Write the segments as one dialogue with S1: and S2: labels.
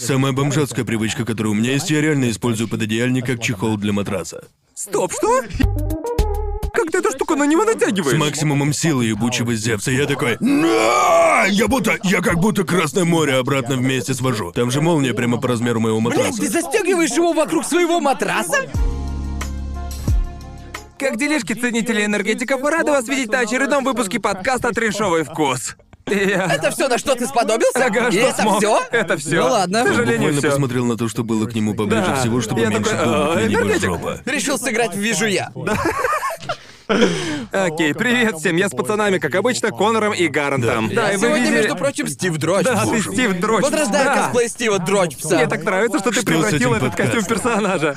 S1: Самая бомжатская привычка, которая у меня есть, я реально использую пододеяльник как чехол для матраса.
S2: Стоп, что? Как ты эту штуку на него натягиваешь?
S1: С максимумом силы ебучего зевса я такой... «На!» Я будто... Я как будто Красное море обратно вместе свожу. Там же молния прямо по размеру моего
S3: Блять, ты
S1: матраса.
S3: застегиваешь его вокруг своего матраса?
S2: Как делишки ценители энергетиков? Рада вас видеть на очередном выпуске подкаста «Трешовый вкус». И я...
S3: Это все, на что ты сподобился?
S2: Ага,
S3: И
S2: что
S3: это
S2: смог.
S3: все?
S2: Это все.
S3: Ну ладно.
S2: К сожалению,
S1: Буквально
S2: все.
S1: посмотрел на то, что было к нему поближе
S2: Да.
S1: всего, чтобы
S2: Я
S1: меньше
S2: такой,
S1: думать
S2: «А,
S1: на него
S2: энергетик».
S1: жопа.
S3: Решил сыграть в вижуя.
S2: Окей, привет всем. Я с пацанами, как обычно, Конором и Гарантом. Да, и вы
S3: Сегодня,
S2: видели...
S3: между прочим, Стив Дрочь.
S2: Да, ты Стив Дрочь.
S3: Возрождаю
S2: Да.
S3: косплей Стива Дрочпса.
S2: Мне так нравится, что ты
S1: Что с
S2: превратил
S1: этим
S2: этот костюм в персонажа.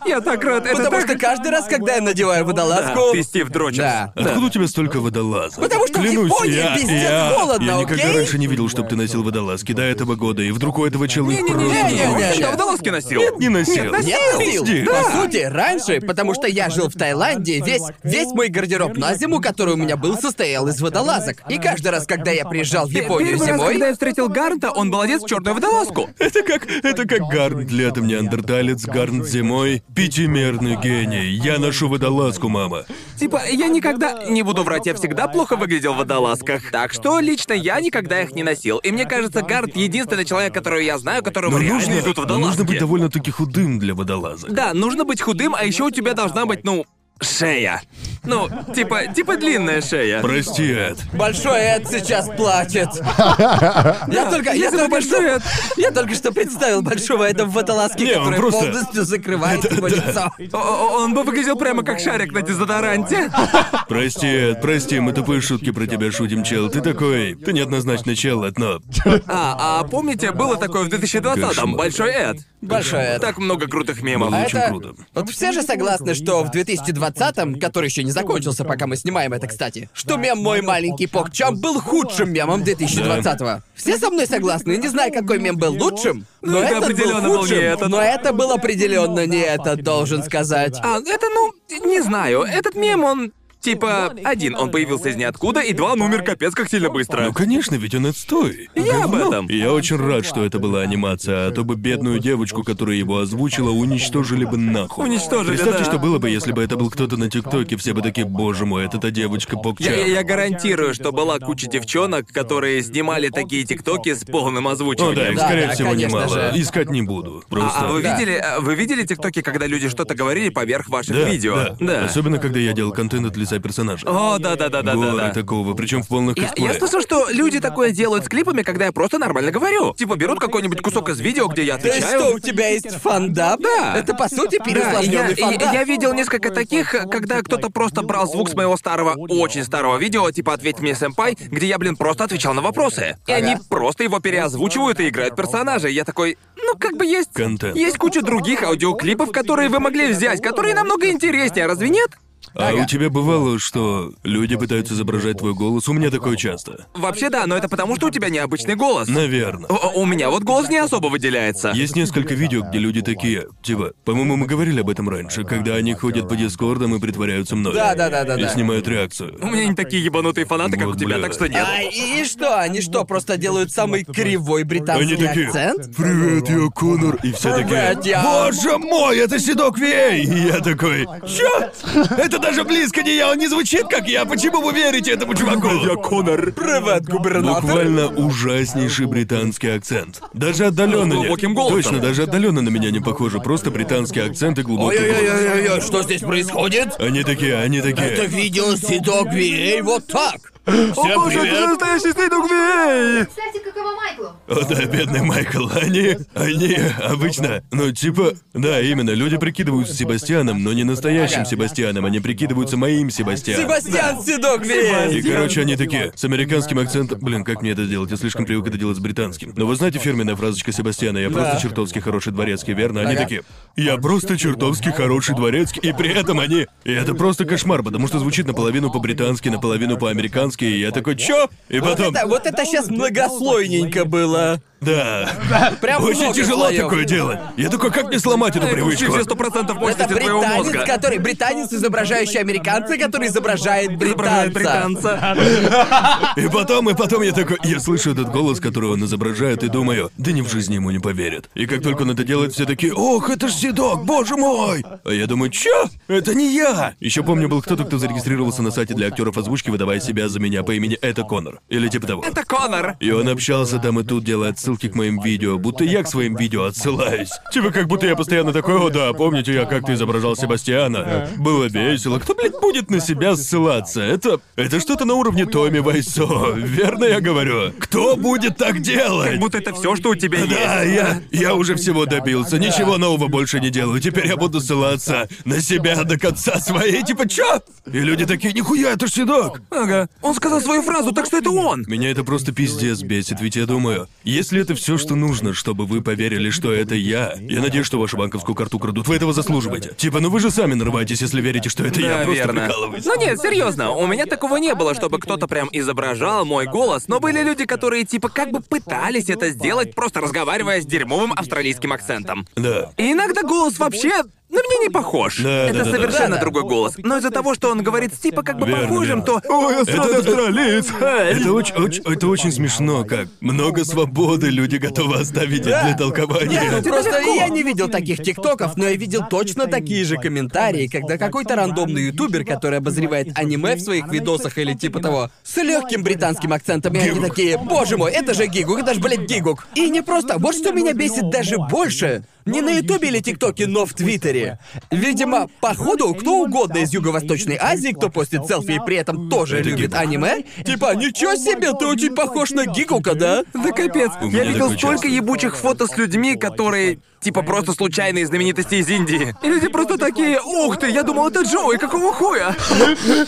S2: Я так рад. Это
S3: Потому
S2: так-
S3: что каждый раз, когда я надеваю
S2: Да,
S3: водолазку...
S2: Ты Стив Дрочерс.
S3: Да.
S1: Откуда у тебя столько водолаза?
S3: Потому что в
S1: Клянусь,
S3: Японии
S1: я,
S3: пиздец
S1: я,
S3: холодно,
S1: Я никогда
S3: окей?
S1: раньше не видел, чтобы ты носил водолазки до этого года, и вдруг у этого челы просто...
S3: Не-не-не-не-не-не.
S1: Ну,
S2: Он
S3: Не-не-не.
S2: всегда водолазки носил.
S1: Не носил.
S3: Я носил.
S1: Пиздец.
S3: По сути, раньше, потому что я жил в Таиланде, весь, весь мой гардероб на зиму, который у меня был, состоял из водолазок. И каждый раз, когда я приезжал в Японию
S2: Первый раз, когда я
S3: зимой,
S2: встретил Гарнта, он был одет в черную водолазку.
S1: Это как, это как Гарнт летом неандерталец, Гарнт зимой. Пятимерный гений. Я ношу водолазку, мама.
S2: Типа, я никогда... Не буду врать, я всегда плохо выглядел в водолазках. Так что, лично я никогда их не носил. И мне кажется, Гарнт единственный человек, которого я знаю, которому
S1: Но
S2: реально
S1: нужно,
S2: идут водолазки.
S1: нужно быть довольно-таки худым для водолазок.
S2: Да, нужно быть худым, а еще у тебя должна быть, ну, шея. Ну, типа, типа длинная шея.
S1: Прости, Эд.
S3: большой Эд сейчас плачет. Я только, я
S2: Если бы
S3: только
S2: большой
S3: что,
S2: Эд-
S3: я только что представил большого Эда в водолазке,
S1: Не, он
S3: который
S1: просто-
S3: полностью закрывает его лицо.
S2: О- о- Он бы выглядел прямо как шарик на дезодоранте.
S1: Прости, Эд, прости, мы тупые шутки про тебя шутим, чел. Ты такой... Ты неоднозначный чел, Эд, но...
S2: А, а помните, было такое в 2020-м?
S1: Кошмар.
S2: Большой Эд.
S3: Большой Эд.
S2: Так много крутых мемов.
S1: Было
S3: А
S1: очень
S3: это-
S1: круто.
S3: Вот все же согласны, что в 2020-м, который еще не закончился, пока мы снимаем это, кстати, что мем «Мой маленький Покчам» был худшим мемом 2020-го. Все со мной согласны, не знаю, какой мем был лучшим, но
S2: Ну, это
S3: этот
S2: определенно
S3: был
S2: был
S3: худшим.
S2: не этот.
S3: Но это был определенно не это, должен сказать.
S2: А, это, ну, не знаю. Этот мем, он... Типа, один, он появился из ниоткуда, и два, он умер капец как сильно быстро.
S1: Ну, конечно, ведь он отстой.
S2: Я об
S1: Говно.
S2: этом.
S1: И Я очень рад, что это была анимация, а то бы бедную девочку, которая его озвучила, уничтожили бы нахуй.
S2: Уничтожили,
S1: Представьте,
S2: да.
S1: что было бы, если бы это был кто-то на ТикТоке, все бы такие, боже мой, это та девочка Бокча.
S2: Я, я- я гарантирую, что была куча девчонок, которые снимали такие тиктоки с полным
S1: О, Ну да,
S2: озвучиванием.
S1: их,
S3: Да,
S1: скорее
S3: да,
S1: всего,
S3: конечно
S1: немало.
S3: же.
S1: Искать не буду. Просто.
S2: А, а вы
S3: Да.
S2: видели, а вы видели тиктоки, когда люди что-то говорили поверх ваших
S1: Да,
S2: видео?
S1: да. Особенно, когда я делал контент от лица персонажа.
S2: О, да, да, да, да,
S1: Горы
S2: да. да.
S1: такого, причем в полных
S2: Я,
S1: косплеях.
S2: я слышал, что люди такое делают с клипами, когда я просто нормально говорю. Типа берут какой-нибудь кусок из видео, где я
S3: То есть
S2: отвечаю.
S3: что, у тебя есть фандаб?
S2: Да.
S3: Это, по
S2: Да,
S3: сути,
S2: я,
S3: переусложненный
S2: я-
S3: фандаб.
S2: я видел несколько таких, когда кто-то просто брал звук с моего старого, очень старого видео, типа «Ответь мне, сэмпай», где я, блин, просто отвечал на вопросы. И они просто его переозвучивают и играют персонажа. И я такой, ну как бы есть...
S1: Контент.
S2: Есть куча других аудиоклипов, которые вы могли взять, которые намного интереснее, разве нет?
S1: А
S3: Ага.
S1: у тебя бывало, что люди пытаются изображать твой голос? У меня такое часто.
S2: Вообще да, но это потому, что у тебя необычный голос.
S1: Наверное.
S2: О- У меня вот голос не особо выделяется.
S1: Есть несколько видео, где люди такие, типа, по-моему, мы говорили об этом раньше, когда они ходят по дискордам и притворяются мной.
S3: Да, да, да, да,
S1: И
S3: да.
S1: снимают реакцию.
S2: У меня не такие ебанутые фанаты, как у
S1: Вот
S2: тебя,
S1: бля.
S2: так что нет.
S3: А, и, и что, они что, просто делают самый кривой британский
S1: Они такие,
S3: акцент?
S1: Привет, я Конор. И все такие,
S3: Привет, я-
S1: боже мой, это Седок Вей! И я такой, чё? Это даже близко не я, он не звучит как я, почему вы верите этому чуваку? Я Конор.
S3: Привет, губернатор.
S1: Буквально ужаснейший британский акцент. Даже отдаленно.
S2: С глубоким голосом.
S1: Точно, даже отдаленно на меня не похоже. Просто британский акцент и глубокий голос.
S3: Ой-ой-ой, что здесь происходит?
S1: Они такие, они такие.
S3: Это видео Седок Виэй вот так.
S1: Всем привет!
S2: настоящий Снейдук Вей!
S4: Кстати, каково Майклу?
S1: О, да, бедный Майкл. Они, они обычно, ну типа, да, именно, люди прикидываются Себастьяном, но не настоящим Себастьяном, они прикидываются моим Себастьяном.
S3: Себастьян Седок Виэй.
S1: И, короче, они такие, с американским акцентом... Блин, как мне это сделать? Я слишком привык это делать с британским. Но вы знаете фирменная фразочка Себастьяна? Я просто чертовски хороший дворецкий, верно? Они
S3: Ага.
S1: такие, я просто чертовски хороший дворецкий, и при этом они... И это просто кошмар, потому что звучит наполовину по-британски, наполовину по-американски, и я такой, чё? И потом...
S3: Да, вот это сейчас многослойненько было.
S1: Да.
S2: А
S3: Прям
S1: Очень
S3: много
S1: тяжело
S3: слоёв.
S1: такое делать. Я такой, как не сломать эту
S2: Привычки
S1: привычку?
S2: все сто процентов
S3: Это
S2: постите твоего
S3: британец,
S2: мозга.
S3: который британец, изображающий американца, который изображает
S2: Изображает
S3: британца.
S2: британца.
S1: И потом, и потом я такой, я слышу этот голос, которого он изображает, и думаю, да ни в жизни ему не поверят. И как только он это делает, все такие, ох, это ж Седок, боже мой! А я думаю, чё? Это не я! Еще помню, был кто-то, кто зарегистрировался на сайте для актеров озвучки, выдавая себя за меня по имени Это Коннор. Или типа того.
S2: Это Конор.
S1: И он общался там и тут, делая отсылки к моим видео, будто я к своим видео отсылаюсь. Типа как будто я постоянно такой, о да, помните я как-то изображал Себастьяна? Было весело. Кто, блядь, будет на себя ссылаться? Это... это что-то на уровне Томми Вайсо, верно я говорю? Кто будет так делать?
S2: Как будто это все, что у тебя
S1: Да,
S2: есть.
S1: я, я уже всего добился, ничего нового больше не делаю. Теперь я буду ссылаться на себя до конца своей, типа чё? И люди такие, нихуя, это ж седок.
S2: Ага. Он сказал свою фразу, так что это он.
S1: Меня это просто пиздец бесит, ведь я думаю, если это все, что нужно, чтобы вы поверили, что это я, я надеюсь, что вашу банковскую карту крадут. Вы этого заслуживаете. Типа, ну вы же сами нарываетесь, если верите, что это я. Просто
S2: Наверно.
S1: прикалываюсь.
S2: Ну нет, серьезно, у меня такого не было, чтобы кто-то прям изображал мой голос, но были люди, которые типа как бы пытались это сделать, просто разговаривая с дерьмовым австралийским акцентом.
S1: Да.
S2: И иногда голос вообще на меня не похож.
S1: Да,
S2: это
S1: да, да,
S2: совершенно
S3: да.
S2: другой голос. Но из-за того, что он говорит с типа как бы
S1: Верно,
S2: похожим,
S1: верно.
S2: то. Ой,
S1: Это, это очень, очень, это очень смешно, как много свободы люди готовы оставить для толкования.
S2: это
S3: Просто
S2: легко.
S3: я не видел таких тиктоков, но я видел точно такие же комментарии, когда какой-то рандомный ютубер, который обозревает аниме в своих видосах или типа того, с легким британским акцентом, и они
S1: Гигук.
S3: такие, боже мой, это же Гигук, это же, блядь, Гигук. И не просто, вот что меня бесит даже больше, не на ютубе или тиктоке, но в твиттере. Видимо, походу, кто угодно из Юго-Восточной Азии, кто постит селфи и при этом тоже
S1: Это
S3: любит
S1: Гигук.
S3: аниме, типа, ничего себе, ты очень похож на Гигука, да?
S2: Да капец.
S1: У
S2: Я
S1: меня
S2: видел
S1: такое
S2: столько
S1: часто.
S2: ебучих фото с людьми, которые типа просто случайные знаменитости из Индии. И люди просто такие, ух ты, я думал, это Джоуи, какого хуя?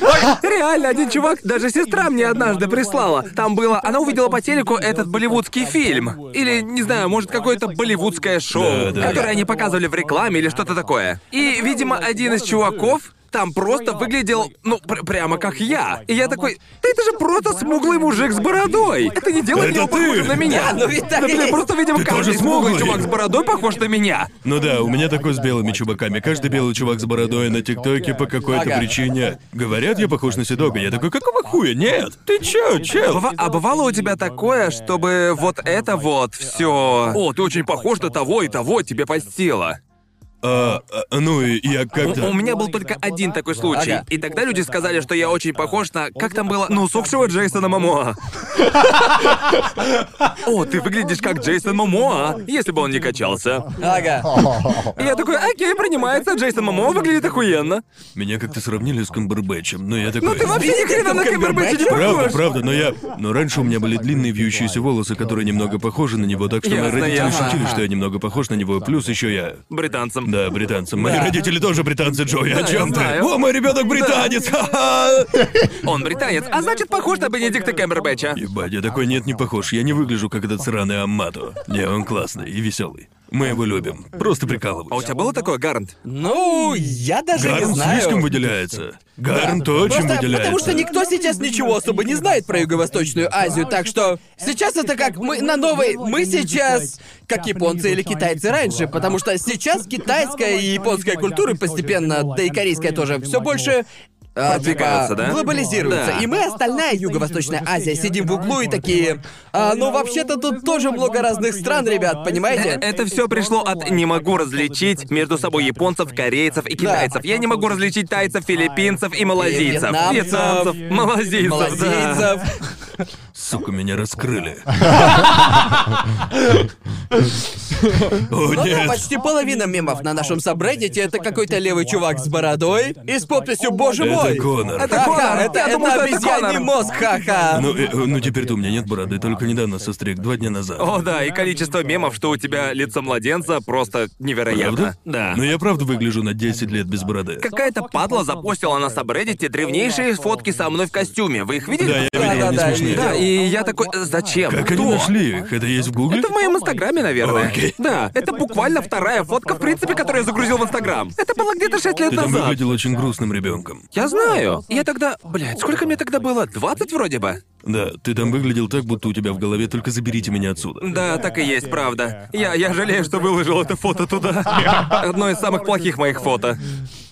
S2: Реально, один чувак, даже сестра мне однажды прислала. Там было, она увидела по телеку этот болливудский фильм. Или, не знаю, может, какое-то болливудское шоу,
S1: Да, да.
S2: которое они показывали в рекламе или что-то такое. И, видимо, один из чуваков там просто выглядел, ну, пр- прямо как я. И я такой, ты это же просто смуглый мужик с бородой. Это не делает
S1: Это
S2: его
S1: ты!
S2: похожим на меня.
S3: Да, ну ведь так и
S2: Например,
S3: есть.
S2: просто, видимо,
S1: Ты
S2: каждый
S1: тоже
S2: смуглый
S1: смуглый.
S2: чувак с бородой похож на меня.
S1: Ну да, у меня такой с белыми чуваками. Каждый белый чувак с бородой на ТикТоке по какой-то
S3: Ага.
S1: причине. Говорят, я похож на Седога. Я такой, какого хуя? Нет! Ты чё, чел?
S2: Быва- А бывало у тебя такое, чтобы вот это вот все. О, ты очень похож на того и того, тебе постило.
S1: А, а, ну и я как-то...
S2: У меня был только один такой случай.
S3: Ага.
S2: И тогда люди сказали, что я очень похож на... Как там было? На усопшего Джейсона Момоа. О, ты выглядишь как Джейсон Момоа, если бы он не качался.
S3: Ага.
S2: И Я такой, окей, принимается, Джейсон Момоа выглядит охуенно.
S1: Меня как-то сравнили с Камбербэтчем, но я такой...
S2: Ну ты вообще ни хрена на Кэмбербэтча не
S1: Правда,
S2: похож.
S1: правда, но я... Но раньше у меня были длинные вьющиеся волосы, которые немного похожи на него, так что мои
S2: Ясно,
S1: родители
S2: ясно.
S1: шутили, что я немного похож на него. Плюс еще я...
S2: Британцем.
S1: Да, британцем. Мои родители тоже британцы, Джои.
S2: я
S1: О чем ты?
S2: знаю.
S1: О, мой ребенок британец! Ха-ха!
S2: Он британец, а значит, похож на Бенедикта Кэмбербэтча.
S1: Ебать, я такой нет, не похож. Я не выгляжу как этот сраный Аммато. Не, он классный и веселый. Мы его любим. Просто прикалываюсь.
S2: А у тебя было такое, Гарнт?
S3: Ну, я даже не
S1: Гарн
S3: знаю.
S1: слишком выделяется. Гарн очень
S3: Просто
S1: выделяется.
S3: потому что никто сейчас ничего особо не знает про Юго-Восточную Азию, так что сейчас это как мы на новой... Мы сейчас как японцы или китайцы раньше, потому что сейчас китайская и японская культуры постепенно, да и корейская тоже, все больше а, типа,
S2: Продвигаются, да?
S3: Глобализируются.
S2: Да.
S3: И мы, остальная Юго-Восточная Азия, сидим в углу и такие... «А, ну, вообще-то тут тоже много разных стран, ребят, понимаете?
S2: Э, Это все пришло от не могу различить между собой японцев, корейцев и китайцев. Я не могу различить тайцев, филиппинцев и малазийцев.
S3: Вьетнамцев.
S2: Вьетнамцев, малазийцев. э, да.
S3: Малазийцев,
S1: Сука, меня раскрыли. О,
S3: Ну да,
S1: нет.
S3: почти половина мемов на нашем сабреддите это какой-то левый чувак с бородой и с подписью «Боже
S1: Это
S3: мой!»
S1: Конор.
S3: Это
S2: Ха-ха,
S3: Конор, это,
S2: я
S3: это
S2: думал, что это
S3: обезьяний
S2: Конор.
S3: мозг, ха-ха.
S1: Ну, э, э, ну теперь-то у меня нет бороды, только недавно состриг, два дня назад.
S2: О, да, и количество мемов, что у тебя лицо младенца, просто невероятно.
S1: Правда? Ну,
S2: Да.
S1: Но я правда выгляжу на 10 лет без бороды.
S2: Какая-то падла запостила на сабреддите древнейшие фотки со мной в костюме. Вы их видели?
S1: Да, я
S3: Да,
S1: видел,
S3: да,
S1: они
S3: да,
S1: смешные.
S3: видел.
S2: Да, и я такой, «Э, зачем?
S1: Как
S2: Кто?»
S1: они нашли их? Это есть в гугле?
S2: Это в моем инстаграме, наверное.
S1: Окей, Эй!
S2: Да, это буквально вторая фотка, в принципе, которую я загрузил в Инстаграм. Это было где-то 6 лет
S1: Ты там
S2: назад.
S1: выглядел очень грустным ребенком.
S2: Я знаю. Я тогда... Блядь, сколько мне тогда было? 20 вроде бы?
S1: Да, ты там выглядел так, будто у тебя в голове только заберите меня отсюда.
S2: Да, так и есть, правда. Я, я жалею, что выложил это фото туда. Одно из самых плохих моих фото.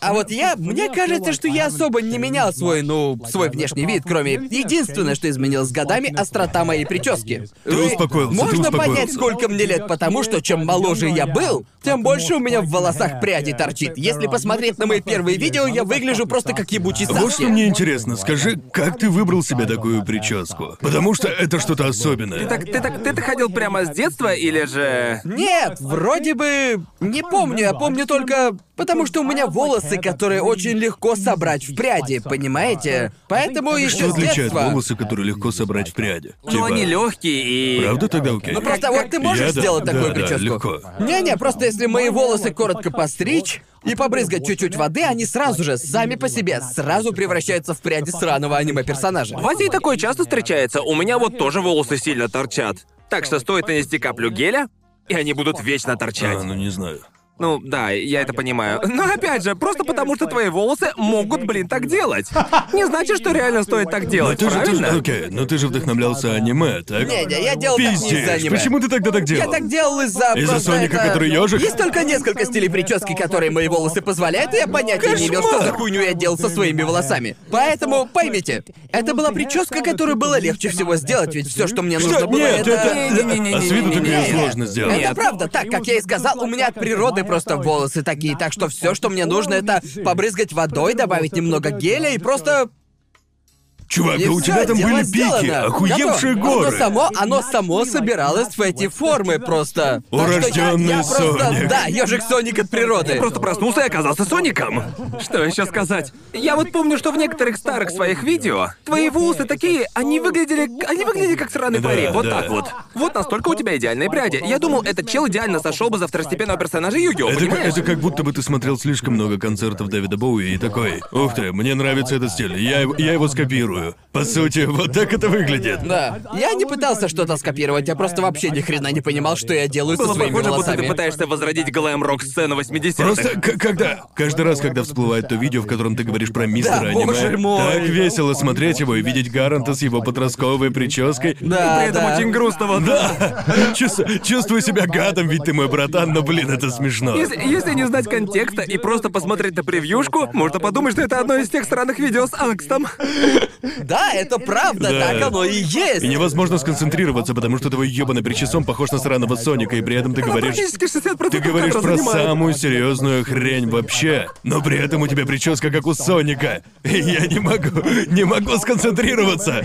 S3: А вот я, мне кажется, что я особо не менял свой, ну, свой внешний вид, кроме единственное, что изменилось с годами, острота моей прически.
S1: Ты успокоился, ты
S3: Можно
S1: успокоился.
S3: понять, сколько мне лет, потому что чем моложе я был, тем больше у меня в волосах пряди торчит. Если посмотреть на мои первые видео, я выгляжу просто как ебучий
S1: Вот
S3: Саски.
S1: что мне интересно, скажи, как ты выбрал себе такую прическу? Потому что это что-то особенное.
S2: Так ты так ты-то ходил прямо с детства или же...
S3: Нет, вроде бы... Не помню, я помню только... Потому что у меня волосы, которые очень легко собрать в пряди, понимаете? Поэтому еще
S1: Что
S3: с
S1: отличает
S3: детства...
S1: волосы, которые легко собрать в пряди?
S2: Ну, они легкие и...
S1: Типа. Правда тогда окей?
S3: Ну просто вот ты можешь
S1: Я да-
S3: сделать такую
S1: да, да,
S3: прическу?
S1: легко.
S3: Не-не, просто если мои волосы коротко постричь и побрызгать чуть-чуть воды, они сразу же, сами по себе, сразу превращаются в пряди сраного аниме-персонажа.
S2: В Азии такое часто встречается. У меня вот тоже волосы сильно торчат. Так что стоит нанести каплю геля, и они будут вечно торчать.
S1: А, ну не знаю.
S2: Ну да, я это понимаю. Но опять же, просто потому что твои волосы могут, блин, так делать. Не значит, что реально стоит так
S1: Но
S2: делать,
S1: Ну, ты же, ты же-
S2: правильно?
S1: окей, но ты же вдохновлялся аниме, так?
S3: Не-не, я делал так не из-за
S1: Пиздец,
S3: аниме.
S1: почему ты тогда так делал?
S3: Я так делал из-за...
S1: Из-за
S3: просто
S1: Соника,
S3: это-
S1: который ёжик?
S3: Есть только несколько стилей прически, которые мои волосы позволяют, и я понятия не имел, что
S1: Кошмар!
S3: за хуйню я делал со своими волосами. Поэтому поймите, это была прическа, которую было легче всего сделать, ведь все, что мне нужно
S1: Что?
S3: было,
S1: Нет,
S2: Не-не-не-не-не-не-не.
S1: это... А с виду так её
S3: Не.
S1: сложно сделать.
S3: Это правда, так как я и сказал, у меня от природы просто волосы такие, так что все, что мне нужно, это побрызгать водой, добавить немного геля и просто.
S1: Чувак,
S3: и
S1: да у
S3: всё,
S1: тебя там
S3: дело
S1: были пики,
S3: сделано.
S1: охуевшие
S3: Готово.
S1: горы.
S3: Оно само, оно само собиралось в эти формы просто. Так что я-
S1: Урождённый
S3: я просто-
S1: Соник.
S3: Да, ежик Соник от природы.
S2: Просто проснулся и оказался Соником. Что еще сказать? Я вот помню, что в некоторых старых своих видео твои волосы такие, они выглядели, они выглядели как сраный
S1: Да,
S2: парик, вот
S1: да.
S2: так вот. Вот настолько у тебя идеальные пряди. Я думал, этот чел идеально сошел бы за второстепенного персонажа Югио,
S1: Это, как-
S2: понимаешь?
S1: это как будто бы ты смотрел слишком много концертов Дэвида Боуи и такой, ух ты, мне нравится этот стиль, я, его- я его скопирую. По сути, вот так это выглядит.
S3: Да. Я не пытался что-то скопировать, я просто вообще ни хрена не понимал, что я делаю со
S2: Было
S3: своими
S2: похоже, будто ты
S3: волосами.
S2: пытаешься возродить глэм рок сцену 80-х.
S1: Просто к- когда... Каждый раз, когда всплывает то видео, в котором ты говоришь про мистера
S3: Да,
S1: аниме,
S3: боже мой.
S1: так весело смотреть его и видеть Гаранта с его подростковой прической.
S3: Да,
S2: И при этом
S3: да.
S2: очень грустного, да.
S1: Чувс- чувствую себя гадом, ведь ты мой братан, но, блин, это смешно.
S2: Если, если не знать контекста и просто посмотреть на превьюшку, можно подумать, что это одно из тех странных видео с Ангстом.
S3: Да, это правда,
S1: Да.
S3: так оно и есть.
S1: И невозможно сконцентрироваться, потому что твой ебаный причесон похож на сраного Соника, и при этом ты
S2: Она
S1: говоришь...
S2: практически 60%
S1: Ты говоришь
S2: кадра
S1: про
S2: занимает.
S1: самую серьезную хрень вообще, но при этом у тебя прическа как у Соника. И я не могу, не могу сконцентрироваться.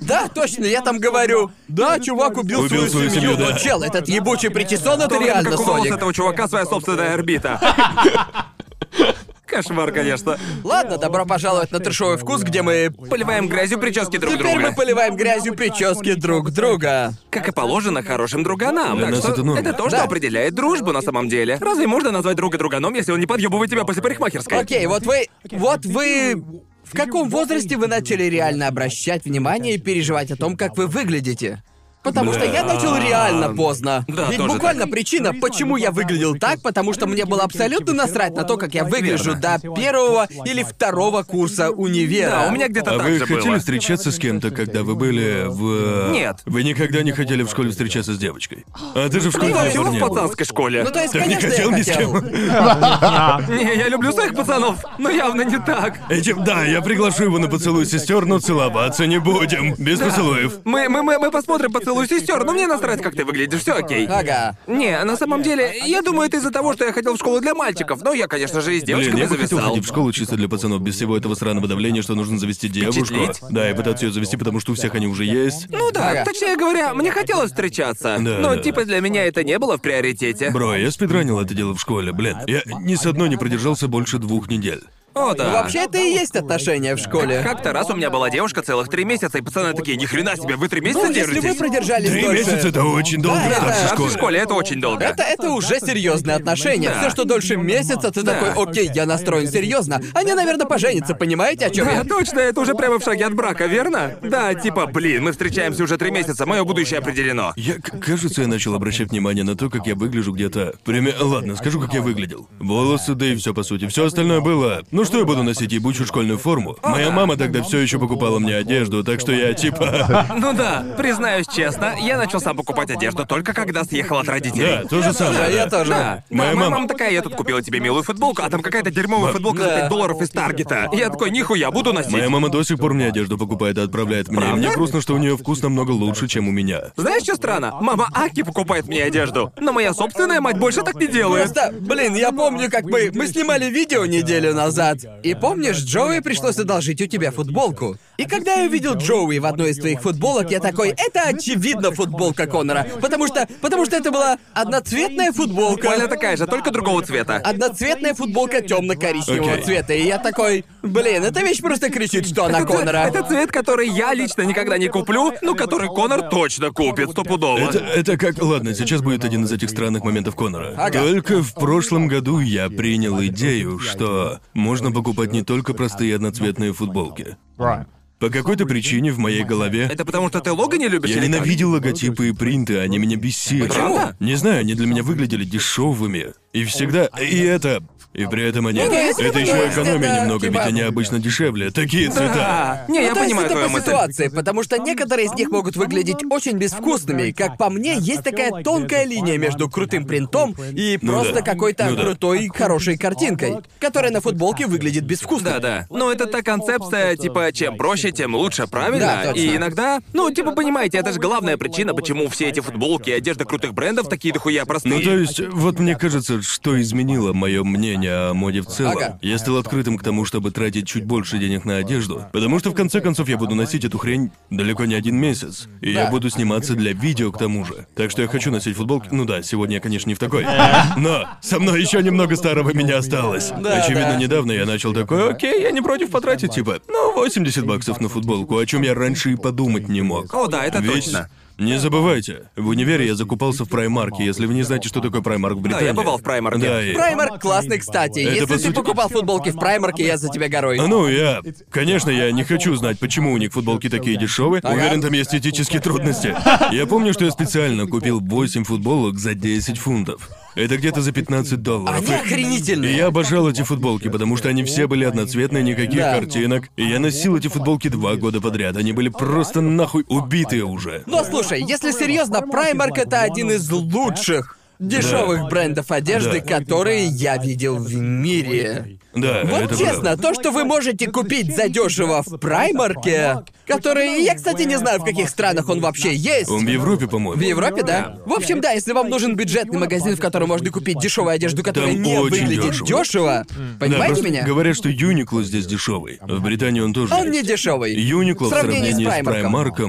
S3: Да, точно, я там говорю. Да, чувак убил,
S1: Убил свою
S3: свою семью,
S1: семью, да.
S3: но чел, этот ебучий причесон,
S2: В то
S3: это
S2: время
S3: реально
S2: как у волос
S3: Соник.
S2: этого чувака своя собственная орбита. Кошмар, конечно.
S3: Ладно, добро пожаловать на трешовый вкус, где мы
S2: Поливаем грязью прически друг
S3: Теперь
S2: друга.
S3: мы поливаем грязью прически друг друга.
S2: Как и положено хорошим друганам.
S1: Для
S2: Так
S1: нас
S2: что
S1: это норма.
S2: то, что
S3: Да.
S2: определяет дружбу на самом деле. Разве можно назвать друга друганом, если он не подъебывает тебя после парикмахерской?
S3: Окей, вот вы... Вот вы... В каком возрасте вы начали реально обращать внимание и переживать о том, как вы выглядите? Потому что я начал реально поздно.
S2: Да,
S3: Ведь
S2: тоже
S3: буквально причина, почему я выглядел так, потому что мне было абсолютно насрать на то, как я выгляжу
S4: Верно.
S3: до первого или второго курса универа.
S2: Да, у меня где-то
S1: А
S2: так
S1: вы
S2: же
S1: хотели
S2: было.
S1: встречаться с кем-то, когда вы были в... э,
S2: Нет.
S1: Вы никогда не хотели в школе встречаться с девочкой. А ты же в школе
S2: Ты
S1: был
S2: вообще в
S1: парнем.
S2: пацанской школе.
S3: Ну то есть,
S1: Так не
S3: конечно,
S1: хотел
S3: я
S1: ни с кем.
S2: Не, я люблю своих пацанов, но явно не так.
S1: Этим, да, я приглашу его на поцелуй сестер, но целоваться не будем. Без поцелуев.
S2: Мы, мы, мы, мы посмотрим поцелуй сестер, но мне насрать, как ты выглядишь, все окей.
S3: Ага.
S2: Не, на самом деле, я думаю, это из-за того, что я ходил в школу для мальчиков, но я, конечно же, и с
S1: Блин,
S2: девочками
S1: я бы хотел
S2: зависал.
S1: ходить в школу чисто для пацанов, без всего этого сраного давления, что нужно завести девушку.
S2: Впечатлить?
S1: Да, и пытаться ее завести, потому что у всех они уже есть.
S2: Ну да,
S3: Ага.
S2: точнее говоря, мне хотелось встречаться,
S1: Да,
S2: но
S1: да.
S2: типа для меня это не было в приоритете.
S1: Бро, я спидранил это дело в школе, блин. Я ни с одной не продержался больше двух недель.
S2: О, да.
S5: Ну, Вообще, это и есть отношения в школе.
S2: Как-то раз у меня была девушка целых три месяца, и пацаны такие, ни хрена себе, вы три месяца
S5: Ну, если вы
S2: держитесь?
S5: продержались
S1: Три
S5: дольше-
S1: месяца это очень долго
S5: Да,
S1: в
S5: это-
S1: старшей
S5: а
S2: в
S1: школе.
S2: школе это очень долго.
S5: Это, это уже серьезные отношения.
S2: Да.
S5: Все, что дольше месяца, ты
S2: Да.
S5: такой, ну, окей, я настроен серьезно. Они, наверное, поженятся, понимаете, о чем
S2: Да,
S5: я?
S2: точно, это уже прямо в шаге от брака, верно? Да, типа, блин, мы встречаемся уже три месяца, мое будущее определено.
S1: Я, к- кажется, я начал обращать внимание на то, как я выгляжу где-то. Пример... Ладно, скажу, как я выглядел. Волосы, да и все по сути. Все остальное было. Ну что я буду носить ебучую школьную форму? Моя мама тогда все еще покупала мне одежду, так что я типа.
S2: Ну да, признаюсь честно, я начал сам покупать одежду только когда съехал от
S1: Да,
S2: родителей.
S1: то же
S5: Да,
S1: самое.
S5: я тоже.
S2: Да,
S1: Моя
S2: да, моя
S1: мама-
S2: мама такая, я тут купила тебе милую футболку, а там какая-то дерьмовая футболка за
S5: Да.
S2: 5 долларов из Таргета. Я такой, нихуя, буду носить.
S1: Моя мама до сих пор мне одежду покупает и отправляет мне. И
S2: Правда?
S1: мне грустно, что у нее вкус намного лучше, чем у меня.
S2: Знаешь, что странно? Мама Аки покупает мне одежду, но моя собственная мать больше так не делает.
S5: Просто, блин, я помню, как мы, мы снимали видео неделю назад. И помнишь, Джоуи пришлось одолжить у тебя футболку. И когда я увидел Джоуи в одной из твоих футболок, я такой, это очевидно футболка Конора. Потому что, потому что это была одноцветная футболка.
S2: Коля такая же, только другого цвета.
S5: Одноцветная футболка темно-коричневого
S1: Окей.
S5: цвета. И я такой, блин, эта вещь просто кричит, что она Конора.
S2: Это цвет, который я лично никогда не куплю, но который Конор точно купит, стопудово.
S1: Это, это как... Ладно, сейчас будет один из этих странных моментов Конора.
S5: Ага.
S1: Только в прошлом году я принял идею, что можно покупать не только простые одноцветные футболки. По какой-то причине в моей голове
S2: Это потому, что ты Лога не любишь
S1: я
S2: или как?
S1: ненавидел логотипы и принты, они меня бесили.
S2: Почему?
S1: Не знаю, они для меня выглядели дешевыми. И всегда... И это... И при этом они...
S5: Ну, если
S1: это
S5: бы
S1: еще
S5: было,
S1: экономия
S5: это
S1: немного, ведь
S5: типа-
S1: они обычно дешевле. Такие цвета.
S2: Не,
S5: Ну,
S2: я
S5: то есть
S2: понимаю
S5: это
S2: твою
S5: по
S2: мысль.
S5: ситуации, потому что некоторые из них могут выглядеть очень безвкусными. Как по мне, есть такая тонкая линия между крутым принтом и
S1: Ну
S5: просто
S1: да.
S5: какой-то
S1: Ну да.
S5: крутой, хорошей картинкой, которая на футболке выглядит безвкусно.
S2: Да, да. Но это та концепция, типа, чем проще, тем лучше, правильно?
S5: Да, точно.
S2: и иногда, ну, типа, понимаете, это же главная причина, почему все эти футболки и одежда крутых брендов такие дохуя простые.
S1: Ну, то есть, вот мне кажется, что изменило мое мнение о моде в целом.
S5: Ага.
S1: Я стал открытым к тому, чтобы тратить чуть больше денег на одежду. Потому что в конце концов я буду носить эту хрень далеко не один месяц. И я
S5: Да.
S1: буду сниматься для видео к тому же. Так что я хочу носить футболки. Ну да, сегодня я, конечно, не в такой. Но со мной еще немного старого меня осталось.
S5: Да,
S1: Очевидно,
S5: да.
S1: недавно я начал такой, окей, я не против потратить, типа, ну, 80 баксов на футболку, о чем я раньше и подумать не мог.
S2: О, да, это
S1: Ведь
S2: точно.
S1: Не забывайте, в универе я закупался в Праймарке, если вы не знаете, что такое Праймарк в Британии.
S2: бывал в Primark.
S1: Да, и...
S5: Праймарк классный, кстати.
S1: Это,
S5: Если
S1: по
S5: ты
S1: сути-
S5: покупал футболки в Праймарке, я за тебя горой.
S1: А ну, я... Конечно, я не хочу знать, почему у них футболки такие дешевые.
S5: Ага.
S1: Уверен, там есть этические трудности. Я помню, что я специально купил 8 футболок за 10 фунтов. Это где-то за 15 долларов.
S5: Они
S1: И-
S5: охренительные.
S1: И я обожал эти футболки, потому что они все были одноцветные, никаких
S5: Да.
S1: картинок. И я носил эти футболки два года подряд. Они были просто нахуй убитые уже.
S5: Но слушай, если серьезно, Primark это один из лучших дешевых брендов одежды,
S1: Да.
S5: которые я видел в мире.
S1: Да,
S5: Вот
S1: это правда.
S5: честно, то, что вы можете купить задешево в Праймарке, который... Я, кстати, не знаю, в каких странах он вообще есть.
S1: Он в Европе, по-моему.
S5: В Европе, да? В общем, да, если вам нужен бюджетный магазин, в котором можно купить дешевую одежду, которая
S1: Там
S5: не
S1: очень
S5: выглядит
S1: дешево.
S5: дешево,
S1: Да,
S5: понимаете
S1: просто
S5: меня?
S1: Говорят, что Юникло здесь дешевый. В Британии он тоже.
S5: Он не
S1: есть.
S5: дешевый.
S1: Юникло в
S5: сравнении с
S1: сравнении с
S5: Праймарком.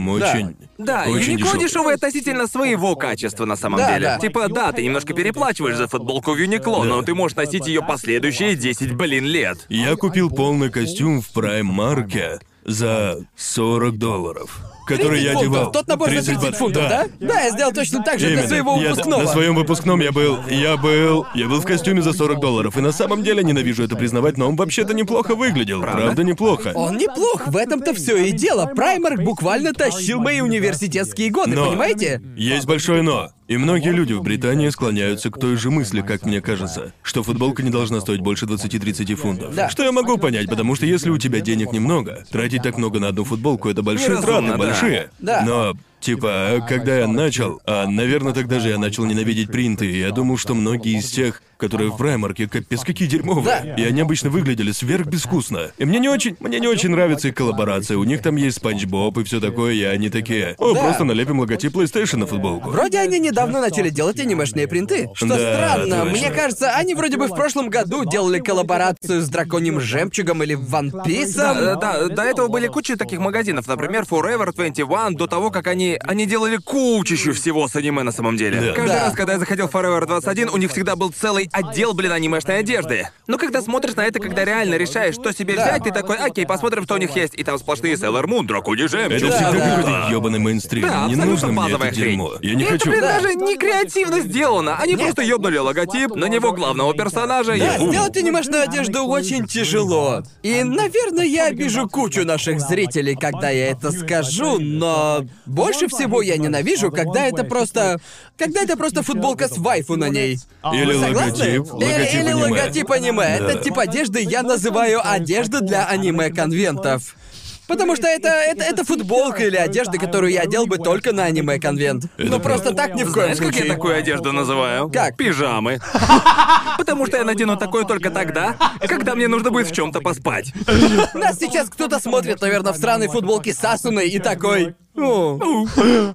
S1: Праймарком очень.
S2: Да,
S1: очень
S2: и Юникло
S1: дешёвый.
S2: дешевый относительно своего качества на самом
S5: Да,
S2: деле.
S5: да.
S2: Типа, да, ты немножко переплачиваешь за футболку в Юникло, но ты можешь носить ее последующие 10, блин, лет.
S1: Я купил полный костюм в Праймарке за 40 долларов, который
S5: 30
S1: я
S5: фунтов.
S1: одевал.
S5: Тот набор за 30
S1: бат-
S5: фунтов, да? Да, я сделал точно так же для
S1: Именно.
S5: своего
S1: Я
S5: выпускного.
S1: на своем выпускном я был, я был, я был в костюме за 40 долларов, и на самом деле ненавижу это признавать, но он вообще-то неплохо выглядел, правда, неплохо.
S5: Он неплох, в этом-то все и дело. Праймарк буквально тащил мои университетские годы,
S1: Но-
S5: понимаете?
S1: Есть большое но. И многие люди в Британии склоняются к той же мысли, как мне кажется, что футболка не должна стоить больше 20-30 фунтов.
S5: Да.
S1: Что я могу понять, потому что если у тебя денег немного, тратить так много на одну футболку это большие траты,
S2: Неразумно, да.
S1: большие.
S5: Да.
S1: Но Типа, э, когда я начал, а, наверное, тогда же я начал ненавидеть принты, и я думал, что многие из тех, которые в праймарке, капец, какие дерьмовые.
S5: Да.
S1: И они обычно выглядели сверхбескусно. И мне не очень, мне не очень нравится их коллаборация. У них там есть Спанч Боб и все такое, и они такие. О,
S5: Да.
S1: просто налепим логотип PlayStation на футболку.
S5: А Вроде они недавно начали делать анимешные принты. Что
S1: Да,
S5: странно,
S1: точно.
S5: мне кажется, они вроде бы в прошлом году делали коллаборацию с драконьим жемчугом или Ван Писом.
S2: Да, да, до этого были куча таких магазинов, например, Forever 21, до того, как они... Они делали кучищу всего с аниме на самом деле.
S1: Да.
S2: Каждый
S5: Да.
S2: раз, когда я заходил в Forever 21, у них всегда был целый отдел, блин, анимешной одежды. Но когда смотришь на это, когда реально решаешь, что себе
S3: Да.
S2: взять, ты такой, окей, посмотрим, что у них есть. И там сплошные Sailor Moon, Дракуни Джем,
S1: Это
S2: Чудо-
S1: всегда
S3: да,
S1: какой-то
S2: Да.
S1: ёбаный мейнстрим.
S2: Да,
S1: не
S2: абсолютно
S1: нужно мне это
S2: базовая хрень.
S1: дерьмо. Я не
S2: И
S1: хочу.
S2: Это, блин,
S3: Да.
S2: даже не креативно сделано. Они просто ёбнули логотип, на него главного персонажа
S3: Да,
S2: и... бум.
S3: сделать анимешную одежду очень тяжело. И, наверное, я обижу кучу наших зрителей, когда я это скажу, но больше всего я ненавижу, когда это просто... Когда это просто футболка с вайфу на ней.
S1: Или
S3: Вы согласны?
S1: логотип.
S3: Или-
S1: Логотип
S3: Или,
S1: аниме.
S3: логотип аниме.
S1: Да.
S3: Этот тип одежды я называю одежда для аниме-конвентов. Потому что это, это, это футболка или одежда, которую я одел бы только на аниме-конвент. Но просто так ни в коем
S2: Знаешь, как
S3: случае.
S2: я такую одежду называю?
S3: Как?
S2: Пижамы. Потому что я надену такое только тогда, когда мне нужно будет в чем-то поспать.
S3: Нас сейчас кто-то смотрит, наверное, в странной футболке Сасуны и такой... «О,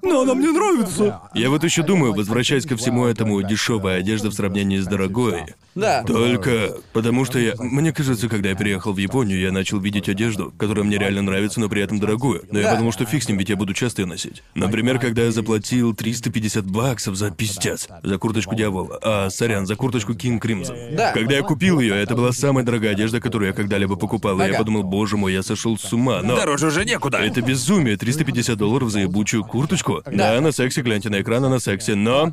S2: Но она мне нравится.
S1: Я вот еще думаю, возвращаясь ко всему этому, дешевая одежда в сравнении с дорогой.
S3: Да.
S1: Только потому что я... Мне кажется, когда я переехал в Японию, я начал видеть одежду, которая мне реально нравится, но при этом дорогую. Но я
S3: Да.
S1: подумал, что фиг с ним, ведь я буду часто ее носить. Например, когда я заплатил 350 баксов за пиздец, за курточку Дьявола. А, сорян, за курточку Кинг Кримзон.
S3: Да.
S1: Когда я купил ее, это была самая дорогая одежда, которую я когда-либо покупал. И я
S3: Ага.
S1: подумал, боже мой, я сошел с ума. Но...
S2: Дороже уже некуда.
S1: Это безумие, 350 долларов за ебучую курточку. Да, она секси, гляньте на экран, она секси, но...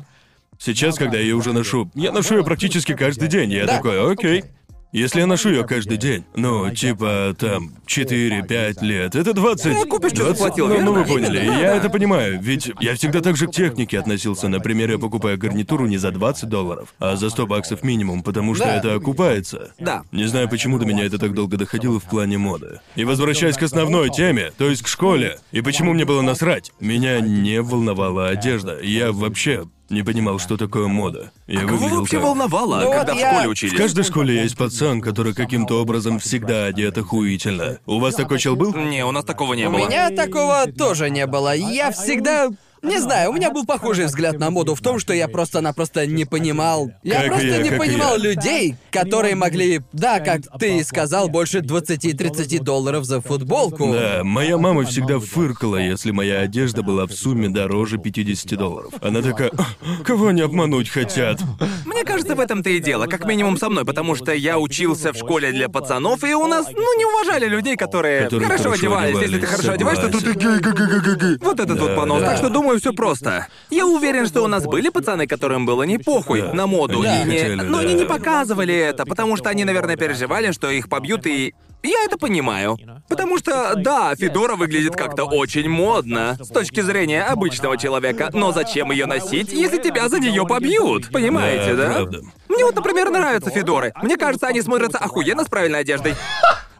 S1: Сейчас, когда я ее уже ношу, я ношу ее практически каждый день. Я
S3: Да.
S1: такой, окей. Если я ношу ее каждый день, ну, типа, там, 4-5 лет, это 20...
S2: Ну, купишь, что
S1: 20,
S2: заплатил,
S1: ну, ну, вы
S2: верно?
S1: поняли,
S2: Именно,
S1: я это понимаю, ведь я всегда так же к технике относился. Например, я покупаю гарнитуру не за 20 долларов, а за 100 баксов минимум, потому что
S3: Да.
S1: это окупается.
S2: Да.
S1: Не знаю, почему до меня это так долго доходило в плане моды. И возвращаясь к основной теме, то есть к школе, и почему мне было насрать, меня не волновала одежда. Я вообще не понимал, что такое мода. Я
S2: Кого
S1: выглядел
S2: вообще
S1: как-
S2: волновало,
S3: Ну
S2: когда
S3: вот
S2: в
S3: я-
S2: школе
S1: В
S2: учились?
S1: каждой школе есть пацан, который каким-то образом всегда одет охуительно. У вас такой чел был?
S2: Не, у нас такого не
S3: У
S2: было.
S3: меня такого тоже не было. Я всегда... Не знаю, у меня был похожий взгляд на моду в том, что я просто-напросто не понимал... Я
S1: Как
S3: просто
S1: я,
S3: не
S1: как
S3: понимал
S1: я.
S3: людей, которые могли... Да, как ты и сказал, больше 20-30 долларов за футболку.
S1: Да, моя мама всегда фыркала, если моя одежда была в сумме дороже 50 долларов. Она такая, «А, кого они обмануть хотят?
S2: Мне кажется, в этом-то и дело, как минимум со мной, потому что я учился в школе для пацанов, и у нас, ну, не уважали людей, которые,
S1: Которые
S2: хорошо,
S1: хорошо
S2: одевались. Если ты
S1: одевались,
S2: хорошо одеваешься, то ты гей, гей, гей, гей, гей. Вот это вот понос.
S1: да.
S2: Так что думаю, все просто. Я уверен, что у нас были пацаны, которым было не похуй
S1: Да.
S2: на моду.
S1: Они не
S2: и не-
S1: хотели,
S2: Но
S1: да.
S2: они не показывали это, потому что они, наверное, переживали, что их побьют, и я это понимаю. Потому что, да, Федора выглядит как-то очень модно с точки зрения обычного человека, но зачем ее носить, если тебя за нее побьют? Понимаете,
S1: Да,
S2: да?
S1: правда.
S2: Мне вот, например, нравятся Федоры. Мне кажется, они смотрятся охуенно с правильной одеждой.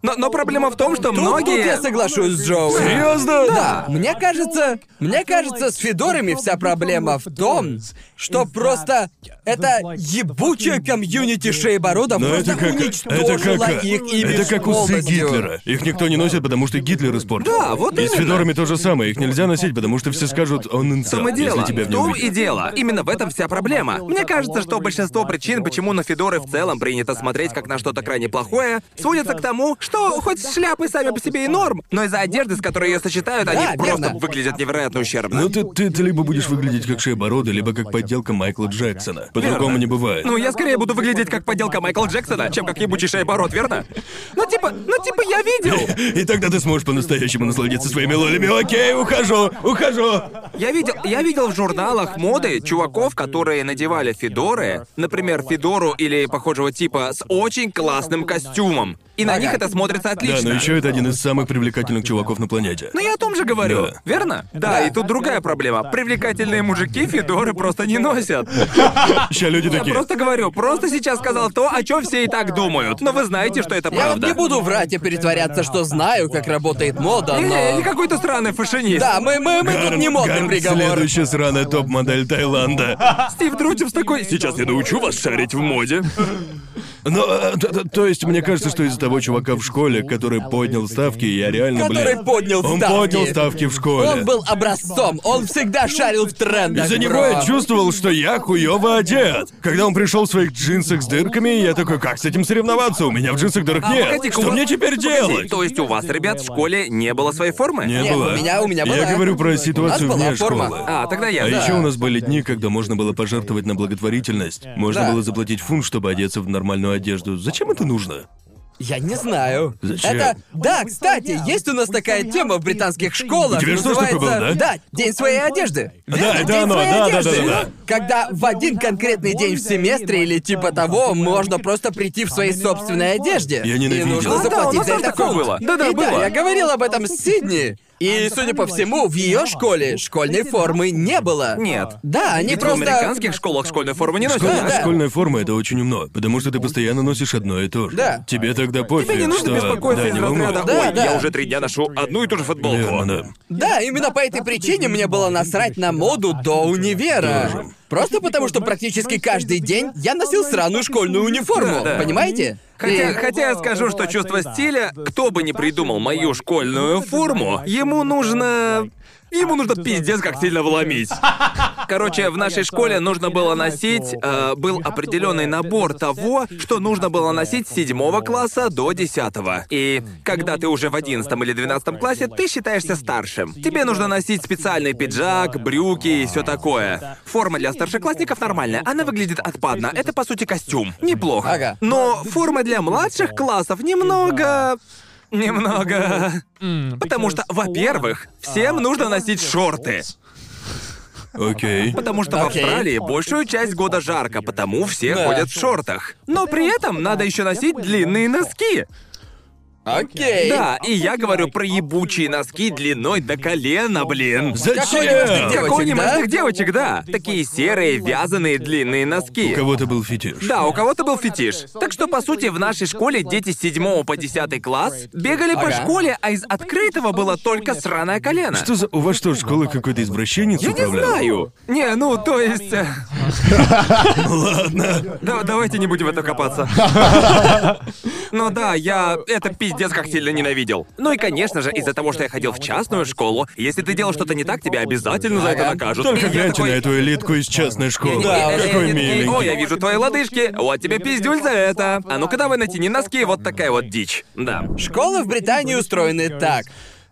S2: Но, но проблема в том, что
S3: Тут-
S2: многие.
S3: Тут я соглашусь с Джоуи.
S1: Серьезно?
S3: Да, мне кажется, мне кажется, с Федорами вся проблема в том, что просто это ебучая комьюнити шейбородов
S1: Но
S3: просто
S1: это как... Это
S3: уничтожила
S1: как...
S3: их имидж
S1: это как усы
S3: полностью.
S1: Гитлера. Их никто не носит, потому что Гитлер испортил.
S2: Да, вот
S1: И с
S2: именно.
S1: федорами то же самое. Их нельзя носить, потому что все скажут, он инцел,
S2: том и дело.
S1: если тебя в
S2: в
S1: нем
S2: том
S1: увидят».
S2: и дело. Именно в этом вся проблема. Мне кажется, что большинство причин, почему на Федоры в целом принято смотреть как на что-то крайне плохое, сводятся к тому, что хоть шляпы сами по себе и норм, но из-за одежды, с которой ее сочетают, они
S3: Да,
S2: просто
S3: верно.
S2: выглядят невероятно ущербно.
S1: Ну ты, ты, ты либо будешь выглядеть как шея-борода, либо как подделка Майкла Джексона. По-другому
S2: Верно.
S1: не бывает.
S2: Ну, я скорее буду выглядеть как поделка Майкла Джексона, чем как ебучий шееборот, верно? Ну, типа, ну, типа, я видел!
S1: И тогда ты сможешь по-настоящему насладиться своими лолями. Окей, ухожу, ухожу.
S2: Я видел, я видел в журналах моды чуваков, которые надевали федоры, например, федору или похожего типа с очень классным костюмом. И на них это смотрится
S1: Да,
S3: ну
S2: отлично.
S1: но еще это один из самых привлекательных чуваков на планете.
S2: Но я о том же говорю,
S1: Да.
S2: верно? Да, и тут другая проблема. Привлекательные мужики федоры просто не носят.
S1: Ща люди
S2: Я
S1: такие.
S2: просто говорю, просто сейчас сказал то, о чем все и так думают. Но вы знаете, что это
S3: Я вот
S2: правда.
S3: не буду врать и притворяться, что знаю, как работает мода,
S2: Не, Э, не, не
S3: но...
S2: какой-то странный фашинист.
S3: Да, мы, мы, мы тут не модный
S1: Гарн,
S3: приговор.
S1: Следующая сраная топ-модель Таиланда.
S2: Стив Друджев такой.
S1: Сейчас я научу вас шарить в моде. Но, э, т- т- то есть, мне кажется, что из-за того чувака в школе, который поднял ставки, я реально,
S3: Который
S1: блин...
S3: поднял
S1: Он
S3: ставки.
S1: поднял ставки в школе.
S3: Он был образцом, он всегда шарил в трендах.
S1: Из-за
S3: бро.
S1: него я чувствовал, что я хуёво одет. Когда он пришел в своих джинсах с дырками, я такой, как с этим соревноваться? У меня в джинсах
S3: А,
S1: дырок нет.
S2: погоди-ка, у
S1: что
S2: вас-
S1: мне теперь делать?
S2: То есть у вас, ребят, в школе не было своей формы?
S1: Не
S3: Нет,
S1: было.
S3: у меня- у меня была.
S1: Я говорю про ситуацию
S3: У нас была
S1: вне
S3: форма.
S1: школы.
S2: А, тогда я.
S1: А
S2: да.
S1: еще у нас были дни, когда можно было пожертвовать на благотворительность. Можно
S3: Да.
S1: было заплатить фунт, чтобы одеться в нормальную одежду. Зачем это нужно?
S3: Я не знаю.
S1: Зачем?
S3: Это. Да, кстати, есть у нас такая тема в британских школах.
S1: У тебя же тоже
S3: называется-
S1: такое было, да?
S3: Да, день своей одежды.
S1: Да,
S3: Верно,
S1: это
S3: день
S1: оно,
S3: своей
S1: да, да,
S3: одежды.
S1: да, да, да.
S3: Когда в один конкретный день в семестре или типа того можно просто прийти в своей собственной одежде.
S1: Я ненавидел.
S3: И нужно
S1: А, да,
S3: заплатить
S2: у нас
S3: за
S2: тоже
S3: это
S2: такое
S3: фунт.
S2: было. Да-да,
S3: И
S2: было.
S3: я говорил об этом с Сидни. И, судя по всему, в ее школе школьной формы не было.
S2: Нет.
S3: Да, они
S2: Ведь в
S3: просто.
S2: американских школах школьную форму не носят.
S1: Школьная,
S3: да.
S1: школьная форма это очень умно, потому что ты постоянно носишь одно и то же.
S3: Да.
S1: Тебе тогда пофиг,
S2: Тебе не нужно
S1: что
S2: беспокоиться
S1: да,
S2: из
S1: не волнуй.
S2: разряда.
S3: Да,
S2: Ой,
S3: да.
S2: я уже три дня ношу одну и ту же футболку.
S1: Верно, да.
S3: Да, именно по этой причине мне было насрать на моду до универа.
S1: Тоже.
S3: Просто потому, что практически каждый день я носил сраную школьную униформу,
S2: Да, да.
S3: понимаете? Э,
S2: Хотя,
S3: И-
S2: хотя я скажу, что чувство стиля, кто бы ни придумал мою школьную форму, ему нужно... Ему нужно пиздец как сильно вломить. Короче, в нашей школе нужно было носить... э, был определенный набор того, что нужно было носить с 7 класса до 10. И когда ты уже в 11 или 12 классе, ты считаешься старшим. Тебе нужно носить специальный пиджак, брюки и все такое. Форма для старшеклассников нормальная, она выглядит отпадно. Это, по сути, костюм. Неплохо.
S3: Ага.
S2: Но форма для младших классов немного... Немного... Потому что, во-первых, всем нужно носить шорты.
S1: Окей.
S2: Потому что в
S3: Окей.
S2: Австралии большую часть года жарко, потому все
S3: Да.
S2: ходят в шортах. Но при этом надо еще носить длинные носки.
S3: Окей.
S2: Да, и я говорю про ебучие носки длиной до колена, блин.
S3: Какой-нибудь
S1: Зачем?
S3: девочек,
S2: Какой
S3: да?
S2: неважных девочек, да. Такие серые, вязаные, длинные
S1: У
S2: носки.
S1: кого-то был фетиш.
S2: Да, у кого-то был фетиш. Так что, по сути, в нашей школе дети с 7 по 10 класс бегали по
S3: Ага.
S2: школе, а из открытого было только сраное колено.
S1: Что за... У вас что, школа какой-то извращенец
S2: Я не
S1: управлял?
S2: знаю. Не, ну, то есть... Ладно. Да, давайте не будем в это копаться. Но да, я это пиздец как сильно ненавидел. Ну и, конечно же, из-за того, что я ходил в частную школу, если ты делал что-то не так, тебя обязательно за это
S3: Ага.
S2: накажут. И
S1: Только
S2: я
S1: гляньте
S2: такой,
S1: на эту элитку из частной школы.
S3: Да,
S2: «Э, э, э,
S1: Какой
S2: э, э, О, я
S1: миленький.
S2: вижу твои лодыжки. Вот тебе пиздюль за это. А ну-ка давай натяни носки, вот такая вот дичь. Да.
S3: Школы в Британии устроены так.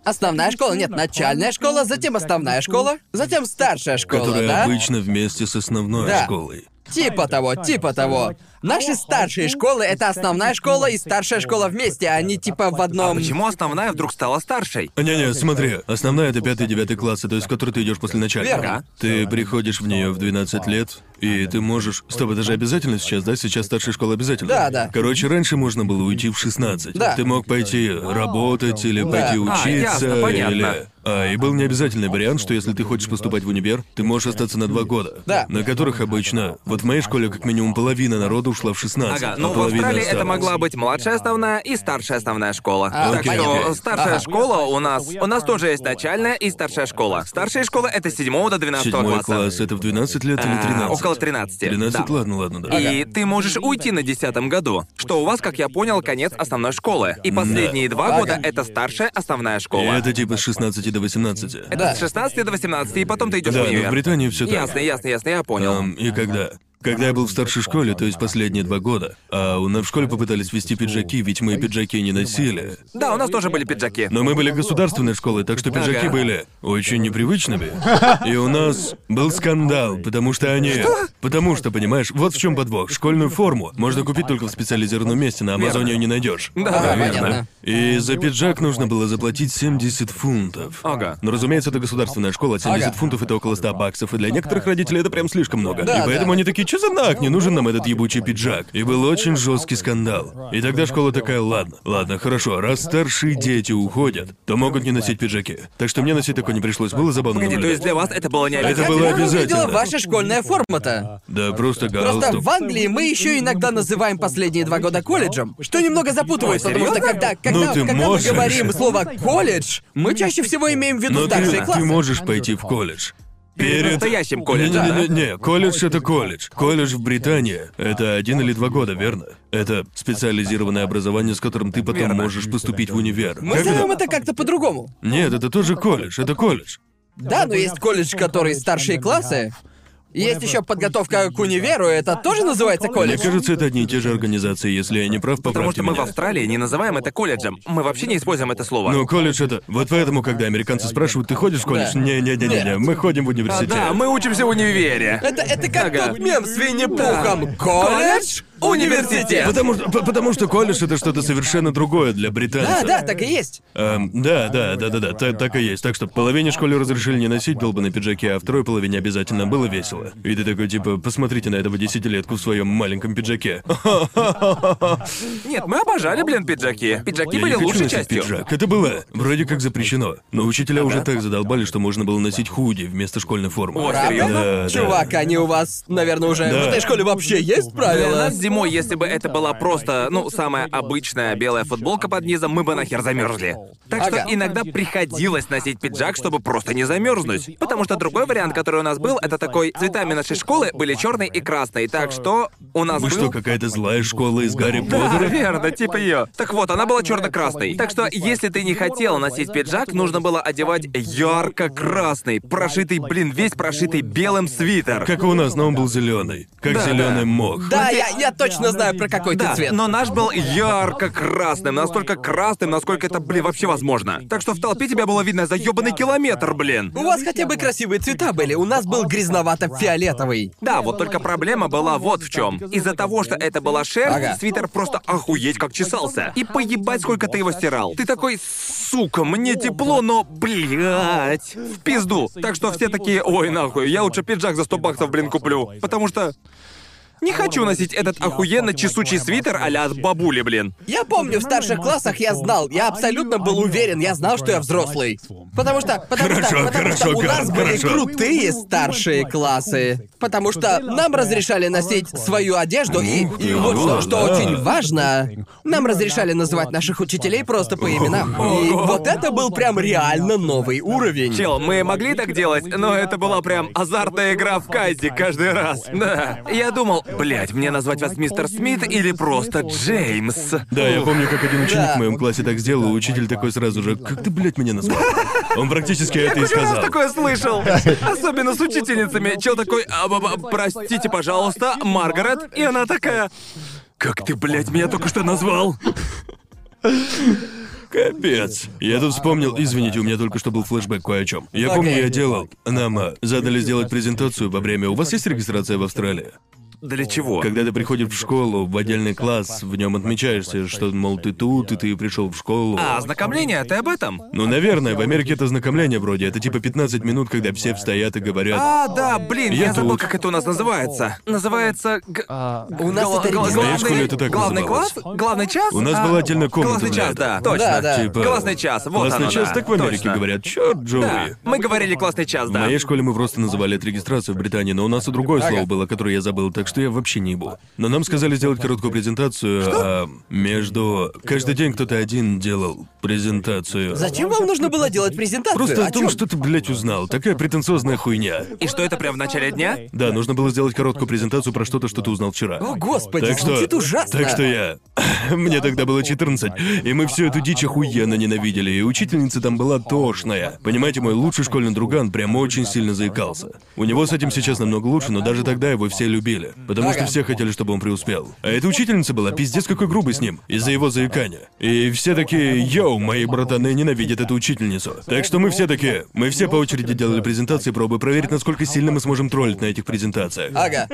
S3: Основная школа, нет, начальная школа, затем основная школа, затем старшая школа,
S1: Которая
S3: да?
S1: обычно вместе с основной
S3: Да.
S1: школой.
S3: Типа того, типа того. Наши старшие школы — это основная школа и старшая школа вместе, а они типа в одном...
S2: Почему основная вдруг стала старшей?
S1: Не-не, смотри, основная это пятый девятый класс, то есть в который ты идешь после начальника.
S3: Верно.
S1: Ты приходишь в нее в 12 лет, и ты можешь. Стоп, это же обязательно сейчас, да? Сейчас старшая школа обязательно.
S3: Да, да.
S1: Короче, раньше можно было уйти в 16.
S3: Да.
S1: Ты мог пойти работать или пойти
S2: А,
S1: учиться,
S2: ясно, понятно.
S1: или. А, и был необязательный вариант, что если ты хочешь поступать в универ, ты можешь остаться на два года.
S3: Да.
S1: На которых обычно. Вот в моей школе как минимум половина народа ушла в 16.
S2: Ага,
S1: а
S2: ну в
S1: половина
S2: Австралии это
S1: осталась.
S2: могла быть младшая основная и старшая основная школа.
S3: А,
S2: так
S1: окей,
S2: что
S1: окей.
S2: старшая
S3: Ага.
S2: школа у нас. У нас тоже есть начальная и старшая школа. Старшая школа это с 7 до 12
S1: Седьмой
S2: класса.
S1: класс это в 12 лет или
S2: А,
S1: 13?
S2: около 13.
S1: 13,
S2: да.
S1: ладно, ладно, да.
S2: И ты можешь уйти на десятом году, что у вас, как я понял, конец основной школы. И последние два
S3: Ага.
S2: года это старшая основная
S1: И
S2: школа.
S1: это типа с 16 до 18.
S2: Это с 16 до 18, и потом ты идешь
S1: Да,
S2: в
S1: но в
S2: универ.
S1: Британии все так.
S2: Ясно, ясно, ясно, я понял.
S1: Эм, и когда? Когда я был в старшей школе, то есть последние два года, а у нас в школе попытались ввести пиджаки, ведь мы пиджаки не носили.
S2: Да, у нас тоже были пиджаки.
S1: Но мы были государственной школой, так что пиджаки
S2: Ага.
S1: были очень непривычными. И у нас был скандал, потому что они... Потому что, понимаешь, вот в чем подвох. Школьную форму можно купить только в специализированном месте, на Амазоне ее не найдешь.
S2: Да, да,
S3: понятно.
S1: И за пиджак нужно было заплатить 70 фунтов.
S2: Ага.
S1: Но, разумеется, это государственная школа, 70
S3: Ага.
S1: фунтов это около 100 баксов, и для некоторых родителей это прям слишком много.
S3: Да,
S1: и
S3: да.
S1: поэтому они такие, че за нах, не нужен нам этот ебучий пиджак. И был очень жесткий скандал. И тогда школа такая, ладно, ладно, хорошо, раз старшие дети уходят, то могут не носить пиджаки. Так что мне носить такое не пришлось, было забавно
S2: Погоди, то
S1: наблюдать.
S2: есть для вас это было не
S1: Это
S3: Как
S1: было
S3: она выглядела
S1: обязательно.
S3: ваша школьная форма-то?
S1: Да, просто галстук.
S3: Просто в Англии мы еще иногда называем последние два года
S1: ну,
S3: колледжем, что немного запутывает,
S2: Ой,
S3: потому что
S2: серьезно?
S3: когда, когда,
S1: ты
S3: когда мы
S1: можешь.
S3: говорим слово колледж, мы чаще всего имеем в виду
S2: Ну,
S1: Но Ну, ты,
S3: старшие
S1: ты
S3: классы.
S1: можешь пойти в колледж.
S2: Перед настоящим колледжем, да?
S1: Не-не-не, колледж это колледж. Колледж в Британии это один или два года, верно? Это специализированное образование, с которым ты потом
S2: Верно.
S1: можешь поступить в универ.
S3: Мы
S1: Как
S3: зовем
S1: это?
S3: это как-то по-другому.
S1: Нет, это тоже колледж, это колледж.
S3: Да, но есть колледж, который старшие классы. Есть еще подготовка к универу, это тоже называется
S1: Мне
S3: колледж?
S1: кажется, это одни и те же организации, если я не прав,
S2: Потому
S1: поправьте
S2: что мы в
S1: меня.
S2: Австралии не называем это колледжем. Мы вообще не используем это слово.
S1: Ну, колледж это... Вот поэтому, когда американцы спрашивают, ты ходишь в колледж?
S3: Да.
S1: Не-не-не-не, мы ходим в
S2: А,
S1: университет.
S2: да, мы учимся в универе.
S3: Это, это как
S2: Ага.
S3: тот мем с Винни-Пухом. Колледж? Университет.
S1: Потому что, по- потому что колледж это что-то совершенно другое для
S3: Да,
S1: британцев.
S3: А, да, так и есть.
S1: Эм, да, да, да, да, да, та- так и есть. Так что половине школе разрешили не носить долбанные пиджаки, а второй половине обязательно было весело. И ты такой, типа, посмотрите на этого десятилетку в своем маленьком пиджаке.
S2: Нет, мы обожали, блин, пиджаки. Пиджаки
S1: Я
S2: были
S1: не хочу
S2: лучшей
S1: носить
S2: частью.
S1: пиджак. Это было вроде как запрещено. Но учителя уже так задолбали, что можно было носить худи вместо школьной формы.
S2: О, серьёзно?
S1: Да, да.
S3: Чувак, они у вас, наверное, уже
S1: Да.
S3: в этой школе вообще есть
S2: Для
S3: правила?
S2: Э, нас зимой, если бы это была просто, ну, самая обычная белая футболка под низом, мы бы нахер замерзли. Так что
S3: Ага.
S2: иногда приходилось носить пиджак, чтобы просто не замерзнуть. Потому что другой вариант, который у нас был, это такой цветами нашей школы были черный и красный. Так что у нас
S1: Вы
S2: был
S1: что, какая-то злая школа из Гарри
S2: Да,
S1: Поттера?
S2: верно, типа ее. Так вот, она была черно-красной. Так что, если ты не хотел носить пиджак, нужно было одевать ярко-красный, прошитый, блин, весь прошитый белым свитер.
S1: Как и у нас, но он был зеленый. Как
S2: Да,
S1: зеленый
S2: да.
S1: мох.
S3: Да, я, я точно знаю, про какой ты
S2: Да,
S3: цвет.
S2: но наш был ярко-красным, настолько красным, насколько это, блин, вообще возможно. Так что в толпе тебя было видно за ёбаный километр, блин.
S3: У вас хотя бы красивые цвета были, у нас был грязновато-фиолетовый.
S2: Да, вот только проблема была вот в чем. Из-за того, что это была шерсть,
S3: Ага.
S2: свитер просто охуеть как чесался. И поебать, сколько ты его стирал. Ты такой, сука, мне тепло, но, блядь, в пизду. Так что все такие, ой, нахуй, я лучше пиджак за 100 баксов, блин, куплю. Потому что... Не хочу носить этот охуенно чесучий свитер а от бабули, блин.
S3: Я помню, в старших классах я знал, я абсолютно был уверен, я знал, что я взрослый. Потому что, потому
S1: Хорошо,
S3: что, потому что
S1: хорошо,
S3: у нас
S1: Гарн,
S3: были
S1: хорошо.
S3: крутые старшие классы. Потому что нам разрешали носить свою одежду, и, и
S1: Ну,
S3: вот что, что
S1: да.
S3: очень важно, нам разрешали называть наших учителей просто по именам. И вот это был прям реально новый уровень.
S2: Чел, мы могли так делать, но это была прям азартная игра в кайзе каждый раз. Да. Я думал, блядь, мне назвать вас мистер Смит или просто Джеймс.
S1: Да, я помню, как один ученик
S3: Да.
S1: в моем классе так сделал, и учитель такой сразу же, как ты, блядь, меня назвал? Он практически это и
S2: Хоть раз
S1: сказал.
S2: такое слышал. Особенно с учительницами. Чел такой, «А, ба- ба- простите, пожалуйста, Маргарет. И она такая, как ты, блядь, меня только что назвал?
S1: Капец. Я тут вспомнил, извините, у меня только что был флешбэк кое о чем. Я
S3: Окей.
S1: помню, я делал. Нам а, задали сделать презентацию во время. У вас есть регистрация в Австралии?
S2: Для чего?
S1: Когда ты приходишь в школу, в отдельный класс, в нем отмечаешься, что, мол, ты тут, и ты пришел в школу.
S2: А, ознакомление, ты об этом?
S1: Ну, наверное, в Америке это ознакомление вроде. Это типа 15 минут, когда все встоят и говорят.
S2: А, да, блин, я,
S1: Я
S2: забыл,
S1: тут.
S2: как это у нас называется. Называется... г-
S3: А, У нас
S2: гла-
S3: это
S2: гла-
S3: оригинал.
S1: В моей школе это так
S2: главный
S1: называлось.
S2: класс? Главный час?
S1: У нас
S2: А,
S1: была отдельная комната
S2: Классный
S1: для
S2: час,
S1: этого.
S2: да, точно.
S3: Да, да.
S1: Типа-
S2: Классный час, вот
S1: классный
S2: оно,
S1: час,
S2: да,
S1: так в Америке
S2: точно.
S1: говорят. Чёрт, Джоуи.
S2: Да, мы говорили классный час,
S1: В
S2: да.
S1: моей школе мы просто называли это регистрацию в Британии, но у нас и другое слово было, которое я забыл, так что я вообще не был. Но нам сказали сделать короткую презентацию а, между... Каждый день кто-то один делал презентацию.
S3: Зачем вам нужно было делать презентацию?
S1: Просто о
S3: О чём?
S1: том, что ты, блядь, узнал. Такая претенциозная хуйня.
S2: И что это прям в начале дня?
S1: Да, нужно было сделать короткую презентацию про что-то, что ты узнал вчера.
S3: О, господи,
S1: Так что,
S3: звучит ужасно.
S1: так что я... Мне тогда было 14, и мы всю эту дичь охуенно ненавидели, и учительница там была тошная. Понимаете, мой лучший школьный друган прям очень сильно заикался. У него с этим сейчас намного лучше, но даже тогда его все любили, потому что
S3: Ага.
S1: все хотели, чтобы он преуспел. А эта учительница была пиздец какой грубой с ним, из-за его заикания. И все такие, йоу, мои братаны ненавидят эту учительницу. Так что мы все такие, мы все по очереди делали презентации, пробуя проверить, насколько сильно мы сможем троллить на этих презентациях.
S3: Ага.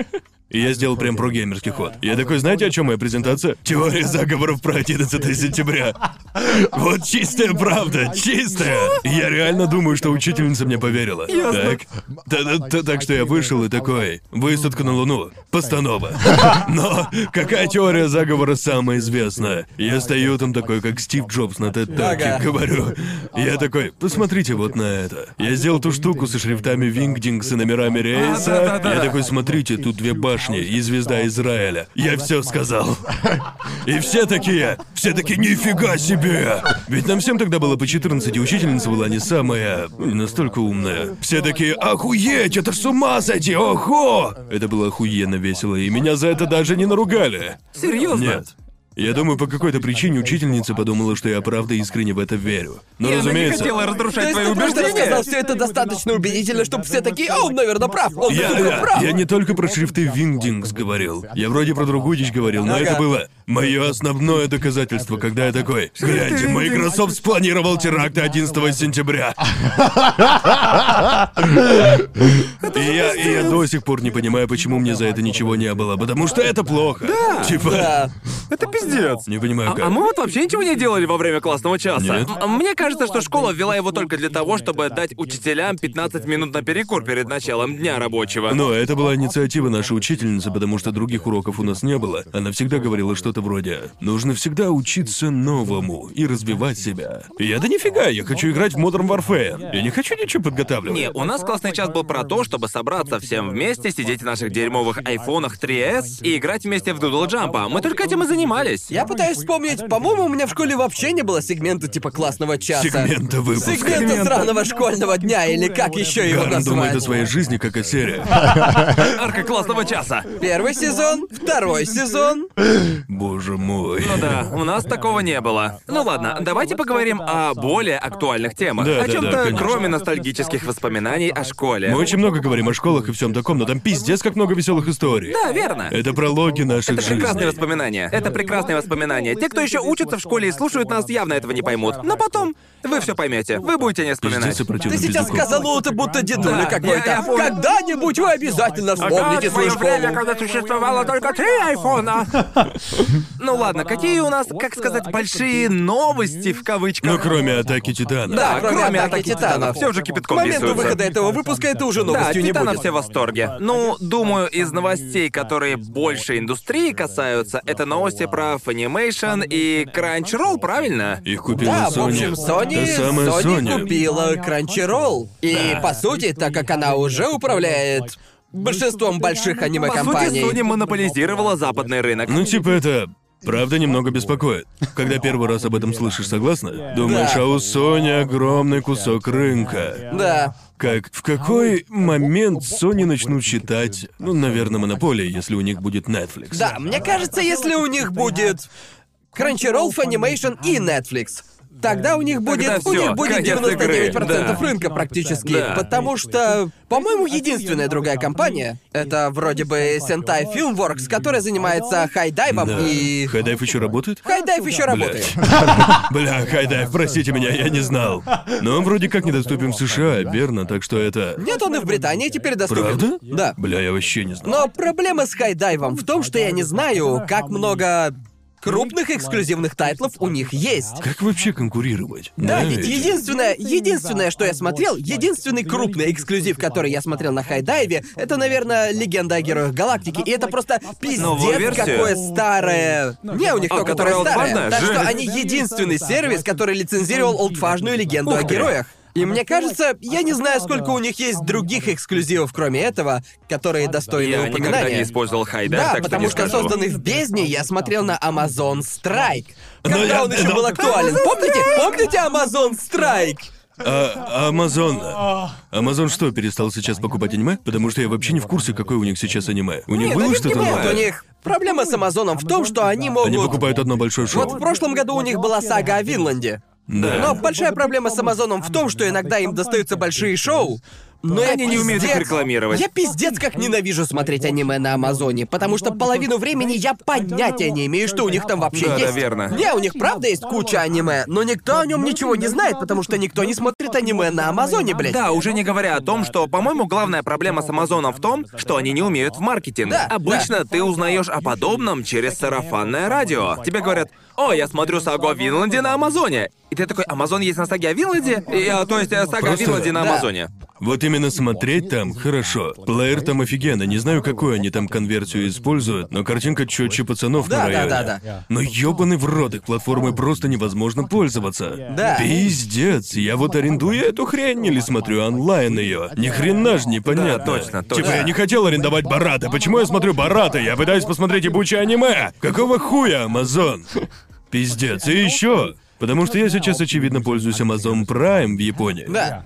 S1: И я сделал прям про геймерский ход. Я такой, знаете, о чем моя презентация? Теория заговоров про 11 сентября. Вот чистая правда, чистая. Я реально думаю, что учительница мне поверила. Так, да, да, да, так что я вышел и такой, высадка на Луну, постанова. Но какая теория заговора самая известная? Я стою там такой, как Стив Джобс на тед
S3: Ага.
S1: говорю. Я такой, посмотрите вот на это. Я сделал ту штуку со шрифтами Вингдингс и номерами рейса. Я такой, смотрите, тут две башни башни и звезда Израиля. Я все сказал. И все такие, все такие, нифига себе! Ведь нам всем тогда было по 14, и учительница была не самая, ну, не настолько умная. Все такие, охуеть, это ж с ума сойти, ого! Это было охуенно весело, и меня за это даже не наругали.
S2: Серьезно?
S1: Нет. Я думаю, по какой-то причине учительница подумала, что я правда искренне в это верю. Но,
S2: И она не
S1: разумеется...
S2: хотела разрушать
S3: То есть
S2: твои
S3: ты просто
S2: убеждения.
S3: рассказал все это достаточно убедительно, чтобы все такие, а он, наверное, прав, он,
S1: Я,
S3: сука,
S1: я-
S3: прав.
S1: я не только про шрифты Виндингс говорил. Я вроде про другую дичь говорил, но
S3: Ага.
S1: это было мое основное доказательство, когда я такой, гляньте, Microsoft спланировал теракты 11 сентября. И я, и я до сих пор не понимаю, почему мне за это ничего не было, потому что это плохо. Типа,
S3: Да.
S2: Это пиздец.
S1: не понимаю
S2: А, а мы
S1: как.
S2: вот вообще ничего не делали во время классного часа.
S1: Нет.
S2: М- Мне кажется, что школа ввела его только для того, чтобы дать учителям 15 минут на перекур перед началом дня рабочего.
S1: Но это была инициатива нашей учительницы, потому что других уроков у нас не было. Она всегда говорила что-то вроде «Нужно всегда учиться новому и развивать себя». И я да нифига, я хочу играть в Modern Warfare. Я не хочу ничего подготавливать.
S2: Не, у нас классный час был про то, чтобы собраться всем вместе, сидеть в наших дерьмовых айфонах 3S и играть вместе в Дудл Джампа. Мы только этим и занимались.
S3: Я пытаюсь вспомнить, по-моему, у меня в школе вообще не было сегмента типа классного часа.
S1: Сегмента выпуска.
S3: Сегмента сраного школьного дня, или как еще его
S1: Гарн думает о
S3: назвать.
S1: своей жизни как о
S2: Ну
S1: серии.
S2: Арка классного часа.
S3: Первый сезон, второй сезон.
S1: Боже мой.
S2: Ну да, у нас такого не было. Ну ладно, давайте поговорим о более актуальных темах.
S1: Да,
S2: о
S1: да, да,
S2: чем-то,
S1: конечно.
S2: кроме ностальгических воспоминаний о школе.
S1: Мы очень много говорим о школах и всем таком, но там пиздец как много веселых историй.
S2: Да, верно.
S1: Это прологи наших
S2: Это
S1: жизней.
S2: прекрасные воспоминания. Это прекрасные воспоминания. Те, кто еще учится в школе и слушают нас, явно этого не поймут. Но потом вы все поймете. Вы будете не вспоминать.
S1: Пиздец и противно
S3: Ты сейчас
S1: пиздюков.
S3: сказал это будто
S2: Да,
S3: дедуля
S2: я- я А
S3: какой-то.
S2: помню.
S3: Когда-нибудь вы обязательно вспомните свою школу.
S2: когда существовало только три айфона. Ну ладно, какие у нас, как сказать, большие новости в
S1: Ну,
S2: кавычках?
S1: кроме атаки Титана.
S3: Да,
S2: Да,
S3: кроме
S2: кроме
S3: атаки
S2: атаки
S3: титанов.
S2: титанов. Все уже
S3: К
S2: кипятком
S3: моменту
S2: рисуется.
S3: выхода этого выпуска это уже
S2: Да,
S3: новостью не
S2: Титана
S3: будет.
S2: все в восторге. Ну, думаю, из новостей, которые больше индустрии касаются, это новости про Funimation и Crunchyroll, правильно?
S1: Их купила
S3: Да, в
S1: Sony.
S3: общем, Sony,
S1: Та самая
S3: Sony
S1: Sony.
S3: купила Crunchyroll. И, по сути, так как она уже управляет большинством больших
S2: По сути,
S3: аниме-компаний...
S2: Sony монополизировала западный рынок.
S1: Ну, типа, это правда немного беспокоит. Когда первый раз об этом слышишь, согласна? Думаешь,
S3: Да.
S1: а у Sony огромный кусок рынка.
S3: Да.
S1: Как, в какой момент Sony начнут считать, ну, наверное, монополией, если у них будет Netflix?
S3: Да, мне кажется, если у них будет Crunchyroll, Funimation и Netflix, тогда у них будет,
S2: Тогда
S3: у
S2: всё,
S3: них будет
S2: конец игры,
S3: 99%
S2: да.
S3: рынка практически.
S2: Да.
S3: Потому что, по-моему, единственная другая компания, это вроде бы Sentai Filmworks, которая занимается хайдайвом
S1: Да.
S3: и...
S1: Хайдайв еще работает?
S3: Хайдайв еще работает.
S1: Бля, Хайдайв, простите меня, я не знал. Но он вроде как недоступен в США, верно? Так что это...
S3: Нет, он и в Британии теперь доступен.
S1: Правда?
S3: Да.
S1: Бля, я вообще не знал.
S3: Но проблема с хайдайвом в том, что я не знаю, как много крупных эксклюзивных тайтлов у них есть.
S1: Как вообще конкурировать?
S3: Да, ведь
S1: ведь?
S3: единственное, единственное, что я смотрел, единственный крупный эксклюзив, который я смотрел на Хайдайве, это, наверное, легенда о героях галактики. И это просто
S2: Новую
S3: пиздец,
S2: версию?
S3: какое старое. Не, у них
S2: А,
S3: только
S2: которая
S3: про старое.
S2: олдфажная?
S3: Так что
S2: Жесть.
S3: они единственный сервис, который лицензировал олдфажную легенду
S2: Ух
S3: о
S2: ты.
S3: героях. И мне кажется, я не знаю, сколько у них есть других эксклюзивов, кроме этого, которые достойны
S2: Я никогда
S3: упоминания.
S2: не использовал хайдер,
S3: Да,
S2: так что
S3: потому
S2: не
S3: что,
S2: скажу.
S3: созданный в бездне, я смотрел на Amazon Strike.
S2: Ну,
S1: Но
S3: Когда
S1: я-
S3: он еще
S1: но-
S3: был актуален. Помните? Помните Amazon Strike?
S1: А Амазон... Амазон что, перестал сейчас покупать аниме? Потому что я вообще не в курсе, какое у них сейчас аниме. У них
S2: Не, да
S1: было
S2: ведь
S1: что-то
S2: понимаю,
S3: Нет, у
S1: новое?
S3: них проблема с Амазоном в том, что они могут...
S1: Они покупают одно большое шоу.
S3: Вот в прошлом году у них была сага о Винланде.
S1: Да.
S2: Ну,
S3: Но большая проблема с Амазоном в том, что иногда им достаются большие шоу, но я
S2: Они не умеют их
S3: пиздец-
S2: рекламировать.
S3: Я пиздец как ненавижу смотреть аниме на Амазоне, потому что половину времени я понятия не имею, что у них там вообще
S2: Да, да,
S3: есть.
S2: верно.
S3: Не, у них правда есть куча аниме, но никто о нем ничего не знает, потому что никто не смотрит аниме на Амазоне, блядь.
S2: Да, уже не говоря о том, что, по-моему, главная проблема с Амазоном в том, что они не умеют в маркетинг.
S3: Да,
S2: Обычно ты узнаешь о подобном через сарафанное радио. Тебе говорят, о, я смотрю сагу о Винланде на Амазоне. И ты такой, Амазон есть на саге о Винланде? И, а, то есть э, сага о
S1: Просто-
S2: Винланде на
S3: Да.
S2: Амазоне.
S1: Вот именно смотреть там хорошо. Плеер там офигенно. Не знаю, какую они там конверсию используют, но картинка четче пацанов на
S3: Да, да,
S1: районе.
S3: да, да.
S1: Но ёбаный в рот, их платформы просто невозможно пользоваться.
S3: Да.
S1: Пиздец, я вот арендую эту хрень или смотрю онлайн ее. Ни хрена ж непонятно.
S2: Да, точно, точно.
S1: Типа я не хотел арендовать Барата. Почему я смотрю Барата? Я пытаюсь посмотреть ебучее аниме. Какого хуя, Амазон? Пиздец. И еще. Потому что я сейчас, очевидно, пользуюсь Amazon Prime в Японии.
S3: Да.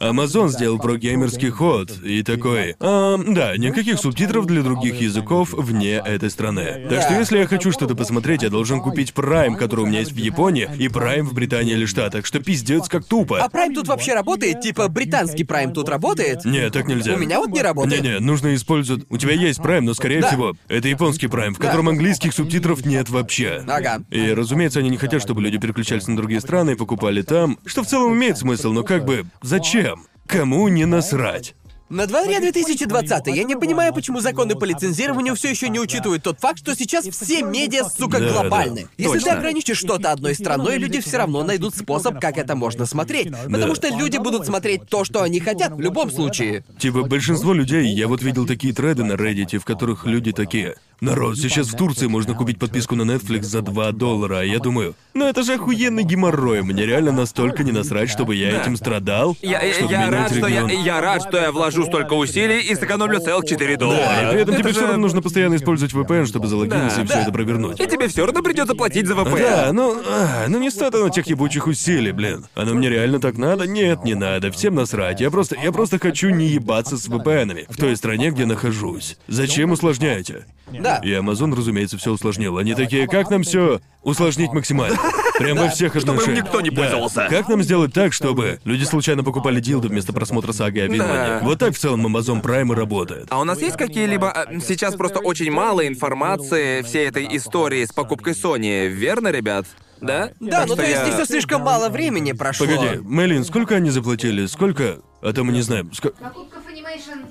S1: Amazon сделал прогеймерский ход и такой. «Ам, да, никаких субтитров для других языков вне этой страны. Так что если я хочу что-то посмотреть, я должен купить Prime, который у меня есть в Японии, и Prime в Британии или Штатах, что пиздец как
S3: А
S1: тупо.
S3: Прайм тут вообще работает? Типа, британский Прайм тут работает?
S1: Не, так нельзя.
S3: У меня вот не работает.
S1: Не-не, нужно использовать. У тебя есть Prime, но скорее
S3: Да.
S1: всего, это японский Prime, в котором английских субтитров нет вообще.
S3: Ага.
S1: И, разумеется, они не хотят, чтобы люди переключались на другие страны и покупали там, что в целом имеет смысл, но как бы зачем? Кому не насрать?
S3: На дворе 2020 я не понимаю, почему законы по лицензированию все еще не учитывают тот факт, что сейчас все медиа, сука,
S1: Да, да,
S3: глобальны. Если
S1: точно.
S3: ты ограничишь что-то одной страной, люди все равно найдут способ, как это можно смотреть. Потому что люди будут смотреть то, что они хотят, в любом случае.
S1: Типа, большинство людей, я вот видел такие треды на Reddit, в которых люди такие. Народ, сейчас в Турции можно купить подписку на Netflix за 2 доллара, а я думаю, ну это же охуенный геморрой, мне реально настолько не насрать, чтобы я этим страдал,
S2: Я, я-
S1: чтобы
S2: я
S1: менять
S2: рад, что я,
S1: регион.
S2: я рад, что я вложу столько усилий и сэкономлю целых 4 доллара.
S1: И при этом
S2: Это
S1: тебе все
S2: же-
S1: равно нужно постоянно использовать VPN, чтобы залогиниться
S2: Да.
S1: и все это провернуть.
S2: И тебе все равно придется платить за ВП.
S1: Да, ну, а, ну не стоит оно тех ебучих усилий, блин. Оно мне реально так надо? Нет, не надо. Всем насрать. Я просто, я просто хочу не ебаться с VPN-ами в той стране, где нахожусь. Зачем усложняете?
S3: Да.
S1: И Amazon, разумеется, все усложнил. Они такие, как нам все усложнить максимально? Прям во всех отношениях.
S2: никто не
S1: Да.
S2: пользовался.
S1: Как нам сделать так, чтобы люди случайно покупали дилды вместо просмотра саги о Винланде?
S2: Да.
S1: Вот так в целом Amazon Prime и работает.
S2: А у нас есть какие-либо... э, Сейчас просто очень мало информации всей этой истории с покупкой Sony, верно, ребят? Да?
S3: Да,
S2: Так
S3: ну
S2: что
S3: то есть
S2: я-
S3: здесь слишком мало времени прошло.
S1: Погоди, Мэлин, сколько они заплатили? Сколько? А то мы не знаем. Ск-
S4: Покупка Funimation...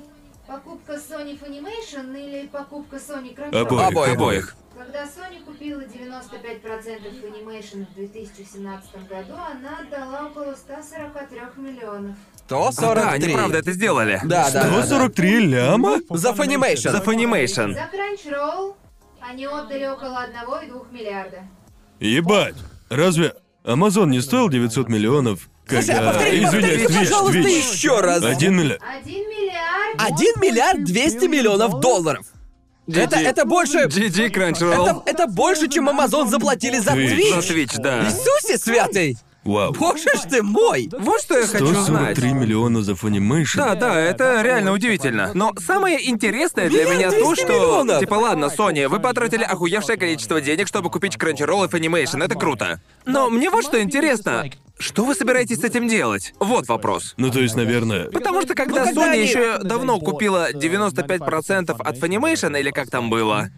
S4: Покупка Sony Funimation или покупка Sony
S1: Обоих,
S4: Crunchyroll?
S2: Обоих.
S1: обоих.
S4: Когда Sony купила 95% Funimation в 2017 году, она отдала около 143 миллионов.
S2: А, да,
S3: 143.
S2: они правда это сделали.
S3: Да, да, да, да.
S1: 143 ляма?
S3: За Funimation.
S2: За Funimation.
S4: За Crunchyroll они отдали около 1,2 миллиарда.
S1: Ебать! Разве Амазон не стоил 900 миллионов?
S3: Слушай, а
S1: Когда...
S3: повтори, повтори,
S1: Извиняюсь, Twitch,
S3: пожалуйста,
S1: Twitch.
S3: еще раз.
S1: Один миллион.
S4: 1 миллиард...
S3: 1 миллиард 200 миллионов долларов. Это, это больше...
S2: GG
S3: Это,
S2: Crunchyroll.
S3: это больше, чем Amazon заплатили за
S1: Twitch.
S2: За
S3: Twitch.
S2: Twitch, да.
S3: Иисусе святый!
S1: Вау.
S3: Боже ж ты мой!
S2: Вот что я хочу знать.
S1: 143 миллиона за Funimation.
S2: Да, да, это реально удивительно. Но самое интересное для меня
S3: Миллиард
S2: то,
S3: двести
S2: что...
S3: миллионов!
S2: Типа, ладно, Sony, вы потратили охуевшее количество денег, чтобы купить Crunchyroll и Funimation, это круто. Но мне вот что интересно. Что вы собираетесь с этим делать? Вот вопрос.
S1: Ну, то есть, наверное...
S2: Потому что когда
S3: Ну, когда
S2: Sony
S3: они- э,
S2: еще давно купила 95% от Funimation, или как там было,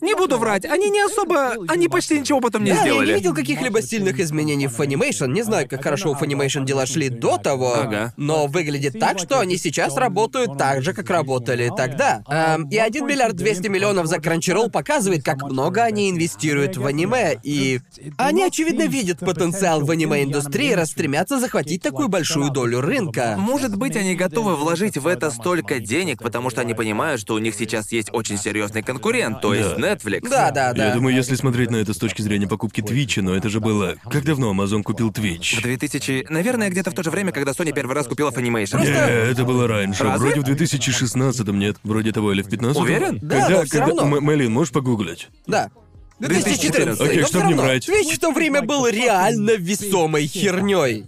S2: не буду врать, они не особо... Они почти ничего потом не
S3: Э, ну, Да, я не
S2: сделали.
S3: видел каких-либо сильных изменений в Funimation. Не знаю, как хорошо у Funimation дела шли до того,
S2: Ага.
S3: но выглядит так, что они сейчас работают так же, как работали тогда. Эм, и 1 миллиард 200 миллионов за Crunchyroll показывает, как много они инвестируют в аниме, и... Они, очевидно, видят потенциал в аниме-индустрии и расстремятся захватить такую большую долю рынка.
S2: Может быть, они готовы вложить в это столько денег, потому что они понимают, что у них сейчас есть очень серьезный конкурент, то есть
S1: Да.
S2: Netflix.
S3: Да-да-да.
S1: Я думаю, если смотреть на это с точки зрения покупки Твича, но это же было... Как давно Амазон купил
S2: В
S1: Твич?
S2: 2000... Наверное, где-то в то же время, когда Sony первый раз купила Funimation.
S1: Не, Э, это было раньше.
S2: Разве?
S1: Вроде в 2016 нет. Вроде того, или в 15
S2: Уверен?
S3: Да,
S1: когда,
S3: но всё
S1: когда...
S3: равно.
S1: М- Мэлин, можешь погуглить?
S3: Да. 2014.
S1: Окей,
S3: но
S1: чтоб
S3: всё
S1: не
S3: равно,
S1: врать.
S3: Twitch в то время был реально весомой херней.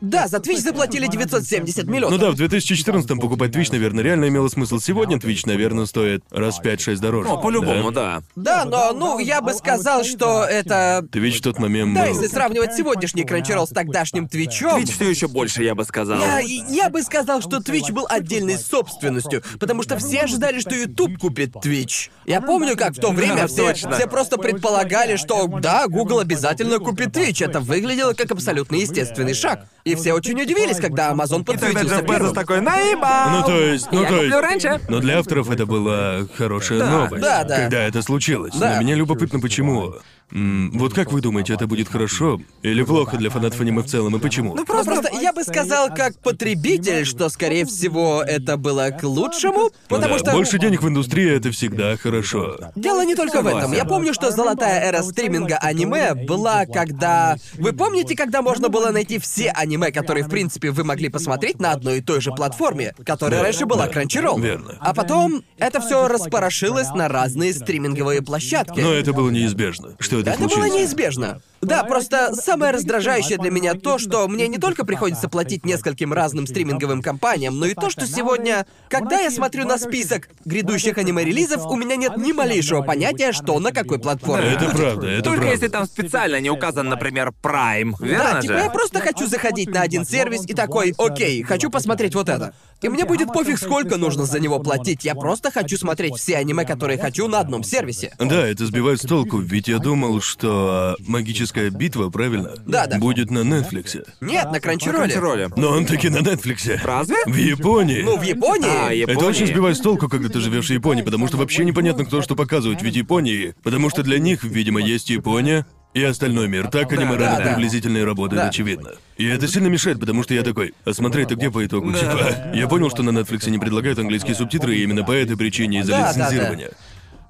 S3: Да, за Twitch заплатили 970
S1: Ну
S3: миллионов.
S1: да, в 2014 покупать Twitch, наверное, реально имело смысл. Сегодня Twitch, наверное, стоит раз 5-6 дороже.
S2: О, по-любому, да.
S3: да, но, ну, я бы сказал, что это... А
S1: Twitch в тот момент
S3: Да,
S1: был...
S3: если сравнивать сегодняшний Crunchyroll с тогдашним Твичом...
S2: Twitch все еще больше, я бы сказал.
S3: Я, я бы сказал, что Twitch был отдельной собственностью, потому что все ожидали, что YouTube купит Twitch. Я помню, как в то время
S2: Да,
S3: все,
S2: точно.
S3: все просто предполагали, что да, Google обязательно купит Twitch. Ну, Это выглядело как абсолютно естественный шаг. И все очень удивились, когда Amazon
S2: Тогда
S3: подсветился
S2: Джефф Безос
S3: первым.
S2: такой, наебал!
S1: Ну то есть, ну
S2: Я
S1: то
S2: куплю
S1: есть.
S2: раньше.
S1: Но для авторов это была хорошая новость,
S3: да, да.
S1: когда это случилось.
S3: Да.
S1: Но меня любопытно, почему. М, вот как вы думаете, это будет хорошо или плохо для фанатов аниме в целом, и почему?
S3: Ну просто, а просто я бы сказал, как потребитель, что, скорее всего, это было к лучшему,
S1: Ну
S3: потому
S1: да,
S3: что...
S1: Больше денег в индустрии — это всегда хорошо.
S3: Дело не только в этом. Я помню, что золотая эра стриминга аниме была, когда... Вы помните, когда можно было найти все аниме, которые, в принципе, вы могли посмотреть на одной и той же платформе, которая
S1: Да,
S3: раньше была
S1: да,
S3: Crunchyroll?
S1: верно.
S3: А потом это все распорошилось на разные стриминговые площадки.
S1: Но это было неизбежно, что это
S3: Это было
S1: случится.
S3: неизбежно. Да, просто самое раздражающее для меня то, что мне не только приходится платить нескольким разным стриминговым компаниям, но ну и то, что сегодня, когда я смотрю на список грядущих аниме-релизов, у меня нет ни малейшего понятия, что на какой платформе.
S1: Это
S3: будет.
S1: правда, это
S2: Только
S1: правда.
S2: если там специально не указан, например, Prime, верно
S3: Да,
S2: же?
S3: типа я просто хочу заходить на один сервис и такой, окей, хочу посмотреть вот это. И мне будет пофиг, сколько нужно за него платить, я просто хочу смотреть все аниме, которые хочу, на одном сервисе.
S1: Да, это сбивает с толку, ведь я думал, что а, магическая битва, правильно?
S3: Да-да.
S1: Будет на Нетфликсе.
S3: Нет, на Crunchyroll.
S2: Крончероле.
S1: Но он таки на Нетфликсе.
S2: Разве?
S1: Ну, В Японии.
S3: Ну, в
S2: А,
S3: Японии...
S2: Японии.
S1: Это очень сбивает с толку, когда ты живешь в Японии, потому что вообще непонятно, кто что показывает, ведь Японии. Потому что для них, видимо, есть Япония и остальной мир. Так аниме
S3: да,
S1: рано
S3: да.
S1: приблизительно и работает,
S3: Да.
S1: очевидно. И это сильно мешает, потому что я такой, а смотреть-то где по итогу, типа? Я понял, что на Netflix не предлагают английские субтитры, и именно по этой причине из-за
S3: Да, да, да.
S1: лицензирования.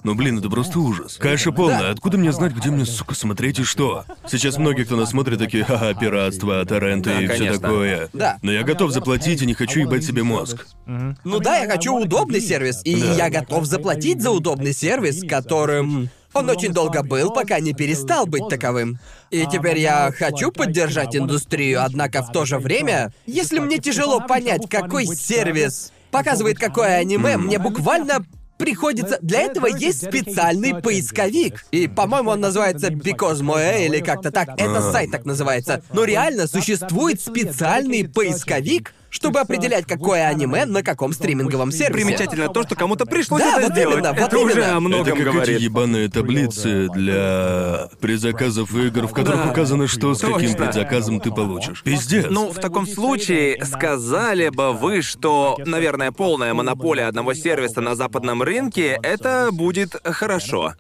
S1: Но, блин, это просто ужас. Каша полная. Откуда мне знать, где мне, сука, смотреть и что? Сейчас многие, кто нас смотрит, такие, ха-ха, пиратство, торренты
S2: Да,
S1: и все
S2: конечно.
S1: такое.
S3: Да.
S1: Но я готов заплатить и не хочу ебать себе мозг.
S3: Ну да, я хочу удобный сервис, и
S1: Да.
S3: я готов заплатить за удобный сервис, которым он очень долго был, пока не перестал быть таковым. И теперь я хочу поддержать индустрию, однако в то же время, если мне тяжело понять, какой сервис показывает какое аниме, мне буквально приходится... Для этого есть специальный поисковик. И, по-моему, он называется Because Moe или как-то так. Это сайт так называется. Но реально существует специальный поисковик, чтобы определять, какое аниме на каком стриминговом сервисе.
S2: Примечательно то, что кому-то пришлось
S3: Да,
S2: это
S3: вот
S2: сделать.
S3: именно, вот
S2: это уже
S3: именно.
S2: о многом
S1: это как
S2: говорит.
S1: эти ебаные таблицы для предзаказов игр, в которых
S2: Да.
S1: указано, что с каким
S2: Точно.
S1: предзаказом ты получишь. Пиздец.
S2: Ну, в таком случае, сказали бы вы, что, наверное, полная монополия одного сервиса на западном рынке, это будет хорошо.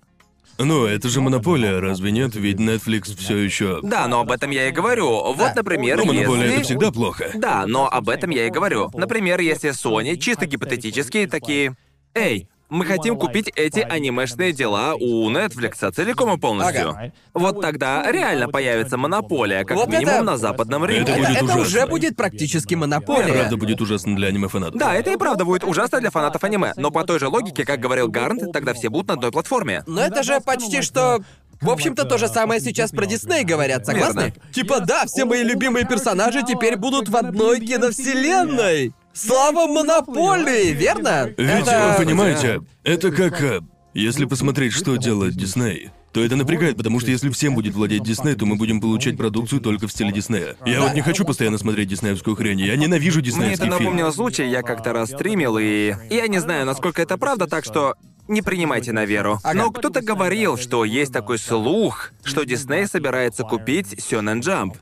S1: Ну, это же монополия, разве нет? Ведь Netflix все еще.
S2: Да, но об этом я и говорю. Вот, например,
S1: Ну, монополия
S2: если...
S1: это всегда плохо.
S2: Да, но об этом я и говорю. Например, если Sony, чисто гипотетически, такие... Эй, мы хотим купить эти анимешные дела у Netflix целиком и полностью.
S5: Ага.
S2: Вот тогда реально появится монополия, как
S3: Вот
S2: минимум
S3: это-
S2: на западном рынке.
S3: Это,
S1: будет
S3: это
S1: ужасно.
S3: уже будет практически монополия.
S1: Правда будет ужасно для аниме-фанатов.
S2: Да, это и правда будет ужасно для фанатов аниме, но по той же логике, как говорил Гарнт, тогда все будут на одной платформе.
S3: Но это же почти что... В общем-то, то же самое сейчас про Дисней говорят, согласны?
S5: Верно.
S3: Типа, да, все мои любимые персонажи теперь будут в одной киновселенной. Слава монополии, верно?
S1: Ведь,
S3: Это-
S1: вы понимаете, это как... э, Если посмотреть, что делает Дисней, то это напрягает, потому что если всем будет владеть Дисней, то мы будем получать продукцию только в стиле Диснея. Я вот не хочу постоянно смотреть диснеевскую хрень, я ненавижу
S2: Мне это
S1: диснеевский фильм.
S2: напомнило случай, я как-то раз стримил, и... Я не знаю, насколько это правда, так что не принимайте на веру. Но кто-то говорил, что есть такой слух, что Дисней собирается купить Сёнэн Джамп.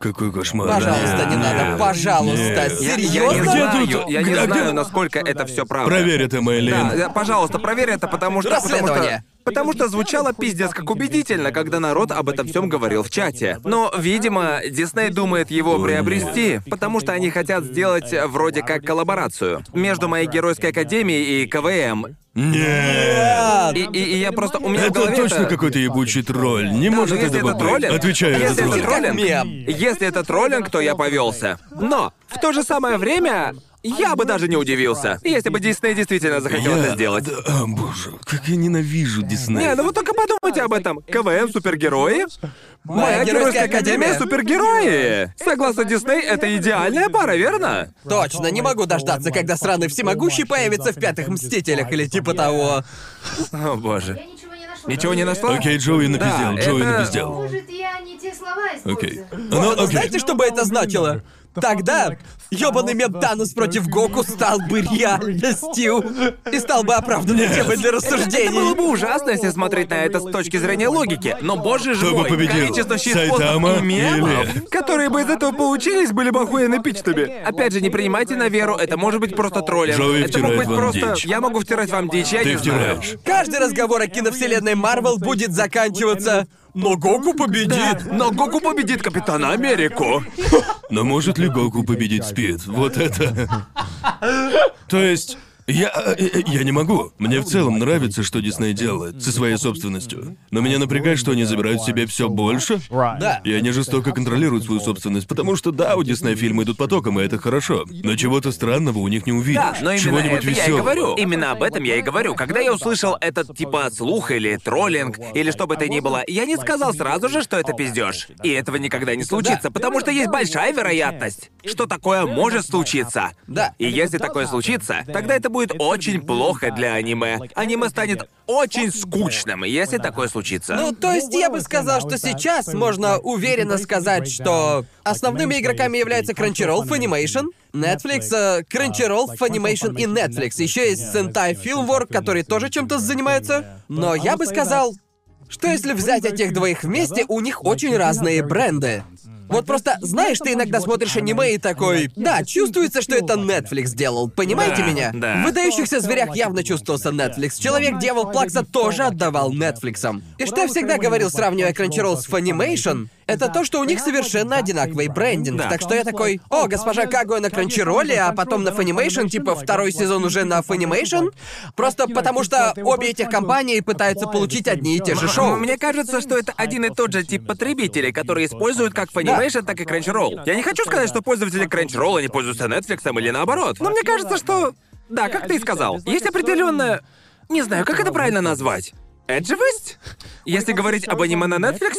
S1: Какой кошмар.
S3: Пожалуйста, не
S1: Нет,
S3: надо,
S1: нет.
S3: пожалуйста,
S2: Я, я не
S1: Где
S3: серьезно?
S2: знаю,
S1: тут-
S2: я не
S1: а где-
S2: знаю, насколько это все правда.
S1: Проверь это, Мэйлин.
S2: Да, да, пожалуйста, проверь это, потому что... потому что-
S3: Расследование.
S2: Потому что звучало пиздец как убедительно, когда народ об этом всем говорил в чате. Но, видимо, Дисней думает его приобрести, потому что они хотят сделать э, вроде как коллаборацию между моей геройской академией и КВМ.
S3: А,
S1: Нет.
S2: И, и- и я просто у меня в
S1: Это
S2: голове
S1: точно
S2: это-
S1: какой-то ебучий тролль. Не
S2: Да, но
S1: может
S2: если
S1: это
S2: это
S1: быть.
S2: троллинг-
S1: Отвечаю,
S2: если
S1: это
S2: это
S1: троллинг.
S2: троллинг-
S3: Мем.
S2: Если это троллинг, то я повелся. Но в то же самое время я бы даже не удивился, если бы Дисней действительно захотел
S1: Я-
S2: это сделать.
S1: да, а, боже, как я ненавижу Дисней.
S2: Не, ну вы только подумайте об этом. КВН супергерои? Моя геройская академия супергерои! Согласно Дисней, это идеальная пара, верно?
S3: Точно, не могу дождаться, когда сраный всемогущий появится в пятых мстителях или типа того.
S2: О боже.
S4: Я ничего не нашла.
S2: Ничего не нашла?
S1: Окей, Джоуи напиздел,
S2: Да,
S1: Джоуи
S2: это-
S1: напиздел.
S4: Может, я не те слова
S1: Окей.
S4: использую?
S1: Ну,
S3: Вот,
S1: окей.
S3: знаете, что бы это
S2: Ну,
S3: значило? Тогда ёбаный мем Танос против Гоку
S2: ну,
S3: стал бы реальностью и стал бы оправданной темой для
S2: Это было
S3: рассуждений.
S2: бы ужасно, если смотреть на это с точки зрения логики. Но, боже
S1: Кто бы
S2: живой,
S1: победил?
S2: количество щитпостов
S1: Сайтама
S2: и мемов,
S1: или-
S2: которые бы из этого получились, были бы охуенно эпичными. Опять же, не принимайте на веру, это может быть просто троллинг.
S1: Джоуи
S2: это мог
S1: втирает
S2: быть
S1: вам
S2: просто...
S1: дичь.
S2: Я могу втирать вам дичь, я
S1: Ты
S2: не знаю.
S1: втираешь.
S3: Каждый разговор о киновселенной Марвел будет заканчиваться.
S2: Но Гоку победит! Но Гоку победит Капитана Америку!
S1: Но может ли Гоку победить Спид? Вот это... То есть... Я, э, э, я не могу. Мне в целом нравится, что Дисней делает со своей собственностью. Но меня напрягает, что они забирают себе все больше.
S3: Да.
S1: И они жестоко контролируют свою собственность, потому что да, у Дисней фильмы идут потоком, и это хорошо. Но чего-то странного у них не увидишь.
S2: Да, но именно
S1: Чего-нибудь
S2: это я и
S1: весёлого.
S2: говорю. Именно об этом я и говорю. Когда я услышал этот типа слух или троллинг, или что бы это ни было, я не сказал сразу же, что это пиздеж. И этого никогда не случится, потому что есть большая вероятность, что такое может случиться.
S3: Да.
S2: И если такое случится, тогда это будет очень плохо для аниме. Аниме станет очень скучным, если такое случится.
S3: Ну, то есть я бы сказал, что сейчас можно уверенно сказать, что основными игроками являются Crunchyroll, Funimation, Netflix, э, Crunchyroll, Funimation и Netflix. Еще есть Sentai Filmwork, которые тоже чем-то занимаются. Но я бы сказал, что если взять этих двоих вместе, у них очень разные бренды. Вот просто, знаешь, ты иногда смотришь аниме и такой... Да, чувствуется, что это Netflix делал, понимаете
S2: Да,
S3: меня?
S2: да.
S3: В «Выдающихся зверях» явно чувствовался Netflix. «Человек-дьявол Плакса» тоже отдавал Netflix. И что я всегда говорил, сравнивая Crunchyroll с Funimation, это то, что у них совершенно одинаковый брендинг.
S2: Да.
S3: Так что я такой, о, госпожа Кагуя на Crunchyroll, а потом на Funimation, типа второй сезон уже на Funimation? Просто потому что обе этих компании пытаются получить одни и те же шоу.
S2: Ну, Мне кажется, что это один и тот же тип потребителей, которые используют как Funimation, так и Crunchyroll. Я не хочу сказать, что пользователи Crunchyroll не пользуются Netflix или наоборот. Но мне кажется, что... Да, как ты и сказал, есть определенная... Не знаю, как это правильно назвать. Эдживость? Если говорить об аниме на Netflix,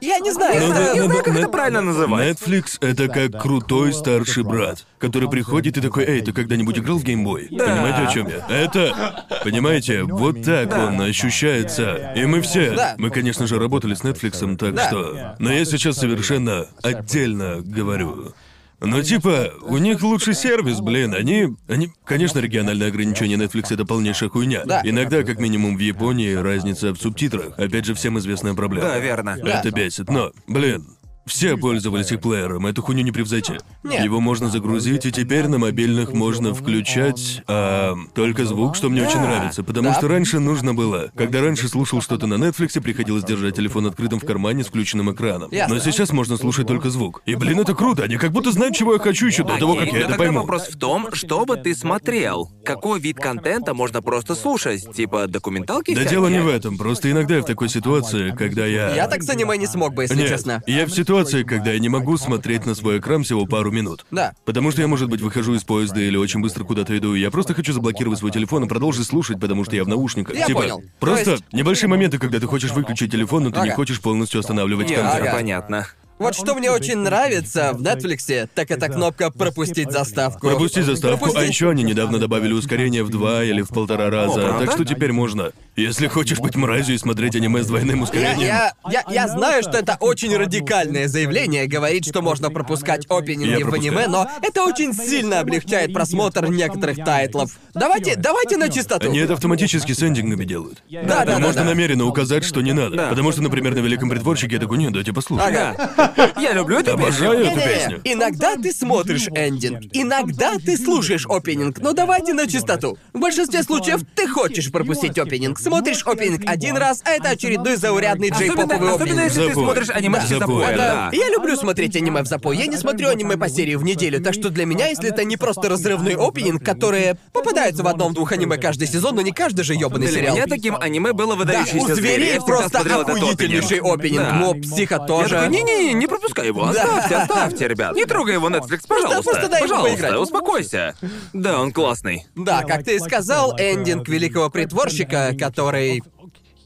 S3: Я не знаю.
S2: не
S1: Ну да,
S2: знаю, не
S1: ну
S2: знаю,
S1: да,
S2: как это
S1: Net-
S2: правильно называть.
S1: Netflix — это как крутой старший брат, который приходит и такой, «Эй, ты когда-нибудь играл в геймбой?»
S2: Да.
S1: Понимаете, о чем я? Это... Понимаете, вот так он ощущается. И мы все...
S3: Да.
S1: Мы, конечно же, работали с Netflix, так
S3: Да.
S1: что... Но я сейчас совершенно отдельно говорю. Но типа, у них лучший сервис, блин, они... они... Конечно, региональные ограничения Netflix это полнейшая хуйня.
S3: Да.
S1: Иногда, как минимум, в Японии разница в субтитрах. Опять же, всем известная проблема.
S2: Да, верно.
S1: ну, А Это бесит. Но, блин, все пользовались и плеером, эту хуйню не превзойти.
S3: Нет.
S1: Его можно загрузить, и теперь на мобильных можно включать а, только звук, что мне очень нравится. Потому
S3: Да.
S1: что раньше нужно было. Когда раньше слушал что-то на Netflix, приходилось держать телефон открытым в кармане с включенным экраном.
S3: Ясно.
S1: Но сейчас можно слушать только звук. И блин, это круто, они как будто знают, чего я хочу еще до того, как я
S2: Окей, но
S1: это
S2: тогда
S1: пойму.
S2: вопрос в том, что бы ты смотрел. Какой вид контента можно просто слушать? Типа документалки
S1: Да
S2: всякие?
S1: дело не в этом, просто иногда я в такой ситуации, когда я...
S3: Я так с аниме не смог бы, если
S1: Нет,
S3: честно.
S1: Я в ситуации, когда я не могу смотреть на свой экран всего пару минут.
S3: Да.
S1: Потому что я, может быть, выхожу из поезда или очень быстро куда-то иду, и я просто хочу заблокировать свой телефон и продолжить слушать, потому что я в наушниках.
S3: Я
S1: типа,
S3: понял.
S1: Просто
S3: То есть-
S1: небольшие моменты, когда ты хочешь выключить телефон, но ты не
S3: Ага.
S1: хочешь полностью останавливать
S2: Ясно,
S1: контент.
S3: Ага.
S2: понятно.
S3: Вот что мне очень нравится в Netflix, так это кнопка «Пропустить заставку».
S1: Пропусти заставку, а
S3: Пропусти.
S1: еще они недавно добавили ускорение в два или в полтора раза,
S2: правда?
S1: так что теперь можно. Если хочешь быть мразью и смотреть аниме с двойным
S3: Я,
S1: ускорением.
S3: я,
S2: А,
S3: я, я знаю, что это очень радикальное заявление, говорить, что можно пропускать
S1: Я
S3: опенинги в
S1: пропускаю.
S3: аниме, но это очень сильно облегчает просмотр некоторых тайтлов. Давайте, давайте на чистоту.
S1: Они это автоматически с эндингами делают.
S3: Да, да,
S1: Там
S3: да,
S1: можно
S3: да.
S1: намеренно указать, что не надо.
S2: Да.
S1: Потому что, например, на великом притворщике я такой, нет, дайте послушаю.
S2: Да. Я люблю эту песню.
S1: Обожаю эту
S3: Не-не-не,
S1: песню.
S3: Иногда ты смотришь эндинг, иногда ты слушаешь опенинг, но давайте на чистоту. В большинстве случаев ты хочешь пропустить опенинг, смотришь опенинг один раз, а это очередной заурядный
S2: Особенно,
S3: джей-поповый
S2: особенно
S3: опенинг.
S2: если ты
S1: Забой.
S2: смотришь аниме
S1: Да.
S2: с
S1: Забой,
S2: запоем,
S1: да.
S2: да.
S3: Я люблю смотреть аниме в запой. Я не смотрю аниме по серии в неделю, так что для меня, если это не просто разрывный опенинг, которые попадаются в одном-двух аниме каждый сезон, но не каждый же ёбаный
S2: Для
S3: сериал.
S2: меня таким а аниме было
S3: Да,
S2: выдающийся
S3: у зверей просто охуительнейший опенинг.
S2: Да.
S3: Моб, психо
S2: Я такой,
S3: тоже.
S2: не-не-не, не пропускай его, оставьте, оставьте, ребят. Не трогай его, Netflix, пожалуйста.
S3: просто дай ему поиграть.
S2: пожалуйста, успокойся. Да, он классный.
S3: Да, как ты и сказал, эндинг великого притворщика, который...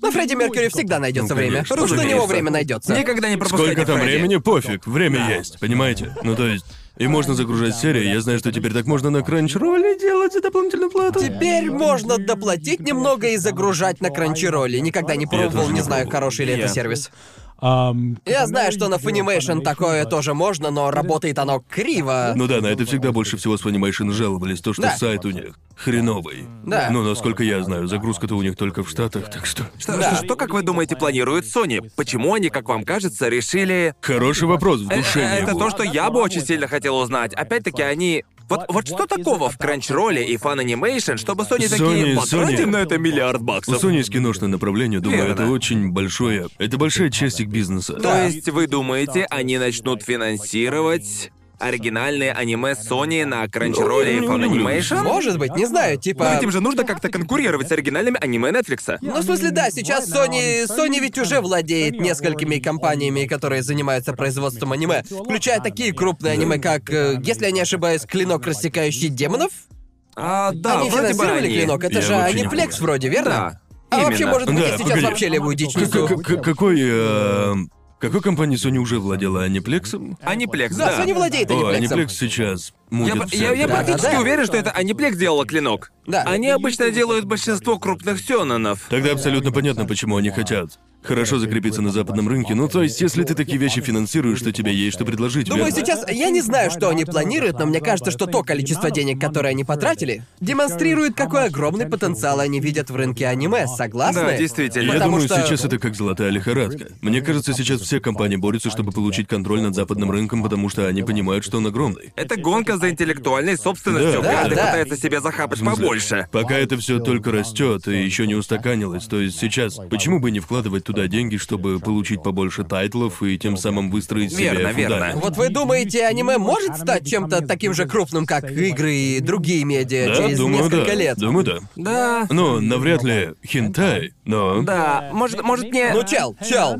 S3: На Фредди Меркьюри всегда найдется
S1: Ну,
S3: время.
S1: конечно,
S3: Уж на него
S2: разумеется.
S3: время найдется.
S2: Никогда не пропускайте
S1: Сколько там
S2: Фредди.
S1: времени? Пофиг, время есть, понимаете? Ну то есть... И можно загружать серии. Я знаю, что теперь так можно на Crunchyroll делать за дополнительную плату.
S3: Теперь можно доплатить немного и загружать на Кранчероле. Никогда не пробовал,
S1: тоже не
S3: не знаю,
S1: пробовал.
S3: хороший ли это
S2: Я.
S3: сервис.
S5: Я
S3: Я знаю, что на Funimation такое тоже можно, но работает оно криво.
S1: Ну да, на это всегда больше всего с Funimation жаловались, то, что
S3: Да.
S1: сайт у них хреновый.
S3: Да.
S1: Ну, насколько я знаю, загрузка-то у них только в Штатах, так что...
S2: Что,
S3: Да.
S2: что- что, как вы думаете, планирует Sony? Почему они, как вам кажется, решили
S1: Хороший вопрос в
S2: Э,
S1: душе
S2: э,
S1: не
S2: Это
S1: было.
S2: то, что я бы очень сильно хотел узнать. Опять-таки, они Вот, вот что такого в Кранчроле и Фан Анимейшн, чтобы Sony
S1: Sony- Sony-
S2: такие потратим на это миллиард
S1: У
S2: баксов?
S1: Sony есть киношное направление, думаю,
S2: Верно.
S1: это очень большое. Это большая часть их бизнеса.
S2: То есть вы думаете, они начнут финансировать оригинальные аниме Sony на Кранчроле и
S1: Ну,
S2: Фан
S1: не люблю.
S2: Анимейшн?
S3: Может быть, не знаю, типа...
S2: Этим же нужно как-то конкурировать с оригинальными аниме Нетфликса.
S3: Ну, в смысле, да, сейчас Sony... Sony ведь уже владеет несколькими компаниями, которые занимаются производством аниме, включая такие крупные аниме, как, э, если я не ошибаюсь, «Клинок, рассекающий демонов».
S2: А, да,
S3: они
S2: вроде бы
S3: финансировали
S2: они.
S3: «Клинок», это
S1: Я
S3: же
S1: вообще не
S3: Аниплекс
S1: помню.
S3: вроде, верно?
S2: Да.
S3: А вообще,
S2: именно.
S3: может быть,
S1: Да,
S3: я сейчас
S1: погоди.
S3: вообще левую дичь
S1: К-
S3: несу.
S1: к- к- Какой... э, Какой компании Sony уже владела аниплексом?
S3: А
S2: Аниплекс,
S3: Да,
S2: да.
S3: Sony владеет
S1: О,
S3: аниплексом.
S1: аниплекс сейчас
S2: Я,
S1: мутит
S2: п-
S1: всё.
S2: я, я
S3: Да,
S2: практически
S3: да, да.
S2: уверен, что это Аниплекс делала клинок.
S3: Да.
S2: Они обычно делают большинство крупных сёнэнов.
S1: Тогда абсолютно понятно, почему они хотят. Хорошо закрепиться на западном рынке, ну то есть, если ты такие вещи финансируешь, то тебе есть что предложить.
S3: Думаю,
S1: верно?
S3: сейчас я не знаю, что они планируют, но мне кажется, что то количество денег, которое они потратили, демонстрирует, какой огромный потенциал они видят в рынке аниме, согласны?
S2: Да, действительно.
S1: Я
S3: Потому
S1: думаю,
S3: что-
S1: сейчас это как золотая лихорадка. Мне кажется, сейчас все компании борются, чтобы получить контроль над западным рынком, потому что они понимают, что он огромный.
S2: Это гонка за интеллектуальной собственностью.
S1: Да,
S2: Каждый
S3: да.
S2: пытается себе
S1: В
S2: захапать
S1: смысле,
S2: побольше.
S1: Пока это все только растет и еще не устаканилось, то есть сейчас почему бы не вкладывать туда деньги, чтобы получить побольше тайтлов и тем самым выстроить себе
S2: Верно, верно.
S1: фундамент?
S3: Вот вы думаете, аниме может стать чем-то таким же крупным, как игры и другие медиа
S1: Да,
S3: через
S1: думаю,
S3: несколько
S1: да.
S3: лет?
S1: Думаю, да.
S2: Да.
S1: Ну, навряд ли хентай, но...
S2: Да, может, может не...
S3: Ну, чел, чел.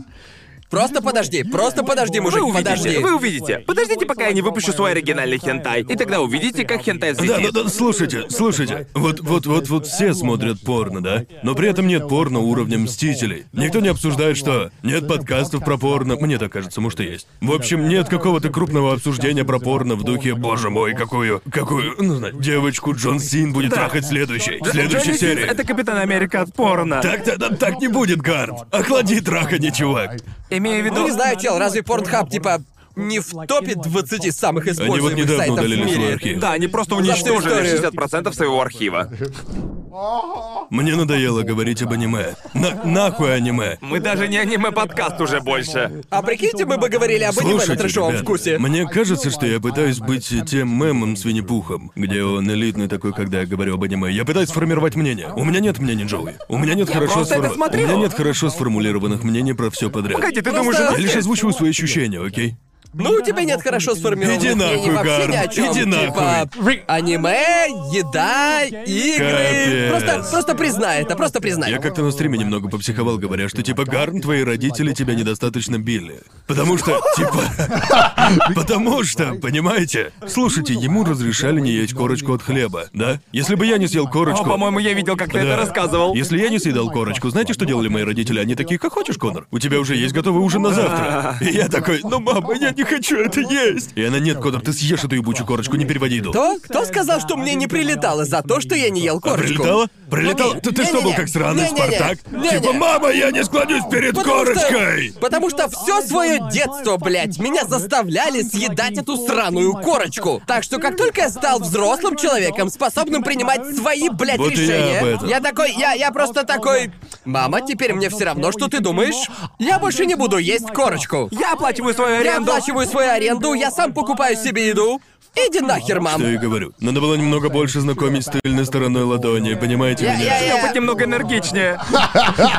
S3: Просто подожди, просто подожди, мужик,
S2: Вы увидите,
S3: подожди.
S2: вы увидите. Подождите, пока я не выпущу свой оригинальный хентай. И тогда увидите, как хентай
S1: Да, да,
S2: взлетит.
S1: да, слушайте, слушайте. Вот, вот, вот, вот все смотрят порно, да? Но при этом нет порно уровня Мстителей. Никто не обсуждает, что нет подкастов про порно. Мне так кажется, может и есть. В общем, нет какого-то крупного обсуждения про порно в духе, боже мой, какую, какую, ну, знаете, девочку Джон Син будет трахать в следующей, в следующей
S2: Джонни Синс
S1: серии.
S2: Это Капитан Америка от порно.
S1: Так, так, так, так не будет, Гард. Охлади траханье, чувак.
S2: Имею в виду...
S3: Ну, не знаю, чел, разве Pornhub, типа, не в топе 20 самых
S1: Они вот
S3: используемых
S1: недавно
S3: сайтов в
S1: удалили свой
S3: мире?
S1: архив.
S2: Да, они просто уничтожили 60% своего архива.
S1: Мне надоело говорить об аниме. На- нахуй аниме.
S2: Мы даже не аниме-подкаст уже больше.
S3: А прикиньте, мы бы говорили об аниме на
S1: Слушайте,
S3: трешовом
S1: ребят,
S3: вкусе.
S1: Мне кажется, что я пытаюсь быть тем мемом с Винни-Пухом, где он элитный такой, когда я говорю об аниме. Я пытаюсь сформировать мнение. У меня нет мнений, Джоуи. У меня нет хорошо
S2: просто это
S1: сформу- У
S2: смотрел.
S1: меня нет хорошо сформулированных мнений про все подряд.
S2: Погоди, ты
S3: Просто-
S2: думаешь,
S1: Я
S2: у нас
S1: лишь
S2: нет?
S1: озвучиваю свои ощущения, окей?
S3: Ну, у тебя нет хорошо сформированных
S1: Иди
S3: мнений
S1: нахуй,
S3: вообще ни о
S1: Гарн,
S3: чем.
S1: иди
S3: Типа, аниме, еда,
S1: Капец.
S3: игры. Просто, просто признай это, просто признай.
S1: Я как-то на стриме немного попсиховал, говоря, что типа Гарн, твои родители тебя недостаточно били. Потому что, типа. Потому что, понимаете? Слушайте, ему разрешали не есть корочку от хлеба, да? Если бы я не съел
S2: О,
S1: корочку.
S2: по-моему, я видел, как ты
S1: Да.
S2: это рассказывал.
S1: Если я не съедал корочку, знаете, что делали мои родители? Они такие, как хочешь, Конор, у тебя уже есть готовый ужин на завтра. И я такой, ну, мама, я не хочу это есть. И она, нет, Конор, ты съешь эту ебучую корочку, не переводи еду.
S3: Кто? Кто сказал, что мне не прилетало за то, что я не ел
S1: А
S3: корочку? Ну,
S1: прилетало? Прилетало?
S3: Не,
S1: Ты, ты что
S3: не-не-не.
S1: был как сраный
S3: Не-не-не.
S1: Спартак?
S3: Не-не.
S1: Типа, мама, я не склонюсь перед корочкой!
S3: Что, потому что все свое детство, блядь, меня заставляли съедать эту сраную корочку. Так что как только я стал взрослым человеком, способным принимать свои, блядь,
S1: Вот и я
S3: решения,
S1: об этом.
S3: такой, я, я просто такой. Мама, теперь мне все равно, что ты думаешь. Я больше не буду есть корочку.
S2: Я оплачиваю свою
S3: Я
S2: аренду.
S3: оплачиваю свою аренду, я сам покупаю себе еду. Иди нахер, мам.
S1: Что я и говорю. Надо было немного больше знакомить с тыльной стороной ладони, понимаете
S3: Я-
S1: меня?
S3: я- я-
S2: Быть немного энергичнее.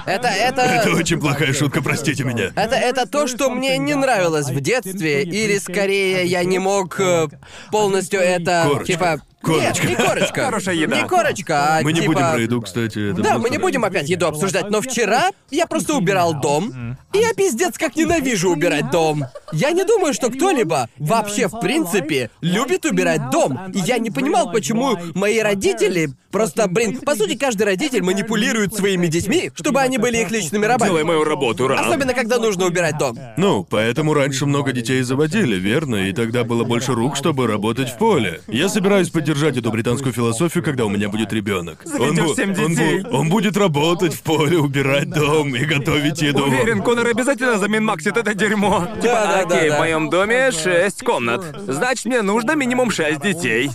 S3: Это, это...
S1: Это очень плохая шутка, простите меня.
S3: Это, это то, что мне не нравилось в детстве, или скорее я не мог э, полностью это
S1: Корочка.
S3: типа.
S1: Корочка.
S3: Нет, не корочка.
S2: Хорошая еда.
S3: Не корочка, а
S1: Мы не
S3: типа-
S1: будем про еду, кстати. это
S3: Да, мы
S1: просто-
S3: не будем опять еду обсуждать, но вчера я просто убирал дом. И я пиздец как ненавижу убирать дом. Я не думаю, что кто-либо вообще в принципе любит убирать дом. И я не понимал, почему мои родители просто, блин, по сути, каждый родитель манипулирует своими детьми, чтобы они были их личными рабами.
S2: Делай мою работу, Рам.
S3: Особенно, когда нужно убирать дом.
S1: Ну, поэтому раньше много детей заводили, верно? И тогда было больше рук, чтобы работать в поле. Я собираюсь поддержать эту британскую философию, когда у меня будет ребенок.
S2: Заведёшь семь детей.
S1: он будет работать в поле, убирать дом и готовить еду.
S2: Уверен, Конор обязательно заминмаксит это дерьмо. Типа,
S3: да, да,
S2: окей,
S3: да.
S2: в моем доме шесть комнат. Значит, мне нужно минимум шесть детей.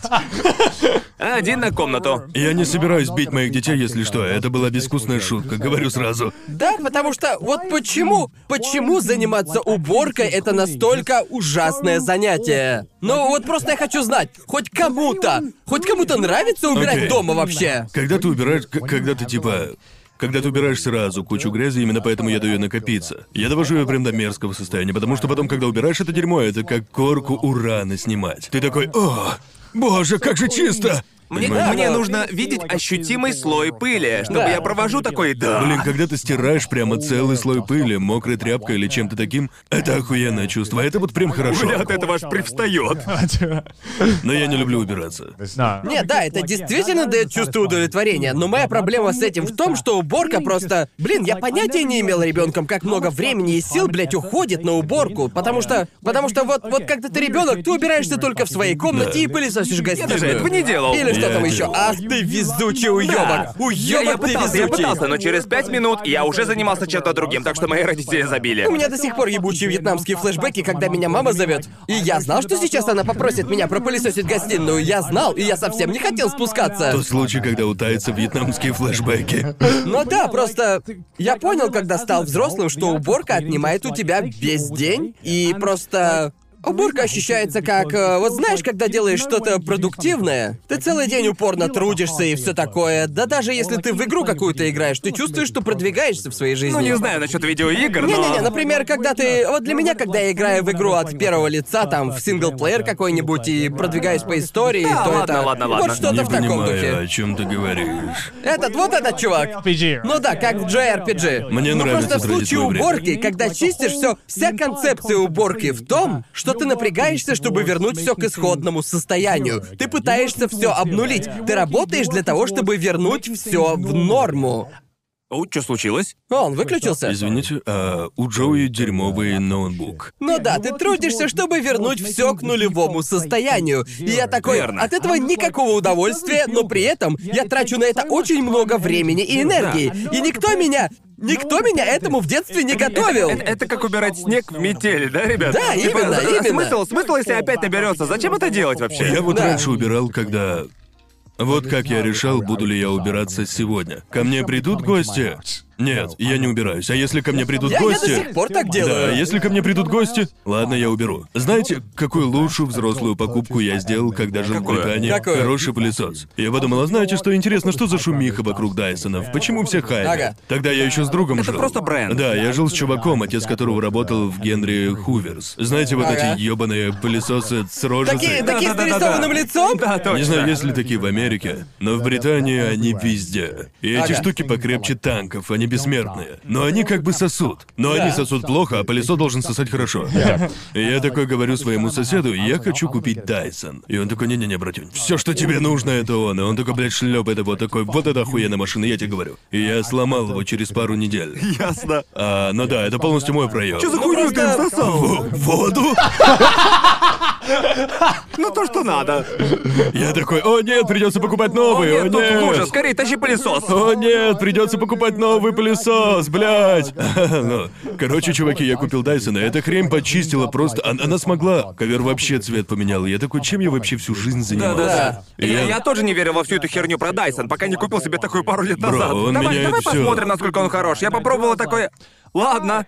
S2: Один на комнату.
S1: Я не собираюсь бить моих детей, если что. Это была безвкусная шутка, говорю сразу.
S3: Да, потому что вот почему, почему заниматься уборкой это настолько ужасное занятие? Ну вот просто я хочу знать, хоть кому-то, хоть кому-то нравится убирать
S1: Окей.
S3: дома вообще?
S1: Когда ты убираешь, к- когда ты типа... Когда ты убираешь сразу кучу грязи, именно поэтому я даю ее накопиться. Я довожу ее прям до мерзкого состояния, потому что потом, когда убираешь это дерьмо, это как корку урана снимать. Ты такой, о, боже, как же чисто!
S2: Мне,
S1: Понимаешь?
S2: мне нужно видеть ощутимый слой пыли, чтобы
S3: Да.
S2: я провожу такой, да.
S1: Блин, когда ты стираешь прямо целый слой пыли, мокрой тряпкой или чем-то таким, это охуенное чувство. Это вот прям
S2: у
S1: хорошо.
S2: меня от этого аж привстает.
S1: Но я не люблю убираться.
S3: Не, да, это действительно дает чувство удовлетворения, но моя проблема с этим в том, что уборка просто... Блин, я понятия не имел ребенком, как много времени и сил, блядь, уходит на уборку, потому что... Потому что вот, вот когда ты ребенок, ты убираешься только в своей комнате
S1: Да.
S3: и пылесосишь гостиную.
S2: даже этого не делал.
S3: Или что
S1: Я
S3: там
S1: это-
S3: еще? Ах ты везучий уёбок!
S2: Да. Я, я
S3: Уёбок ты
S2: пытался, я пытался,
S3: везучий!
S2: но через пять минут я уже занимался чем-то другим, так что мои родители забили.
S3: У меня до сих пор ебучие вьетнамские флешбеки, когда меня мама зовет. И я знал, что сейчас она попросит меня пропылесосить гостиную. Я знал, и я совсем не хотел спускаться.
S1: Тот случай, когда утаются вьетнамские флешбеки.
S3: Но да, просто я понял, когда стал взрослым, что уборка отнимает у тебя весь день, и просто Уборка ощущается как... э, Вот знаешь, когда делаешь что-то продуктивное, ты целый день упорно трудишься и все такое. Да даже если ты в игру какую-то играешь, ты чувствуешь, что продвигаешься в своей жизни.
S2: Ну, не знаю насчет видеоигр, но...
S3: Не-не-не, например, когда ты... Вот для меня, когда я играю в игру от первого лица, там, в синглплеер какой-нибудь, и продвигаюсь по истории,
S2: Да,
S3: то
S2: ладно,
S3: это...
S2: ладно,
S3: вот
S2: ладно.
S3: что-то
S1: не
S3: в таком
S1: понимаю,
S3: духе.
S1: о чем ты говоришь.
S3: Этот, вот этот чувак. Ну да, как в JRPG.
S1: Мне
S3: Ну,
S1: нравится
S3: просто в
S1: тратить
S3: случае
S1: свое время.
S3: уборки, когда чистишь все, вся концепция уборки в том, что ты напрягаешься, чтобы вернуть все к исходному состоянию. Ты пытаешься все обнулить. Ты работаешь для того, чтобы вернуть все в норму.
S2: О, что случилось?
S3: О, он выключился.
S1: Извините, а у Джоуи дерьмовый ноутбук.
S3: Ну да, ты трудишься, чтобы вернуть все к нулевому состоянию. И я такой,
S2: Верно.
S3: от этого никакого удовольствия, но при этом я трачу на это очень много времени и энергии. И никто меня, никто меня этому в детстве не готовил.
S2: Это, Э, это как убирать снег в метель, да, ребят?
S3: Да, именно,
S2: а
S3: именно.
S2: Смысл, смысл, если опять наберется? Зачем это делать вообще?
S1: Я вот
S3: Да.
S1: раньше убирал, когда... Вот как я решал, буду ли я убираться сегодня. Ко мне придут гости? Нет, я не убираюсь. А если ко мне придут
S3: Я, я до
S1: гости...
S3: сих пор так
S1: Да,
S3: делаю.
S1: если ко мне придут гости, ладно, я уберу. Знаете, какую лучшую взрослую покупку я сделал, когда жил
S2: Какую?
S1: в Британии?
S3: Какую?
S1: Хороший пылесос. Я подумал, а знаете, что интересно, что за шумиха вокруг Дайсонов? Почему все хайпят?
S3: Ага.
S1: Тогда я еще с другом жил.
S2: просто бренд.
S1: Да, я жил с чуваком, отец которого работал в Генри Хуверс. Знаете, вот
S3: Ага.
S1: эти ебаные пылесосы с рожицей?
S3: Такие, такие с
S2: Да-да-да-да.
S3: нарисованным лицом?
S2: Да, точно.
S1: Не знаю, есть ли такие в Америке, но в Британии они везде. И эти
S3: Ага.
S1: штуки покрепче танков, они бессмертные. Но они как бы сосут. Но они сосут плохо, а пылесос должен сосать хорошо. И я такой говорю своему соседу, я хочу купить Дайсон. И он такой, не-не-не, братюнь, все, что тебе нужно, это он. И он такой, блядь, шлепает его такой, вот это охуенная машина, я тебе говорю. И я сломал его через пару недель.
S2: Ясно.
S1: А, ну да, это полностью мой проем.
S2: Что за хуйню ты им
S3: Ну, просто-
S2: всосал?
S1: Воду?
S2: Ну то, что надо.
S1: Я такой, о нет, придется покупать
S2: О,
S1: новый, о
S2: нет, тут хуже.
S1: нет.
S2: Скорее, тащи пылесос.
S1: О нет, придется покупать новый пылесос, блядь. Ну, короче, чуваки, я купил Дайсона, эта хрень почистила просто. Она, она смогла. Ковер вообще цвет поменял. Я такой, чем я вообще всю жизнь занимался?
S2: Да-да-да.
S1: И
S2: Я,
S1: я-
S2: я тоже не верил во всю эту херню про Дайсон, пока не купил себе такую пару лет
S1: Бро,
S2: назад.
S1: он
S2: давай,
S1: меняет
S2: давай
S1: всё.
S2: посмотрим, насколько он хорош. Я попробовала такое. Ладно.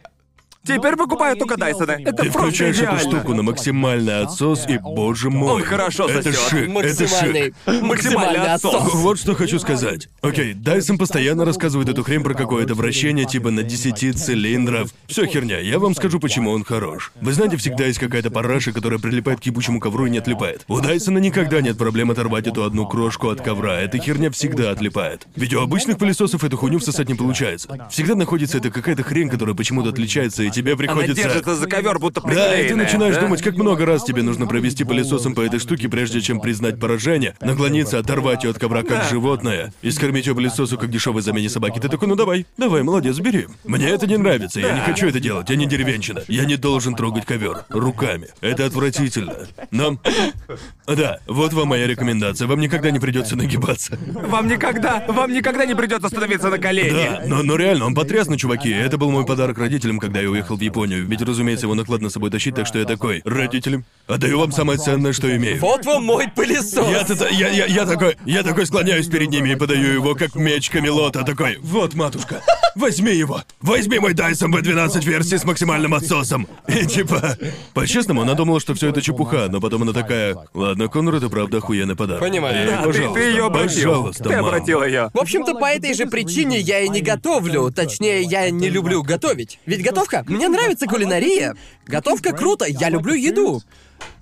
S2: Теперь покупаю только Дайсона. Это
S1: Ты
S2: просто
S1: включаешь эту
S2: идеально.
S1: штуку на максимальный отсос, и боже мой.
S2: Он хорошо
S1: Это
S2: сосёт.
S1: шик, это шик.
S3: Максимальный, максимальный отсос.
S1: Вот что хочу сказать. Окей, Дайсон постоянно рассказывает эту хрень про какое-то вращение типа на 10 цилиндров. Все херня, я вам скажу, почему он хорош. Вы знаете, всегда есть какая-то параша, которая прилипает к ебучему ковру и не отлипает. У Дайсона никогда нет проблем оторвать эту одну крошку от ковра, эта херня всегда отлипает. Ведь у обычных пылесосов эту хуйню всосать не получается. Всегда находится эта какая-то хрень, которая почему-то отличается, и тебе
S2: Она
S1: приходится...
S2: держится за ковер, будто
S1: Да, и ты
S2: приклеенная,
S1: начинаешь
S2: да?
S1: думать, как много раз тебе нужно провести пылесосом по этой штуке, прежде чем признать поражение, наклониться, оторвать ее от ковра как
S2: Да.
S1: животное и скормить ее пылесосу как дешевой замене собаки. Ты такой, ну давай, давай, молодец, бери. Мне это не нравится, я не хочу это делать, я не деревенщина. Я не должен трогать ковер руками. Это отвратительно. Но... Да, вот вам моя рекомендация. Вам никогда не придется нагибаться.
S2: Вам никогда, вам никогда не придется становиться на колени.
S1: Да, но, но реально, он потрясный, чуваки. Это был мой подарок родителям, когда я переехал в Японию, ведь, разумеется, его накладно с собой тащить, так что я такой, родителям, отдаю вам самое ценное, что имею.
S3: Вот вам мой пылесос.
S1: Я-то та- я, я, я такой, я такой склоняюсь перед ними и подаю его как меч Камелота, такой. Вот, матушка, возьми его, возьми мой Dyson B12 версии с максимальным отсосом. И типа, по-честному, она думала, что все это чепуха, но потом она такая, ладно, Конрад, это правда охуенный подарок.
S3: Понимаю.
S1: Эй,
S3: Да,
S2: Ты-
S1: пожалуйста,
S2: ты ее обратил.
S1: пожалуйста,
S2: ты
S1: мам.
S2: обратила ее.
S3: В общем-то, по этой же причине я и не готовлю. Точнее, я не люблю готовить. Ведь готовка... Мне нравится кулинария. Готовка круто, я люблю еду.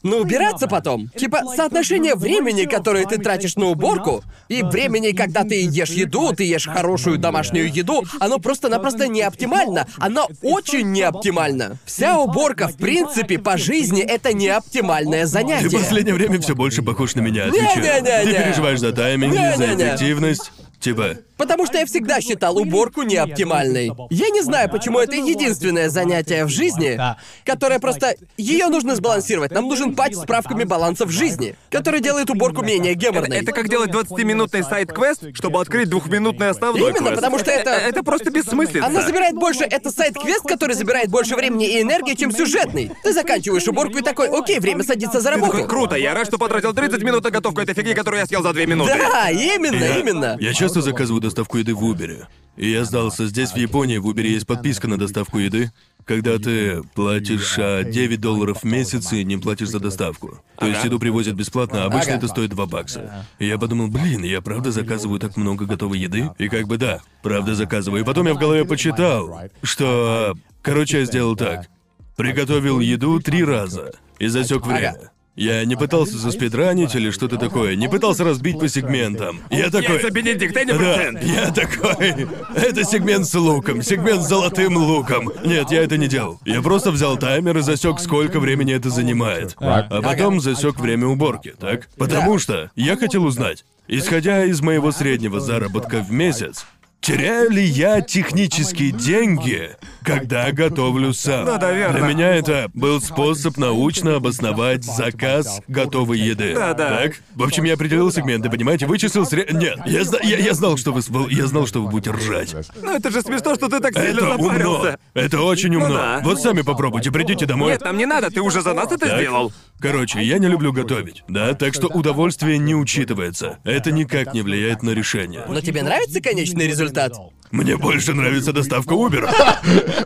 S3: Но убираться потом. Типа, соотношение времени, которое ты тратишь на уборку, и времени, когда ты ешь еду, ты ешь хорошую домашнюю еду, оно просто-напросто не оптимально. Оно очень не оптимально. Вся уборка, в принципе, по жизни, это не оптимальное
S1: Ты в
S3: занятие.
S1: последнее время все больше похож на меня, отвечаю.
S3: Не-не-не-не.
S1: Ты переживаешь за тайминги, за
S3: Не-не-не.
S1: эффективность. Типа,
S3: Потому что я всегда считал уборку неоптимальной. Я не знаю, почему это единственное занятие в жизни, которое просто... Ее нужно сбалансировать. Нам нужен патч с справками баланса в жизни, который делает уборку менее
S2: Это,
S3: геморной.
S2: это как делать 20-минутный сайт-квест, чтобы открыть двухминутный основной
S3: Именно,
S2: квест.
S3: потому что это-
S2: Это просто бессмысленно.
S3: Она забирает больше... Это сайт-квест, который забирает больше времени и энергии, чем сюжетный. Ты заканчиваешь уборку и такой, окей, время садиться за
S2: Ты такой,
S3: работу.
S2: круто, я рад, что потратил 30 минут на готовку этой фигни, которую я съел за 2 минуты.
S3: Да, именно, именно.
S1: Я часто заказываю доставку еды в Uber. И я сдался здесь, в Японии, в Uber есть подписка на доставку еды, когда ты платишь а, 9 долларов в месяц и не платишь за доставку. То есть еду привозят бесплатно, а обычно
S3: Ага.
S1: это стоит 2 бакса. И я подумал, блин, я правда заказываю так много готовой еды? И как бы да, правда заказываю. И потом я в голове почитал, что... а, Короче, я сделал так. Приготовил еду три раза и засек время. Я не пытался заспидранить или что-то такое, не пытался разбить по сегментам. Я такой...
S2: Яйца Бенедикт, Энни
S1: Да,
S2: Процент.
S1: я такой. Это сегмент с луком, сегмент с золотым луком. Нет, я это не делал. Я просто взял таймер и засек, сколько времени это занимает. А потом засек время уборки, так? Потому что я хотел узнать, исходя из моего среднего заработка в месяц, теряю ли я технические деньги, когда готовлю сам.
S2: Ну да, верно.
S1: Для меня это был способ научно обосновать заказ готовой еды.
S2: Да, да.
S1: Так? В общем, я определил сегменты, понимаете, вычислил сре... Нет, я, зна- я, я знал, что вы с- был- я знал, что вы будете ржать.
S2: Ну это же смешно, что ты так сильно
S1: Это умно.
S2: запарился. Ну
S1: Это очень умно.
S2: да.
S1: Вот сами попробуйте, придите домой.
S2: Нет, нам не надо, ты уже за нас это
S1: Так.
S2: сделал.
S1: Короче, я не люблю готовить, да, так что удовольствие не учитывается. Это никак не влияет на решение.
S3: Но тебе нравится конечный результат?
S1: Мне больше нравится доставка Uber.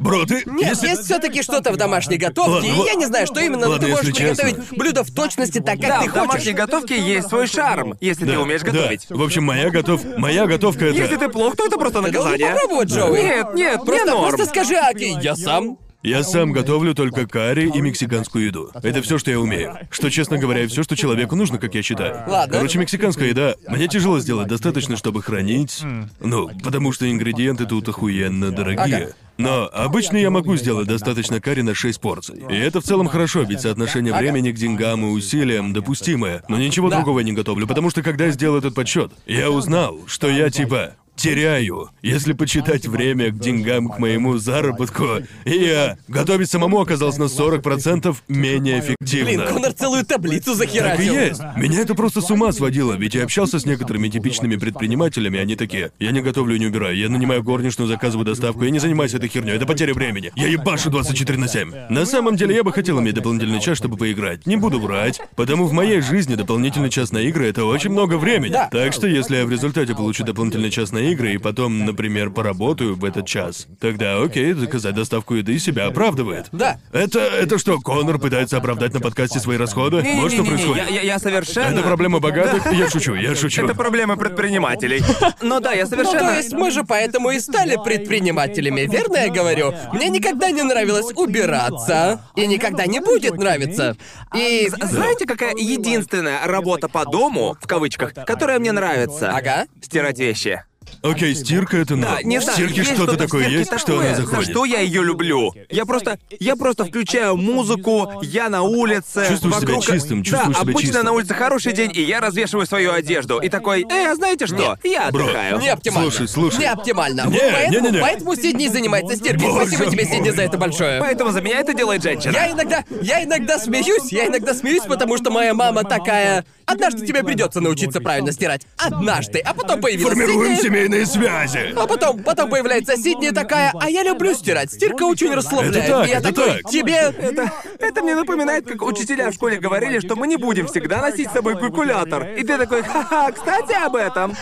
S1: Бро, ты...
S3: Нет,
S1: если-
S3: есть все-таки что-то в домашней готовке,
S1: Ладно,
S3: и
S1: вот-
S3: я не знаю, что именно, но
S1: Ладно,
S3: ты можешь
S1: если честно.
S3: приготовить блюдо в точности так, как
S2: Да,
S3: ты
S2: А в домашней
S3: хочешь.
S2: готовке есть свой шарм, если ты
S1: Да,
S2: умеешь
S1: да.
S2: готовить.
S1: В общем, моя готов... моя готовка это...
S2: Если ты плох, то это просто
S3: Ты должен
S2: наказание.
S3: попробовать, Джоуи.
S2: Нет, нет, не
S3: Просто,
S2: норм.
S3: ну, просто скажи, Аки, я сам.
S1: Я сам готовлю только карри и мексиканскую еду. Это все, что я умею. Что, честно говоря, и все, что человеку нужно, как я считаю.
S3: Ладно.
S1: Короче, мексиканская еда. Мне тяжело сделать достаточно, чтобы хранить. Ну, потому что ингредиенты тут охуенно дорогие. Но обычно я могу сделать достаточно карри на 6 порций. И это в целом хорошо, ведь соотношение времени к деньгам и усилиям допустимое. Но ничего другого я не готовлю, потому что когда я сделал этот подсчет, я узнал, что я типа теряю, если почитать время к деньгам, к моему заработку. И я готовить самому оказалось на 40% менее
S3: Блин,
S1: эффективно.
S3: Конор целую таблицу
S1: Так и
S3: захерачил.
S1: есть. Меня это просто с ума сводило, ведь я общался с некоторыми типичными предпринимателями, они такие, я не готовлю и не убираю, я нанимаю горничную, заказываю доставку, я не занимаюсь этой херней, это потеря времени. Я ебашу 24 на 7. На самом деле я бы хотел иметь дополнительный час, чтобы поиграть. Не буду врать, потому в моей жизни дополнительный час на игры это очень много времени.
S3: Да.
S1: Так что если я в результате получу дополнительный час на игры и потом, например, поработаю в этот час, тогда окей, заказать доставку еды себя оправдывает.
S3: Да.
S1: Это, это что, Конор пытается оправдать на подкасте свои расходы?
S2: Не-не-не-не-не,
S1: вот что происходит.
S2: Я, я- я совершенно...
S1: Это проблема богатых? Я шучу, я шучу.
S2: Это проблема предпринимателей. Но да, я
S3: Ну,
S2: совершенно...
S3: то есть мы же поэтому и стали предпринимателями, верно я говорю? Мне никогда не А нравилось убираться, и никогда не будет нравиться. И...
S2: З- Знаете, какая единственная работа по дому, в кавычках, которая мне нравится?
S3: Ага.
S2: Стирать вещи.
S1: Окей, стирка это норм.
S2: Да, не
S1: в
S2: знаю,
S1: стирке
S2: есть
S1: что-то
S2: в
S1: такое
S2: стирке
S1: есть, что она
S2: такое,
S1: заходит.
S2: За что я ее люблю? Я просто, я просто включаю музыку, я на улице.
S1: Чувствуешь себя
S2: вокруг-
S1: чистым, чувствуешь
S2: да,
S1: себя
S2: обычно
S1: чистым.
S2: на улице хороший день, и я развешиваю свою одежду и такой, э, а знаете что? Я
S1: Бро,
S2: отдыхаю.
S3: Не оптимально.
S1: Слушай, слушай.
S3: Не оптимально. Вот
S1: Не,
S3: поэтому,
S1: не-не-не.
S3: поэтому Сидни занимается стиркой.
S1: Боже
S3: Спасибо тебе,
S1: мой.
S3: Сидни, за это большое.
S2: Поэтому за меня это делает женщина.
S3: Я иногда, я иногда смеюсь, я иногда смеюсь, потому что моя мама такая. Однажды тебе придется научиться правильно стирать. Однажды. А потом появилась
S1: Формируем
S3: Сидни.
S1: семейные связи.
S3: А потом, потом появляется Сидни такая, а я люблю стирать, стирка очень расслабляет.
S1: Это так,
S3: И я
S1: это
S3: такой,
S1: так.
S3: тебе
S2: Это, это мне напоминает, как учителя в школе говорили, что мы не будем всегда носить с собой калькулятор. И ты такой, ха-ха, кстати, об этом.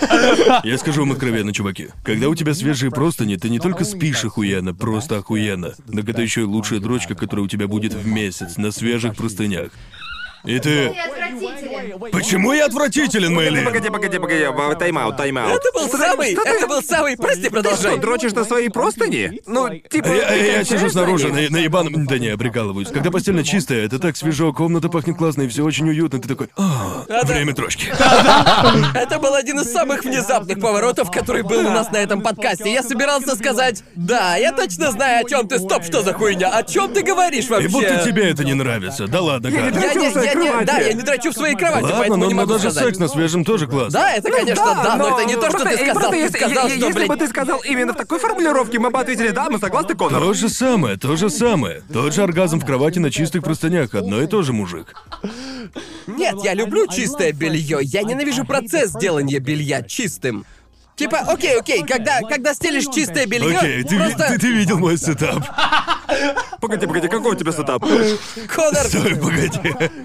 S1: Я скажу вам откровенно, чуваки. Когда у тебя свежие простыни, ты не только спишь охуенно, просто охуенно. Так это еще и лучшая дрочка, которая у тебя будет в месяц на свежих простынях. И ты...
S4: Ты отвратителен.
S1: Почему я отвратителен, Мэйли?
S2: Погоди, погоди, погоди, а, тайм-аут, тайм-аут.
S3: Это был самый, это был самый, прости,
S2: Ты
S3: продолжай.
S2: что, дрочишь на свои простыни? Ну, типа...
S1: А Я, а
S2: ты
S1: я
S2: кончаешь
S1: сижу снаружи,
S2: на
S1: на,
S2: них?
S1: на ебаном... Да не, я прикалываюсь. Когда постельно чистая, это так свежо, комната пахнет классно, и все очень уютно. Ты такой, «А, время трошки.
S3: Это был один из самых внезапных поворотов, который был у нас на этом подкасте. Я собирался сказать, да, я точно знаю, о чем ты, стоп, что за хуйня, о чем ты говоришь вообще?
S1: И будто тебе это не нравится. Да ладно, как?
S3: Я не,
S2: Дрочу в своей
S3: я не, да,
S2: кровати.
S3: я не дрочу в своей кровати,
S1: Ладно,
S3: поэтому
S1: но,
S3: не
S1: но
S3: могу
S1: даже
S3: сказать.
S1: секс на свежем тоже классно.
S3: Да, это, конечно, да, но, это не то, что
S2: Ну просто-
S3: ты
S2: э,
S3: сказал.
S2: просто
S3: Ты
S2: если,
S3: сказал,
S2: е-
S3: что,
S2: если
S3: блядь,
S2: бы ты сказал именно в такой формулировке, мы бы ответили, да, мы согласны, Конор.
S1: То же самое, то же самое. Тот же оргазм в кровати на чистых простынях, одно и то же, мужик.
S3: Нет, я люблю чистое белье. Я ненавижу процесс делания белья чистым. Типа, окей, окей, когда, когда стелишь чистое белье,
S1: Окей, ты, ви-
S3: просто
S1: ты- ты видел мой сетап.
S2: Погоди, погоди, какой у тебя сетап?
S3: Конор,
S1: Стой, погоди.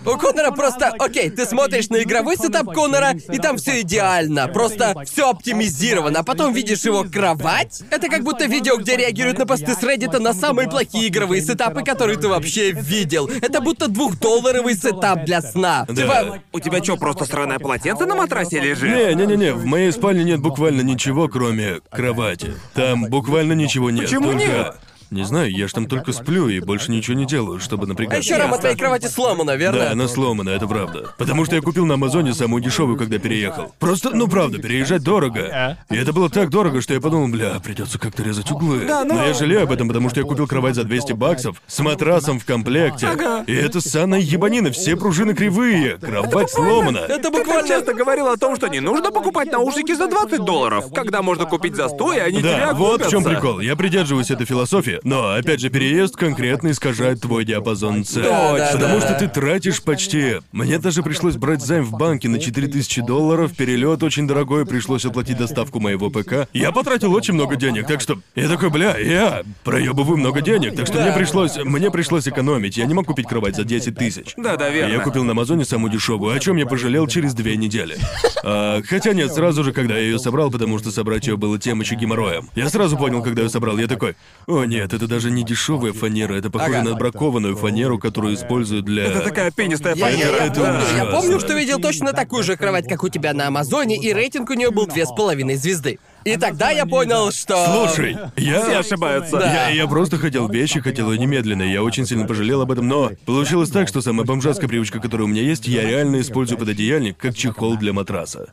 S3: У Конора просто, окей, ты смотришь на игровой сетап Конора, и там все идеально, просто все оптимизировано, а потом видишь его кровать. Это как будто видео, где реагируют на посты с Reddit на самые плохие игровые сетапы, которые ты вообще видел. Это будто двухдолларовый сетап для сна. Типа,
S2: У тебя что, просто сраное полотенце на матрасе лежит?
S1: Не-не-не-не, в моей спальне нет буквально ничего, кроме кровати. Там буквально ничего нет.
S2: Почему
S1: только-
S2: нет?
S1: Не знаю, я ж там только сплю и больше ничего не делаю, чтобы
S3: а
S1: напрягаться.
S3: еще рама твоей кровати сломана, верно?
S1: Да, она сломана, это правда. Потому что я купил на Амазоне самую дешевую, когда переехал. Просто, ну правда, переезжать дорого. И это было так дорого, что я подумал, бля, придется как-то резать углы. но... я жалею об этом, потому что я купил кровать за 200 баксов с матрасом в комплекте. И это ссаная ебанина, все пружины кривые, кровать сломана.
S3: Это
S2: Ты так
S3: буквально...
S2: часто говорил о том, что не нужно покупать наушники за 20 долларов, когда можно купить за 100, и они
S1: Да,
S2: тебя
S1: вот в чем
S2: окупятся.
S1: прикол. Я придерживаюсь этой философии, но опять же переезд конкретно искажает твой диапазон цен.
S3: Да, да,
S1: потому
S3: да.
S1: что ты тратишь почти. Мне даже пришлось брать займ в банке на 4000 долларов, перелет очень дорогой, пришлось оплатить доставку моего ПК. Я потратил очень много денег, так что я такой, бля, я проебываю много денег, так что мне пришлось, мне пришлось экономить. Я не мог купить кровать за 10 тысяч.
S2: Да, да, верно.
S1: Я купил на Амазоне самую дешевую, о чем я пожалел через две недели. А, хотя нет, сразу же, когда я ее собрал, потому что собрать ее было тем еще геморроем. Я сразу понял, когда ее собрал, я такой, о нет, это даже не дешевая фанера, это похоже
S3: Ага.
S1: на бракованную фанеру, которую используют для...
S2: Это такая пенистая
S3: Я, я-
S2: фанера.
S3: я
S1: это
S3: помню, я
S1: ужасно.
S3: помню, что видел точно такую же кровать, как у тебя на Амазоне, и рейтинг у нее был две с половиной звезды. И тогда я понял, что.
S1: Слушай, я...
S2: Все ошибаются.
S1: Я, я просто хотел вещи, хотел ее немедленно. Я очень сильно пожалел об этом, но получилось так, что самая бомжатская привычка, которая у меня есть, я реально использую пододеяльник как чехол для матраса.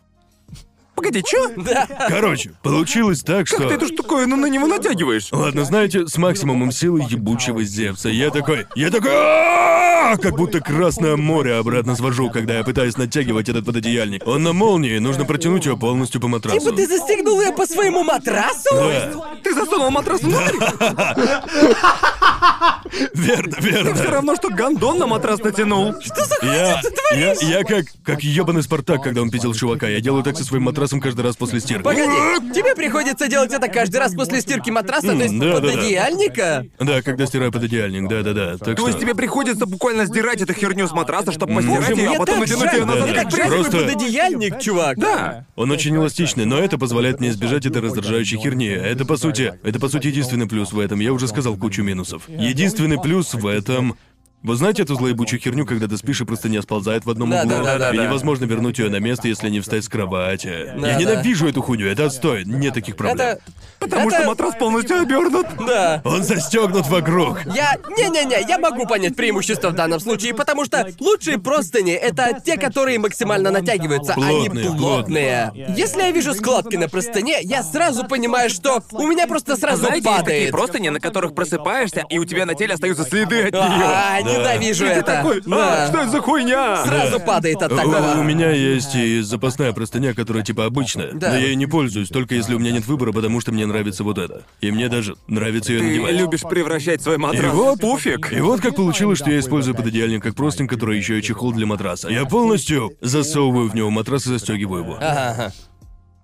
S2: Погоди, чё?
S1: Короче, получилось так, что...
S2: Как ты эту штуковину на него натягиваешь?
S1: Ладно, знаете, с максимумом силы ебучего Зевса. Я такой, я такой, «Ааа!» как будто Красное море обратно свожу, когда я пытаюсь натягивать этот пододеяльник. Он на молнии, нужно протянуть ее полностью по матрасу.
S3: Типа ты застегнул ее по своему матрасу?
S1: Да,
S2: Ты засунул матрас внутрь?
S1: верно,
S2: Все
S1: верно.
S2: равно, что гондон на матрас натянул. Что за
S1: Я, я, я как, как ебаный Спартак, когда он пиздил чувака. Я делаю так со своим матрасом каждый раз после стирки.
S3: Погоди, тебе приходится делать это каждый раз после стирки матраса, то есть
S1: да, да, да.
S3: пододеяльника?
S1: Да, когда стираю пододеяльник, да-да-да. Так
S2: То есть
S1: что-
S2: тебе приходится буквально сдирать эту херню с матраса, чтобы
S3: Боже,
S2: постирать ее, а
S3: мне
S2: потом
S3: так
S2: натянуть
S3: жаль,
S2: ее назад,
S3: мне
S1: Да,
S3: так
S2: как
S3: жаль
S2: пресс.
S1: просто-
S3: твой пододеяльник, чувак.
S2: Да.
S1: Он очень эластичный, но это позволяет мне избежать этой раздражающей херни. Это по сути, это по сути единственный плюс в этом. Я уже сказал кучу минусов. Единственный плюс в этом. Вы знаете эту злоебучую херню, когда ты спишь и просто не сползает в одном
S3: Да,
S1: углу,
S3: да, да, да,
S1: и
S3: да.
S1: невозможно вернуть ее на место, если не встать с кровати.
S3: Да,
S1: Я
S3: да.
S1: ненавижу эту хуйню, это отстой, нет таких проблем.
S3: Это.
S2: Потому
S3: это-
S2: что матрас полностью обернут.
S3: Да.
S1: Он застегнут вокруг.
S3: Я... Не-не-не, я могу понять преимущество в данном случае, потому что лучшие простыни — это те, которые максимально натягиваются,
S1: Плотные,
S3: а не плотные. Если я вижу складки на простыне, я сразу понимаю, что у меня просто сразу
S2: Знаете, есть такие
S3: Ну, падает.
S2: простыни, на которых просыпаешься, и у тебя на теле остаются следы от нее.
S3: А, ненавижу
S2: И ты
S3: это.
S2: такой, а,
S3: Да.
S2: что это за хуйня?
S3: Сразу падает от
S1: У- У
S3: такого.
S1: меня есть и запасная простыня, которая типа обычная,
S3: Да.
S1: но я ей не пользуюсь, только если у меня нет выбора, потому что мне нравится вот это. И мне даже нравится ее
S2: Ты
S1: надевать.
S2: любишь превращать свой матрас в
S1: вот-
S2: пуфик.
S1: И вот как получилось, что я использую пододеяльник как простынь, который еще и чехол для матраса. Я полностью засовываю в него матрас и застегиваю его.
S3: Ага, ага.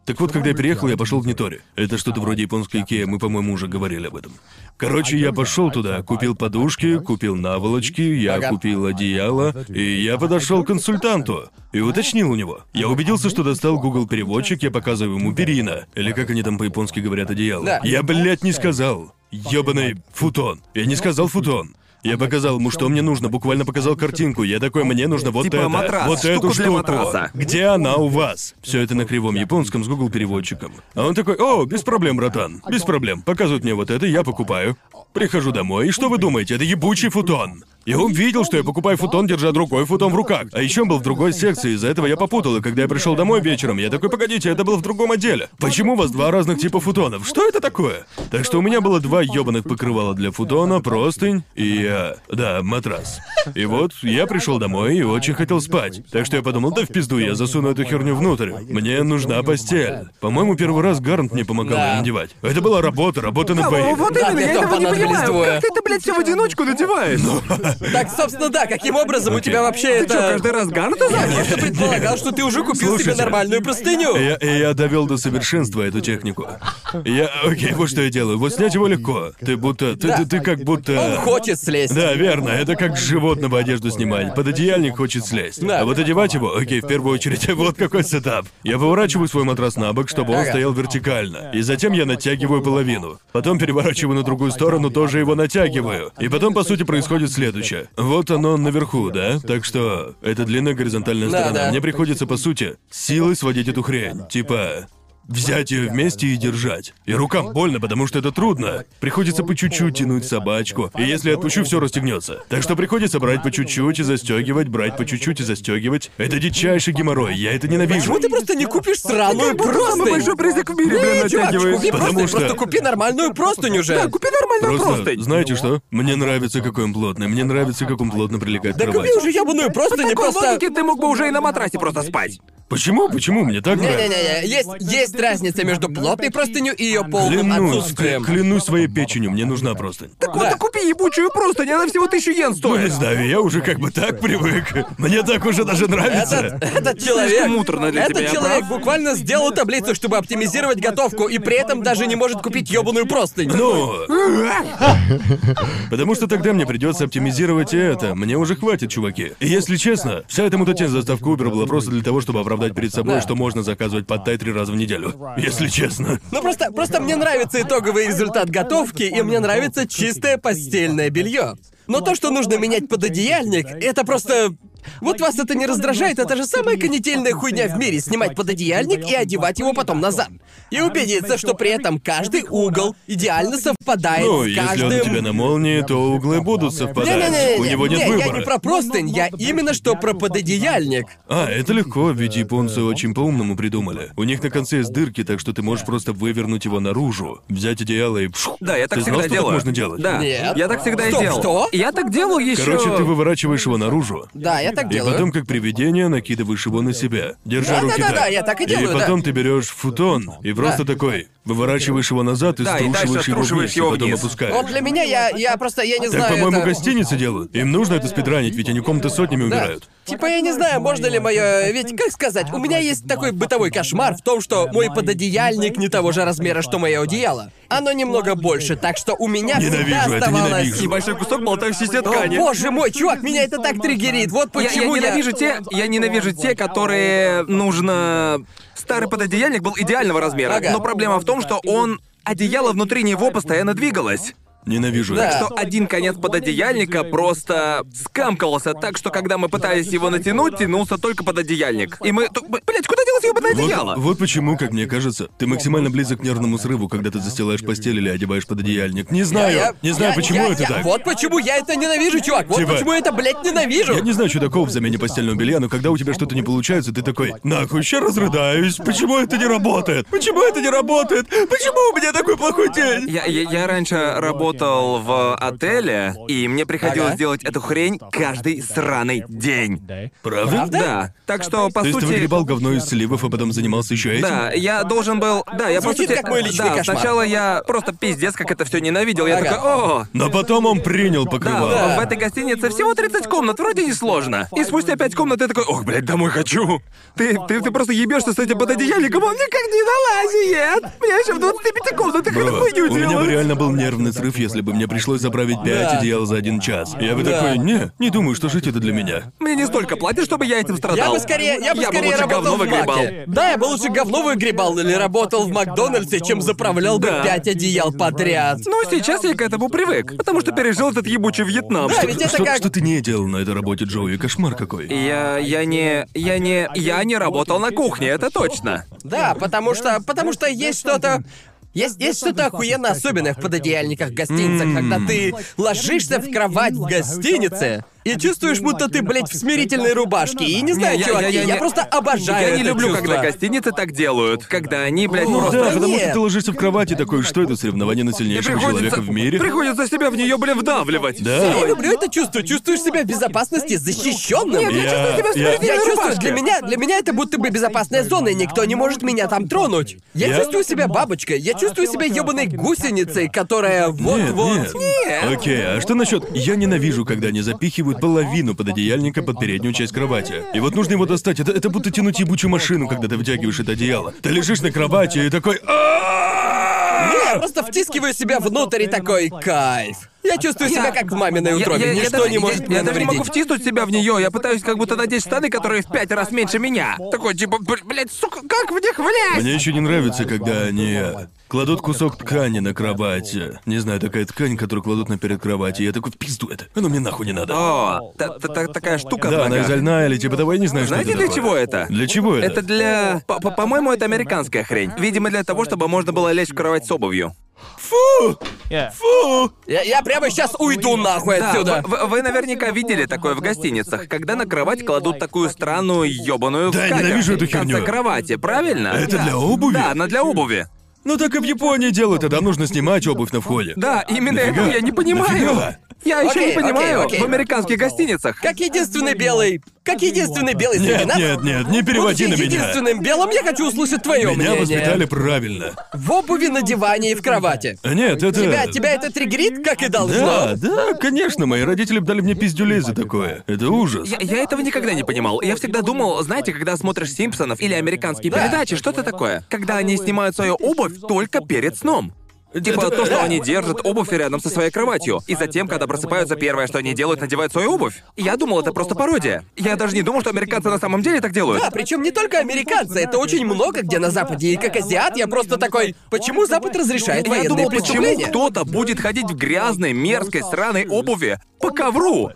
S1: Так вот, когда я переехал, я пошел в Нитори. Это что-то вроде японской Икеи, мы, по-моему, уже говорили об этом. Короче, я пошел туда, купил подушки, купил наволочки, я
S3: Ага.
S1: купил одеяло, и я подошел к консультанту и уточнил у него. Я убедился, что достал Google переводчик, я показываю ему перина, или как они там по-японски говорят одеяло.
S3: Да.
S1: Я, блядь, не сказал. Ёбаный футон. Я не сказал футон. Я показал ему, что мне нужно, буквально показал картинку. Я такой, мне нужно вот
S2: Типа
S1: это,
S2: матрас,
S1: вот
S2: штуку
S1: эту
S2: для
S1: штуку.
S2: матраса.
S1: Где она у вас? Все это на кривом японском с Google переводчиком. А он такой, о, без проблем, братан, без проблем. Показывают мне вот это, я покупаю. Прихожу домой, и что вы думаете, это ебучий футон. И он видел, что я покупаю футон, держа другой футон в руках. А еще он был в другой секции, из-за этого я попутал, и когда я пришел домой вечером, я такой, погодите, это было в другом отделе. Почему у вас два разных типа футонов? Что это такое? Так что у меня было два ебаных покрывала для футона, простынь и... э, да, матрас. И вот я пришел домой и очень хотел спать. Так что я подумал, да в пизду, я засуну эту херню внутрь. Мне нужна постель. По-моему, первый раз Гарнт мне помогал
S3: Да.
S1: ее надевать. Это была работа, работа на
S2: А,
S1: двоих.
S2: вот
S3: Да,
S2: именно,
S3: для
S2: я
S3: этого
S2: этого не
S3: понадобились
S2: понимаю.
S3: двое.
S2: Как ты это, блядь, все в одиночку надеваешь?
S3: Так, собственно, да, каким образом у тебя вообще
S2: Ты
S3: это...
S2: что, каждый раз Гарнта
S3: Я
S2: занят?
S3: просто предполагал, что ты уже купил себе
S1: Слушайте. Э,
S3: нормальную простыню.
S1: Ну, Я, я довел до совершенства эту технику. Я. Окей, вот что я делаю. Вот снять его легко. Ты будто. Ты, ты, ты как будто.
S3: Он хочет слезть.
S1: Да, верно. Это как с животного одежду снимать. Пододеяльник хочет слезть.
S3: Да.
S1: А вот одевать его, окей, в первую очередь, вот какой сетап. Я поворачиваю свой матрас на бок, чтобы он
S3: Ага.
S1: стоял вертикально. И затем я натягиваю половину. Потом переворачиваю на другую сторону, тоже его натягиваю. И потом, по сути, происходит следующее. Вот оно наверху, да? Так что это длинная горизонтальная
S3: Да,
S1: сторона.
S3: да.
S1: Мне приходится, по сути, силой сводить эту хрень. Типа, Взять ее вместе и держать. И рукам больно, потому что это трудно. Приходится по чуть-чуть тянуть собачку. И если отпущу, все расстегнется. Так что приходится брать по чуть-чуть и застегивать, брать по чуть-чуть и застегивать. Это дичайший геморрой, я это ненавижу.
S3: Почему ты просто не купишь сраную
S2: будто самый большой
S3: простынь?
S2: призрак в мире, блин,
S3: Э, чувак,
S2: натягиваешь.
S3: купи
S1: Потому
S3: простынь,
S1: что-
S3: просто купи нормальную простынь уже.
S2: Да, купи нормальную
S1: Просто,
S2: простынь.
S1: знаете что? Мне нравится, какой он плотный. Мне нравится, как он плотно прилегает к
S3: Да
S1: кровати.
S3: купи уже ябаную
S2: По
S3: простынь
S2: такой
S3: и просто...
S2: логике ты мог бы уже и на матрасе просто спать.
S1: Почему? Почему? Мне так нравится.
S3: Не-не-не, есть, есть разница между плотной простынью и ее полным
S1: Клянусь,
S3: отсутствием.
S1: клянусь своей печенью, мне нужна просто.
S2: Так вот
S3: Да.
S2: и купи ебучую простынь, она всего тысячу йен
S1: Ну, не
S2: стоит.
S1: знаю, я уже как бы так привык. Мне так уже даже нравится.
S3: Этот, этот человек,
S2: муторно для
S3: этот
S2: тебя,
S3: человек
S2: правда?
S3: буквально сделал таблицу, чтобы оптимизировать готовку, и при этом даже не может купить ёбаную простынь.
S1: Ну, потому что тогда мне придется оптимизировать и это. Мне уже хватит, чуваки. И если честно, вся эта мутатень заставка Uber была просто для того, чтобы оправдать перед собой,
S3: Да.
S1: что можно заказывать под тай три раза в неделю. Если честно.
S3: Ну просто, просто мне нравится итоговый результат готовки, и мне нравится чистое постельное белье. Но то, что нужно менять пододеяльник, это просто... Вот вас это не раздражает, это же самая канительная хуйня в мире, снимать пододеяльник и одевать его потом назад. И убедиться, что при этом каждый угол идеально совпадает
S1: Ну,
S3: с
S1: если
S3: каждым...
S1: он у тебя на молнии, то углы будут совпадать.
S3: Не-не-не-не-не,
S1: У него нет
S3: не,
S1: выбора.
S3: я не про простынь, я именно что про пододеяльник.
S1: А, это легко, ведь японцы очень по-умному придумали. У них на конце есть дырки, так что ты можешь просто вывернуть его наружу, взять одеяло и... пшу.
S2: Да, я так
S1: Ты
S2: всегда
S1: знал, что так
S2: делаю.
S1: можно делать?
S2: Да.
S3: Нет.
S2: Я так всегда
S3: Стоп,
S2: и делал.
S3: что?
S2: Я так делал еще.
S1: Короче, ты выворачиваешь его наружу,
S3: Да, я так
S1: И
S3: делаю.
S1: потом, как привидение, накидываешь его на себя, держа руки
S3: Да-да-да,
S1: так.
S3: я так и делаю,
S1: И
S3: да.
S1: потом ты берешь футон и просто
S3: Да.
S1: такой выворачиваешь его назад и
S2: Да, и дальше
S1: струшиваешь его
S2: струшиваешь
S1: вниз,
S2: его
S1: и потом
S2: вниз.
S1: опускаешь.
S3: Вот для меня я, я просто, я не
S1: Так,
S3: знаю,
S1: по-моему,
S3: это-
S1: гостиницы делают. Им нужно это спидранить, ведь они комнаты сотнями
S3: Да.
S1: убирают.
S3: Типа я не знаю, можно ли мое. Ведь как сказать, у меня есть такой бытовой кошмар в том, что мой пододеяльник не того же размера, что мое одеяло. Оно немного больше, так что у меня всегда
S1: Ненавижу это,
S3: оставалось.
S1: ненавижу.
S2: Небольшой кусок болтающейся
S3: О,
S2: ткани.
S3: боже мой, чувак, меня это так триггерит. Вот
S2: Я, я
S3: почему я.
S2: ненавижу те, я ненавижу те, которые нужно. Старый пододеяльник был идеального размера,
S3: Ага.
S2: но проблема в том, что он одеяло внутри него постоянно двигалось.
S1: Ненавижу
S3: Да.
S1: это.
S2: Что один конец пододеяльника просто скамкался так, что когда мы пытались его натянуть, тянулся только пододеяльник. И мы... Блять, куда делась разъебанное
S1: Вот,
S2: одеяло.
S1: вот почему, как мне кажется, ты максимально близок к нервному срыву, когда ты застилаешь постель или одеваешь под одеяльник. Не знаю,
S3: Я-
S1: не знаю,
S3: я-
S1: почему
S3: я-
S1: это
S3: я-
S1: так.
S3: Вот почему я это ненавижу, чувак. Вот
S1: Типа-
S3: почему я это, блядь, ненавижу.
S1: Я не знаю чудаков в замене постельного белья, но когда у тебя что-то не получается, ты такой, нахуй, ща разрыдаюсь, почему это не работает? Почему это не работает? Почему у меня такой плохой день?
S2: Я, я, я раньше работал в отеле, и мне приходилось
S3: Ага.
S2: делать эту хрень каждый сраный день.
S1: Правда?
S2: Да. Так что, по
S1: То есть ты
S2: сути...
S1: выгребал говно из сливов, а потом занимался еще этим?
S2: Да, я должен был... Да, я по
S3: Звучит
S2: сути...
S3: как мой личный
S2: да,
S3: кошмар.
S2: сначала я просто пиздец, как это все ненавидел. Я
S3: Ага.
S2: такой, о,
S1: Но потом он принял покрывало.
S2: Да, в- в этой гостинице всего 30 комнат, вроде не сложно. И спустя 5 комнат ты такой, ох, блядь, домой хочу. Ты, ты, ты просто ебешься с этим пододеяльником, он никак не налазит. Мне еще в 25 комнатах эту
S1: Бро,
S2: хуйню
S1: у меня бы
S2: делают.
S1: реально был нервный срыв, если бы мне пришлось заправить пять
S3: Да.
S1: одеял за один час. Я бы
S3: Да.
S1: такой, не, не думаю, что жить это для меня.
S2: Мне не столько платят, чтобы я этим страдал.
S3: Я бы скорее, я бы скорее
S2: лучше
S3: работал
S2: говно
S3: в
S2: выгребал.
S3: Маке. Да, я бы лучше говно выгребал или работал в Макдональдсе, чем заправлял бы
S2: Да.
S3: пять одеял подряд.
S2: Но сейчас я к этому привык, потому что пережил этот ебучий Вьетнам.
S3: Да,
S2: Что-
S3: ведь это
S1: Что,
S3: как...
S1: что ты не делал на этой работе, Джоуи? Кошмар какой.
S2: Я, я не, я не, я не работал на кухне, это точно.
S3: Да, потому что... Потому что есть что-то... Есть, есть что-то охуенно особенное в пододеяльниках гостиницах, когда ты ложишься в кровать в гостинице и чувствуешь, будто ты, блядь, в смирительной рубашке. И не знаю,
S2: Не, я-
S3: чуваки, я,
S2: я- я не-
S3: просто обожаю
S2: Я не
S3: это
S2: люблю,
S3: чувство.
S2: когда гостиницы так делают, когда они, блядь,
S3: Ну
S2: просто
S1: Да, потому что
S3: нет.
S1: ты ложишься в кровати такой, что это соревнование на сильнейшего человека в мире?
S2: Приходится себя в нее, блин, вдавливать.
S1: Да.
S3: Я люблю это чувство. Чувствуешь себя в безопасности, защищенным.
S1: Нет, я Я- чувствую себя в я-
S3: Я
S1: смирительной
S3: чувствую,
S2: рубашке.
S3: для меня, для меня это будто бы безопасная зона, и никто не может меня там тронуть. Я,
S1: Я-
S3: чувствую себя бабочкой, я чувствую себя ебаной гусеницей, которая
S1: Нет,
S3: вот-вот...
S1: нет. Окей, а что насчет «я ненавижу, когда они запихивают половину пододеяльника под переднюю часть кровати»? И вот нужно его достать, это, это будто тянуть ебучую машину, когда ты вытягиваешь это одеяло. Ты лежишь на кровати и такой «Ааа!»
S3: Я просто втискиваю себя внутрь и такой кайф. Я чувствую себя как в маминой утробе, ничто
S2: даже-
S3: не может
S2: я-
S3: мне
S2: я даже не
S3: навредить.
S2: могу втиснуть себя в нее, я пытаюсь как будто надеть штаны, которые в пять раз меньше меня. Такой типа, «Бл- блядь, сука, как в них влезть?
S1: Мне еще не нравится, когда они кладут кусок ткани на кровати. Не знаю, такая ткань, которую кладут на перед кровати. Я такой в пизду это. Оно мне нахуй не надо.
S2: О, та- та- та- такая штука в
S1: да, она
S2: ногах.
S1: из льна или типа того, я не знаю, что
S2: Знаете,
S1: это
S2: для
S1: такое.
S2: чего это?
S1: Для чего это?
S2: Это для... по- по- По-моему, это американская хрень. Видимо, для того, чтобы можно было лечь в кровать с обувью.
S3: Я, я прямо сейчас уйду нахуй
S2: Да,
S3: отсюда.
S2: вы- вы, вы наверняка видели такое в гостиницах, когда на кровать кладут такую странную ёбаную
S1: Да,
S2: скатерть
S1: ненавижу эту
S2: в конце
S1: херню.
S2: кровати, правильно?
S1: Это для обуви?
S2: Да, она для обуви.
S1: Ну так и в Японии делают, а там нужно снимать обувь на входе.
S2: Да, именно
S1: Нафига?
S2: этого я не понимаю.
S1: Нафига?
S2: Я еще
S3: Окей,
S2: не понимаю
S3: окей, окей.
S2: в американских гостиницах.
S3: Как единственный белый... Как единственный белый среди
S1: Нет,
S3: нас...
S1: нет, нет, не переводи на
S3: будучи
S1: меня.
S3: единственным белым, я хочу услышать твое
S1: Меня
S3: мнение.
S1: воспитали правильно.
S3: В обуви, на диване и в кровати.
S1: Нет, это...
S3: Тебя, тебя это триггерит, как и
S1: Да,
S3: должно?
S1: да, конечно, мои родители б дали мне пиздюлей за такое. Это ужас.
S2: Я, я этого никогда не понимал. Я всегда думал, знаете, когда смотришь Симпсонов или американские
S5: Да.
S2: передачи, что это такое? Когда они снимают свою обувь только перед сном. Типа то, что
S5: да.
S2: они держат обувь рядом со своей кроватью. И затем, когда просыпаются, первое, что они делают, надевают свою обувь. Я думал, это просто пародия. Я даже не думал, что американцы на самом деле так делают.
S3: Да, причем не только американцы, это очень много где на Западе. И как азиат я просто такой, почему Запад разрешает
S5: Я
S3: военные
S2: Я думал, почему
S3: преступления?
S2: кто-то будет ходить в грязной, мерзкой, сраной обуви по ковру?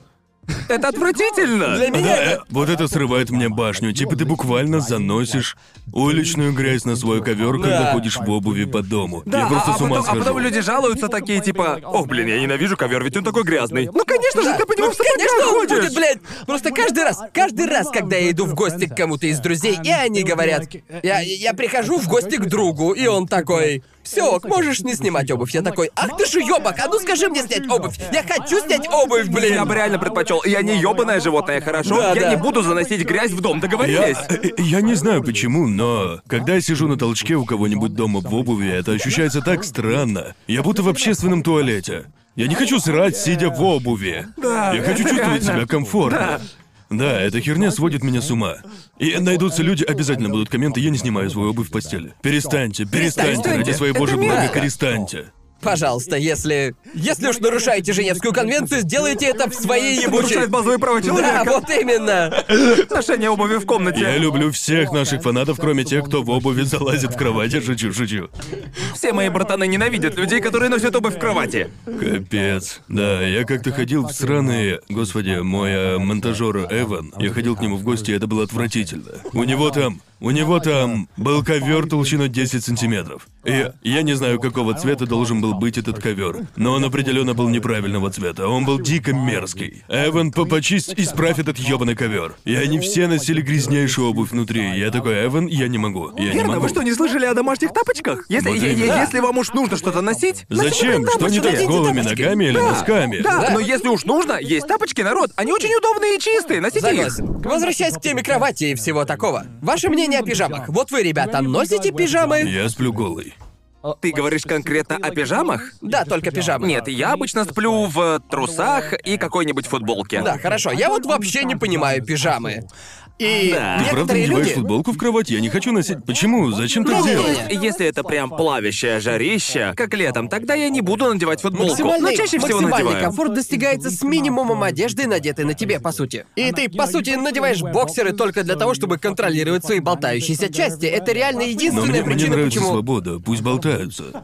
S2: Это отвратительно!
S3: Для меня
S1: Да,
S3: это-
S1: э, вот это срывает мне башню. Типа ты буквально заносишь уличную грязь на свой ковер, когда
S3: Да.
S1: ходишь в обуви по дому.
S2: Да,
S1: Я просто
S2: а, а
S1: с ума
S2: потом, а
S1: схожу.
S2: потом люди жалуются такие, типа, «Ох, блин, я ненавижу ковер, ведь он такой грязный». Ну, конечно же, ты по нему в сапогах
S3: Конечно, он
S2: ходишь.
S3: будет, блядь. Просто каждый раз, каждый раз, когда я иду в гости к кому-то из друзей, и они говорят, я, я прихожу в гости к другу, и он такой, все, можешь не снимать обувь. Я такой, ах ты ж ёбак, а ну скажи мне снять обувь. Я хочу снять обувь, блин.
S2: Я бы реально предпочел. Я не ёбаное животное, хорошо?
S3: Да,
S2: я
S3: да.
S2: не буду заносить грязь в дом,
S1: Я,
S2: договорились?
S1: э, э, я не знаю почему, но когда я сижу на толчке у кого-нибудь дома в обуви, это ощущается так странно. Я будто в общественном туалете. Я не хочу срать, сидя в обуви.
S2: Да,
S1: я хочу
S2: это
S1: чувствовать
S2: реально.
S1: себя комфортно. Да, эта херня сводит меня с ума. И найдутся люди, обязательно будут комменты, я не снимаю свою обувь в постели. Перестаньте, перестаньте, ради своей
S2: Это
S1: божьей блага,
S2: мерзко.
S1: перестаньте.
S3: Пожалуйста, если... Если уж нарушаете Женевскую конвенцию, сделайте это в своей ебучей...
S2: Нарушает базовые права
S3: Да,
S2: человека.
S3: вот именно!
S2: Ношение обуви в комнате.
S1: Я люблю всех наших фанатов, кроме тех, кто в обуви залазит в кровати. Шучу, шучу.
S2: Все мои братаны ненавидят людей, которые носят обувь в кровати.
S1: Капец. Да, я как-то ходил в сраные... Господи, мой э, монтажер Эван. Я ходил к нему в гости, и это было отвратительно. У него там... У него там был ковер толщиной 10 сантиметров. И я не знаю, какого цвета должен был быть этот ковер, но он определенно был неправильного цвета. Он был дико мерзкий. Эван, попочисть, исправь этот ёбаный ковер. И они все носили грязнейшую обувь внутри. Я такой, Эван, я не могу. Я не
S2: Верно,
S1: могу.
S2: вы что, не слышали о домашних тапочках? Если,
S1: Вот
S2: е- е-
S1: именно.
S2: если вам уж нужно что-то носить, носите,
S1: Зачем?
S2: блин,
S1: Что не так
S2: тапочки.
S1: с голыми ногами или носками?
S2: Да,
S3: Да.
S2: но если уж нужно, есть тапочки, народ. Они очень удобные и чистые, носите их.
S3: Согласен. Возвращаясь к теме кровати и всего такого. Ваше мнение о пижамах. Вот вы, ребята, носите пижамы?
S1: Я сплю голый.
S2: Ты говоришь конкретно о пижамах?
S3: Да, только пижамы.
S2: Нет, я обычно сплю в э, трусах и какой-нибудь футболке.
S3: Да, хорошо. Я вот вообще не понимаю пижамы. И
S2: Да.
S1: Ты правда
S3: некоторые
S1: надеваешь
S3: люди...
S1: футболку в кровать? Я не хочу носить. Почему? Зачем так
S3: Ну,
S2: То
S1: делать?
S2: есть, если это прям плавящее жарище, как летом, тогда я не буду надевать футболку. Но
S3: Максимальный,
S2: чаще всего
S3: максимальный
S2: надеваю.
S3: комфорт достигается с минимумом одежды, надетой на тебе, по сути. И ты, по сути, надеваешь боксеры только для того, чтобы контролировать свои болтающиеся части. Это реально
S1: Но
S3: единственная
S1: мне, мне
S3: причина,
S1: нравится
S3: почему...
S1: свобода, пусть болтаются.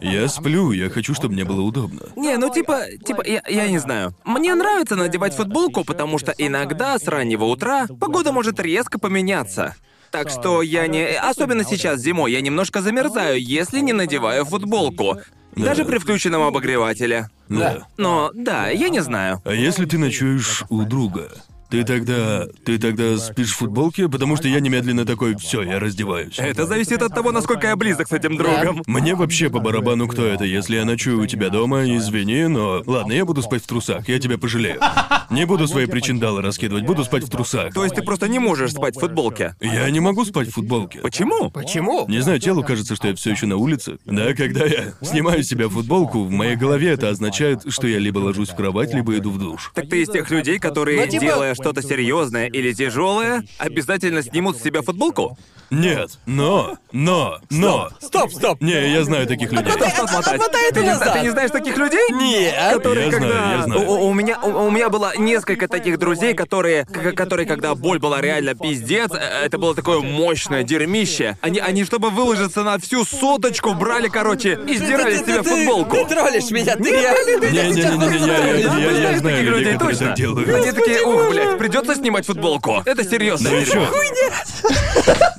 S1: Я сплю, я хочу, чтобы мне было удобно.
S2: Не, ну типа, типа, я, я не знаю. Мне нравится надевать футболку, потому что иногда с раннего утра погода может резко поменяться. Так что я не... Особенно сейчас зимой я немножко замерзаю, если не надеваю футболку. Даже при включенном обогревателе.
S1: Ну Да.
S2: Но да, я не знаю.
S1: А если ты ночуешь у друга? Ты тогда... Ты тогда спишь в футболке, потому что я немедленно такой, все, я раздеваюсь.
S2: Это зависит от того, насколько я близок с этим другом.
S1: Мне вообще по барабану, кто это. Если я ночую у тебя дома, извини, но... Ладно, я буду спать в трусах, я тебя пожалею. Не буду свои причиндалы раскидывать, буду спать в трусах.
S2: То есть ты просто не можешь спать в футболке.
S1: Я не могу спать в футболке.
S2: Почему?
S3: Почему?
S1: Не знаю, телу кажется, что я все еще на улице. Да, когда я снимаю с себя футболку, в моей голове это означает, что я либо ложусь в кровать, либо иду в душ.
S2: Так ты из тех людей, которые,
S3: Ну, типа-
S2: делая что-то серьезное или тяжелое, обязательно снимут с себя футболку?
S1: Нет, но, но, но.
S3: Стоп, стоп.
S1: Не, я знаю
S3: А
S1: таких людей.
S2: Куда что отмотать?
S3: Ну, отмотай это
S2: Ты не
S3: назад.
S2: зна- Ты не знаешь таких людей?
S3: Нет.
S2: Которые
S1: Я
S2: когда...
S1: знаю, я знаю.
S2: У, у меня, у, у меня было несколько таких друзей, которые, к- которые, когда боль была реально пиздец, э, это было такое мощное дерьмище. Они, они чтобы выложиться на всю соточку, брали, короче, и сдирали с
S3: Ты- ты-
S2: тебя
S3: ты- Ты
S2: футболку.
S3: троллишь меня, ты реально... ты
S1: Не,
S3: меня
S1: не, не,
S3: сейчас
S1: не, не, я, я,
S3: поздравишь.
S1: я- я
S2: Знаешь
S1: знаю
S2: таких людей
S1: людей, которые
S2: точно.
S1: так делают.
S2: Они такие, ух, блядь, придется снимать футболку. Это серьезно.
S1: Но еще.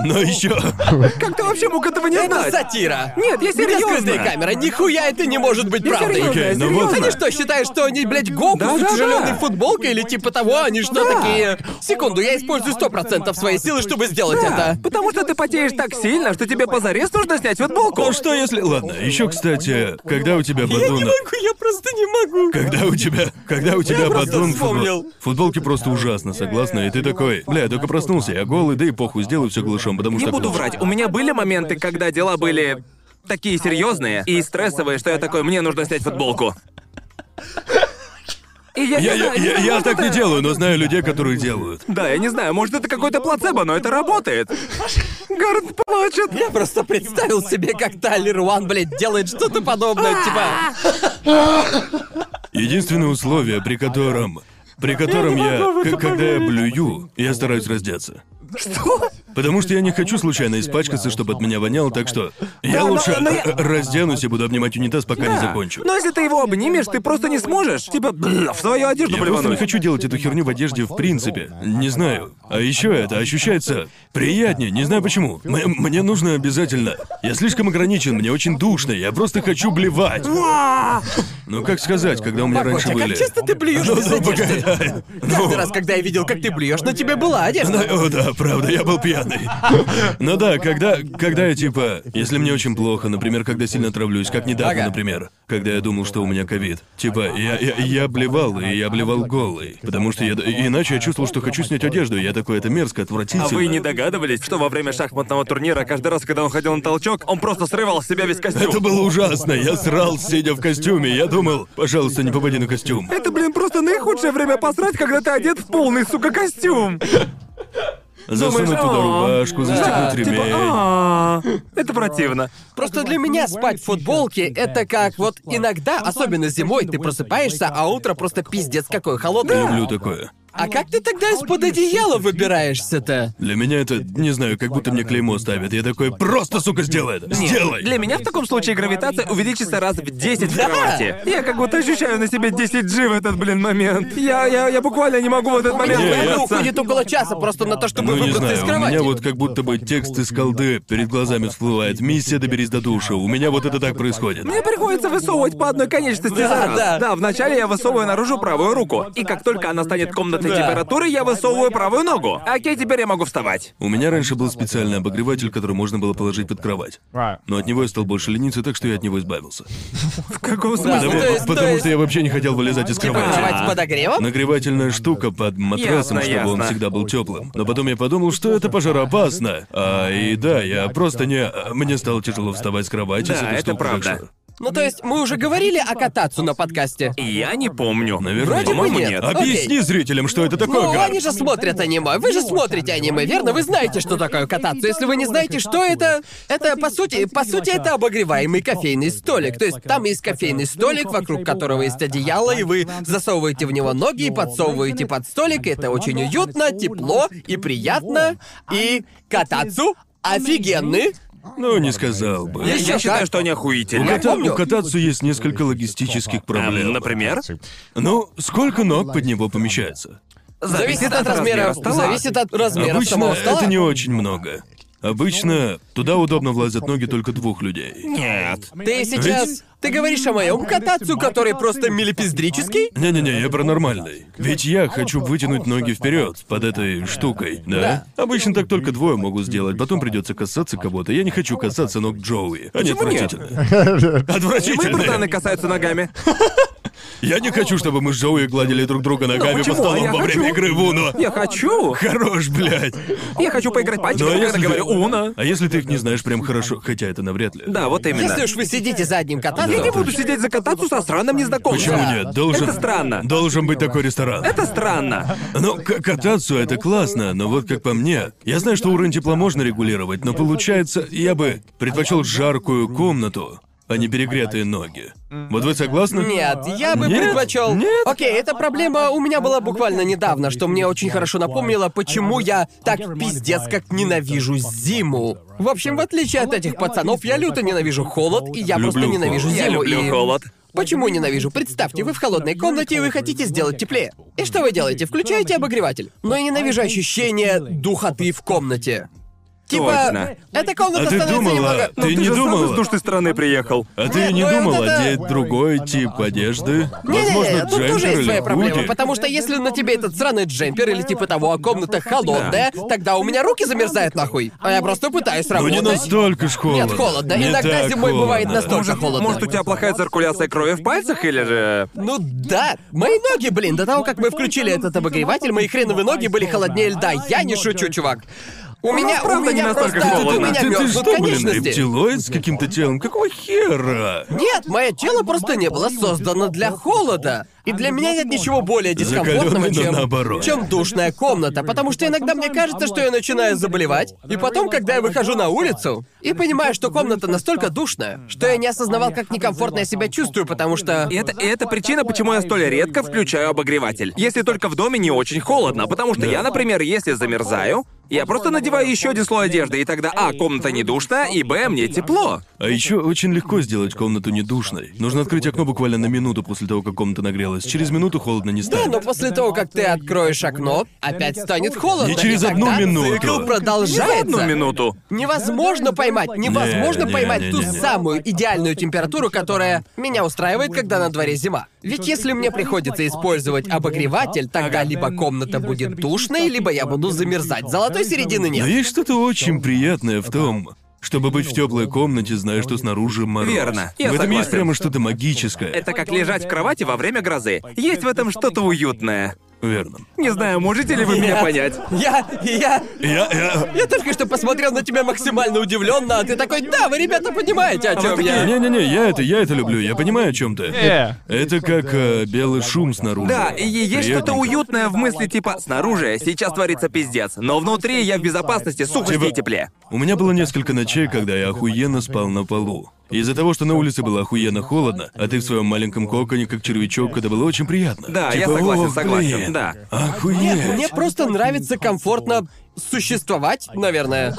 S1: Но еще.
S2: Как ты вообще мог этого не
S3: Это
S2: знать?
S3: сатира.
S2: Нет, я
S3: У меня
S2: серьезно.
S3: скрытая камера, нихуя это не может быть правдой.
S2: серьезно,
S1: Окей, ну вот.
S3: Они что, считают, что они, блядь, гопы
S2: Да,
S3: с
S2: да,
S3: утяжеленной
S2: да.
S3: футболкой или типа того? Они что, такие... Секунду, я использую 100% своей силы, чтобы сделать
S2: Да,
S3: это.
S2: потому что ты потеешь так сильно, что тебе позарез нужно снять футболку.
S1: Ну что если... Ладно, еще, кстати, когда у тебя
S3: Я не
S1: бадуна...
S3: могу, я просто не могу.
S1: Когда у тебя, когда у тебя
S3: просто
S1: батон
S3: вспомнил.
S1: футболки просто ужасно, согласна, и ты такой, бля, я только проснулся, я голый, да и похуй, сделаю все глушом, потому что
S2: Не буду
S1: глуш».
S2: врать, у меня были моменты, когда дела были такие серьезные и стрессовые, что я такой, мне нужно снять футболку. И я, не
S1: Я, я,
S2: знаю, не
S1: я,
S2: знаю,
S1: я
S2: может,
S1: так не
S2: это-
S1: делаю, но знаю людей, которые делают.
S2: Да, я не знаю, может это какой-то плацебо, но это работает. Гард плачет.
S3: Я просто представил себе, как Тайлер Уан, блядь, делает что-то подобное,
S2: А.
S3: типа...
S1: Единственное условие, при котором... При котором я, к- когда я блюю, я стараюсь раздеться.
S2: Что?
S1: Потому что я не хочу случайно испачкаться, чтобы от меня воняло, так что я
S2: Да, но-
S1: лучше
S2: но я-
S1: э, э, разденусь и буду обнимать унитаз, пока не
S2: Да. Ну,
S1: закончу.
S2: Но если ты его обнимешь, ты просто не сможешь. Типа, бля, в свою одежду
S1: Я просто не
S2: блевануть.
S1: хочу делать эту херню в одежде в принципе. Не знаю. А еще это ощущается приятнее, не знаю почему. М- мне нужно обязательно. Я слишком ограничен, мне очень душно, я просто хочу блевать.
S2: А!
S1: Ну как сказать, когда у меня раньше
S3: Котя,
S1: были...
S3: как часто ты блюешь
S1: Ну,
S3: без
S1: ну,
S3: одежды?
S1: погоди. Ну.
S3: Каждый раз, когда я видел, как ты блюешь, на тебе была одежда.
S1: Да, О, ну, да, правда, я был пьяный. Ну да, когда, когда я типа, если мне очень плохо, например, когда сильно травлюсь, как недавно,
S3: Ага.
S1: например, когда я думал, что у меня ковид, типа, я, я, я блевал, и я блевал голый, потому что я, иначе я чувствовал, что хочу снять одежду, я такой, это мерзко, отвратительно.
S2: А вы не догадывались, что во время шахматного турнира каждый раз, когда он ходил на толчок, он просто срывал с себя весь костюм?
S1: Это было ужасно, я срал, сидя в костюме, я думал, пожалуйста, не попади на костюм.
S2: Это, блин, просто наихудшее время посрать, когда ты одет в полный, сука, костюм.
S1: Засунуть
S2: Думаешь,
S1: туда
S2: «О,
S1: рубашку, застегнуть
S2: типа,
S1: ремень.
S2: «А, Это противно.
S3: Просто для меня спать в футболке — это как вот иногда, особенно зимой, ты просыпаешься, а утро просто пиздец какое холодное.
S1: Люблю такое.
S3: А как ты тогда из-под одеяла выбираешься-то?
S1: Для меня это, не знаю, как будто мне клеймо ставят. Я такой, просто, сука, сделай это!
S2: Нет,
S1: Сделай!
S2: Для меня в таком случае гравитация увеличится раз в 10 в кровати. Я как будто ощущаю на себе 10 G в этот, блин, момент. Я, я, я буквально не могу в этот момент
S1: Не, я-
S3: Это
S2: выбраться.
S3: уходит около часа просто на то, чтобы
S1: Ну, не
S3: выбраться
S1: знаю,
S3: из
S1: у
S3: кровати.
S1: меня вот как будто бы текст из колды перед глазами всплывает. Миссия «Доберись до душа». У меня вот это так происходит.
S2: Мне приходится высовывать по одной конечности
S3: Да,
S2: за раз.
S3: да.
S2: вначале я высовываю наружу правую руку. И как только она станет комнатной
S3: Да.
S2: температуры, я высовываю правую ногу. Окей, теперь я могу вставать.
S1: У меня раньше был специальный обогреватель, который можно было положить под кровать. Но от него я стал больше лениться, так что я от него избавился.
S2: В каком
S3: Да,
S1: Потому,
S2: смысле?
S3: ну, то есть-
S1: потому
S3: то есть-
S1: что я вообще не хотел вылезать из
S3: Типа
S1: кровати.
S3: кровать с подогревом?
S1: Нагревательная штука под матрасом,
S2: Ясно,
S1: чтобы он
S2: ясно.
S1: всегда был теплым. Но потом я подумал, что это пожароопасно. А, и да, я просто не... Мне стало тяжело вставать с кровати
S2: Да,
S1: с этой
S2: это
S1: штукой, так
S2: правда.
S1: что-
S3: Ну то есть мы уже говорили о катацу на подкасте.
S2: Я не помню.
S1: Наверное,
S3: Вроде бы
S2: По-моему,
S3: нет.
S2: нет.
S3: А-
S1: Объясни зрителям, что это такое,
S3: Ну,
S1: Гарп.
S3: они же смотрят аниме. Вы же смотрите аниме, верно? Вы знаете, что такое кататься. Если вы не знаете, что это... Это, по сути, по сути, это обогреваемый кофейный столик. То есть там есть кофейный столик, вокруг которого есть одеяло, и вы засовываете в него ноги и подсовываете под столик. Это очень уютно, тепло и приятно. И катацу офигенный.
S1: Ну, не сказал бы.
S2: Я,
S3: Ещё как.
S2: считаю, что они Эм,
S1: У,
S2: охуительны.
S3: Я
S1: кота-
S3: помню.
S1: у катацу есть несколько логистических
S2: Эм,
S1: проблем.
S2: например?
S1: Ну, сколько ног под него помещается?
S3: Зависит от размера.
S2: стола.
S3: Зависит от размера
S1: Обычно
S3: самого стола.
S1: это не очень много. Обычно туда удобно влазят ноги только двух людей.
S2: Нет.
S3: Ты сейчас... Ты говоришь о моем катацу, который просто милипиздрический?
S1: Не-не-не, я про нормальный. Ведь я хочу вытянуть ноги вперед под этой штукой, да? Обычно так только двое могут сделать, потом придется касаться кого-то. Я не хочу касаться ног Джоуи. Они
S2: Почему нет?
S1: отвратительные.
S2: Мы, братаны,
S1: Отвратительные.
S2: касаются ногами.
S1: Я не хочу, чтобы мы с Джоуи гладили друг друга ногами по
S2: почему? А
S1: столу
S2: я
S1: во время
S2: хочу.
S1: игры в Уно.
S2: Я хочу.
S1: Хорош, блядь.
S2: Я хочу поиграть
S1: Ну, а
S2: пальчиками, когда
S1: если
S2: говорю
S1: ты-
S2: «Уна».
S1: А если ты их не знаешь прям хорошо, хотя это навряд ли.
S2: Да, вот именно.
S3: Если уж вы сидите за одним
S2: Я
S3: катаном,
S2: не буду сидеть за кататься со сраным незнакомцем.
S1: Почему
S3: Да.
S1: нет? Должен...
S2: Это странно.
S1: Должен быть такой ресторан.
S2: Это странно.
S1: Ну, к- кататься это классно, но вот как по мне, я знаю, что уровень тепла можно регулировать, но получается, я бы предпочел жаркую комнату, а не перегретые ноги. Вот вы согласны?
S3: Нет, я бы
S1: Нет?
S3: предпочел.
S1: Нет?
S3: Окей, эта проблема у меня была буквально недавно, что мне очень хорошо напомнило, почему я так пиздец как ненавижу зиму. В общем, в отличие от этих пацанов, я люто ненавижу холод, и я
S1: Люблю
S3: просто ненавижу
S1: холод.
S2: Я
S3: зиму.
S2: люблю
S3: и-
S2: холод.
S3: Почему ненавижу? Представьте, вы в холодной комнате и вы хотите сделать теплее. И что вы делаете? Включаете обогреватель. Но я ненавижу ощущение духоты в комнате. Типа,
S2: Точно.
S3: эта комната
S1: А ты
S3: становится
S1: думала,
S3: немного. ну,
S1: Ты не
S2: Ну, же
S1: думала?
S2: сам из душной стороны приехал.
S1: А ты
S3: Нет,
S1: не
S3: ну и
S1: думал
S3: вот это-
S1: одеть другой тип одежды?
S3: Не-не-не,
S1: Возможно,
S3: тут тоже
S1: джемпер
S3: есть своя
S1: или
S3: проблема,
S1: худи?
S3: потому что если на тебе этот сраный джемпер или типа того, а комната холодная, тогда у меня руки замерзают нахуй. А я просто пытаюсь
S1: Ну
S3: работать.
S1: не настолько ж холодно.
S3: Нет, холодно.
S1: Не
S3: Иногда
S1: так
S3: зимой бывает
S1: холодно.
S3: настолько холодно.
S2: Может, у тебя плохая циркуляция крови в пальцах, или же...
S3: Ну да, мои ноги, блин, до того, как мы включили этот обогреватель, мои хреновые ноги были холоднее льда. Я не шучу, чувак. У меня, у
S2: правда не
S3: меня
S2: настолько
S3: просто, у
S2: холодно.
S3: меня Ну,
S1: Ты, ты
S3: мерзнут
S1: что, блин,
S3: конечности.
S1: рептилоид с каким-то телом? Какого хера?
S3: Нет, мое тело просто не было создано для холода. И для меня нет ничего более дискомфортного,
S1: Закалённый, но
S3: чем,
S1: наоборот.
S3: чем душная комната, потому что иногда мне кажется, что я начинаю заболевать, и потом, когда я выхожу на улицу и понимаю, что комната настолько душная, что я не осознавал, как некомфортно я себя чувствую, потому что...
S2: И это, и это причина, почему я столь редко включаю обогреватель. Если только в доме не очень холодно, потому что я, например, если замерзаю, я просто надеваю еще один слой одежды, и тогда, а, комната не душная, и, б, мне тепло.
S1: А еще очень легко сделать комнату недушной. Нужно открыть окно буквально на минуту после того, как комната нагрелась. Через минуту холодно не
S3: Да,
S1: станет.
S3: но после того, как ты откроешь окно, опять станет холодно.
S1: Не через
S3: и
S1: одну
S3: тогда
S1: минуту.
S3: Цикл
S2: Не за
S3: продолжается.
S2: одну минуту.
S3: Невозможно поймать, невозможно
S1: Не, не,
S3: поймать
S1: не,
S3: ту
S1: не, не.
S3: самую идеальную температуру, которая меня устраивает, когда на дворе зима. Ведь если мне приходится использовать обогреватель, тогда либо комната будет душной, либо я буду замерзать. Золотой середины
S1: Но
S3: нет.
S1: есть что-то очень приятное в том, чтобы быть в теплой комнате, зная, что снаружи мороз.
S2: Верно.
S1: В
S2: Я
S1: этом есть
S2: согласен.
S1: прямо что-то магическое.
S2: Это как лежать в кровати во время грозы. Есть в этом что-то уютное.
S1: Верно.
S2: Не знаю, можете ли вы меня понять.
S3: Я, я,
S1: Я, я...
S3: я только что посмотрел на тебя максимально удивленно, а ты такой, да, вы, ребята, понимаете,
S1: А
S3: о чем я.
S1: Не-не-не, я это, я это люблю, я понимаю, о чем ты.
S5: Э.
S1: Это как э, белый шум снаружи.
S2: Да, и есть что-то
S1: Приятненько.
S2: уютное в мысли типа «снаружи сейчас творится пиздец, но внутри я в безопасности, сухости и
S1: Типа-
S2: тепле».
S1: У меня было несколько ночей, когда я охуенно спал на полу. Из-за того, что на улице было охуенно холодно, а ты в своем маленьком коконе, как червячок, это было очень приятно.
S2: Да, я
S1: Типа,
S2: согласен,
S1: «О,
S2: согласен,
S1: блин,
S2: да.
S1: Охуеть.
S3: Мне просто нравится комфортно существовать, наверное.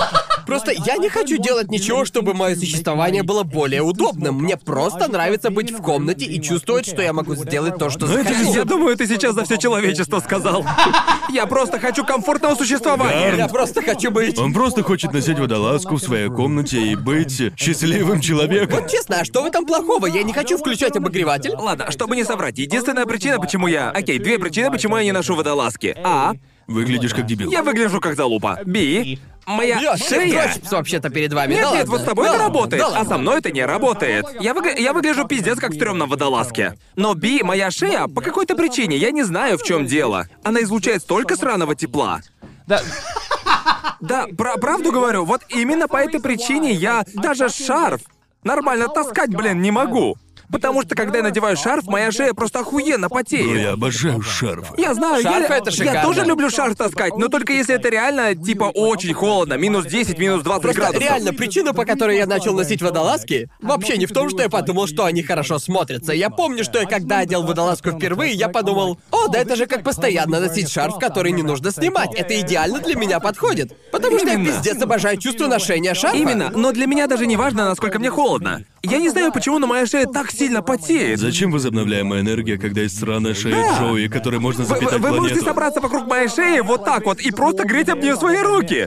S3: Просто я не хочу делать ничего, чтобы мое существование было более удобным. Мне просто нравится быть в комнате и чувствовать, что я могу сделать то,
S2: Ну,
S3: что
S1: Но а это
S3: захочу.
S1: же
S2: Я думаю, ты сейчас за все человечество сказал. Я просто хочу комфортного
S3: Я
S2: существования.
S3: просто хочу быть...
S1: Он просто хочет носить водолазку в своей комнате и быть счастливым человеком.
S3: Вот честно, а что в этом плохого? Я не хочу включать обогреватель.
S2: Ладно, чтобы не соврать, единственная причина, почему я... Окей, две причины, почему я не ношу водолазки. А.
S1: Выглядишь как дебил. Ну,
S2: Я выгляжу как залупа. Б. Моя
S3: Я
S2: шея...
S3: вообще-то перед вами.
S2: Нет,
S3: да
S2: нет,
S3: ладно.
S2: вот с тобой
S3: Да
S2: это
S3: ладно,
S2: работает,
S3: да
S2: а
S3: ладно.
S2: со мной это не работает. Я, выгля- я выгляжу пиздец как в стрёмном водолазке. Но Би, моя шея, по какой-то причине, я не знаю, в чем дело. Она излучает столько сраного тепла.
S5: Да,
S2: Да, пра- правду говорю, вот именно по этой причине я даже шарф нормально таскать, блин, не могу. Потому что, когда я надеваю шарф, моя шея просто охуенно
S1: Бро, Ну, я
S2: потеет.
S1: обожаю шарфы.
S2: Я знаю,
S3: Шарф
S2: я,
S3: это шикарно.
S2: я тоже люблю шарф таскать, но только если это реально, типа, очень холодно, минус 10, минус 20
S3: Просто
S2: градусов.
S3: реально причина, по которой я начал носить водолазки, вообще не в том, что я подумал, что они хорошо смотрятся. Я помню, что я когда одел водолазку впервые, я подумал, о, да это же как постоянно носить шарф, который не нужно снимать. Это идеально для меня подходит. Потому что я
S2: Именно.
S3: пиздец обожаю чувство ношения шарфа.
S2: Именно, но для меня даже не важно, насколько мне холодно. Я не знаю, почему, но моя шея так сильно потеет.
S1: Зачем возобновляемая энергия, когда есть сраная шея Джоуи, которой можно
S2: Вы,
S1: запитать
S2: вы можете
S1: планету?
S2: собраться вокруг моей шеи вот так вот и просто греть об нее свои руки.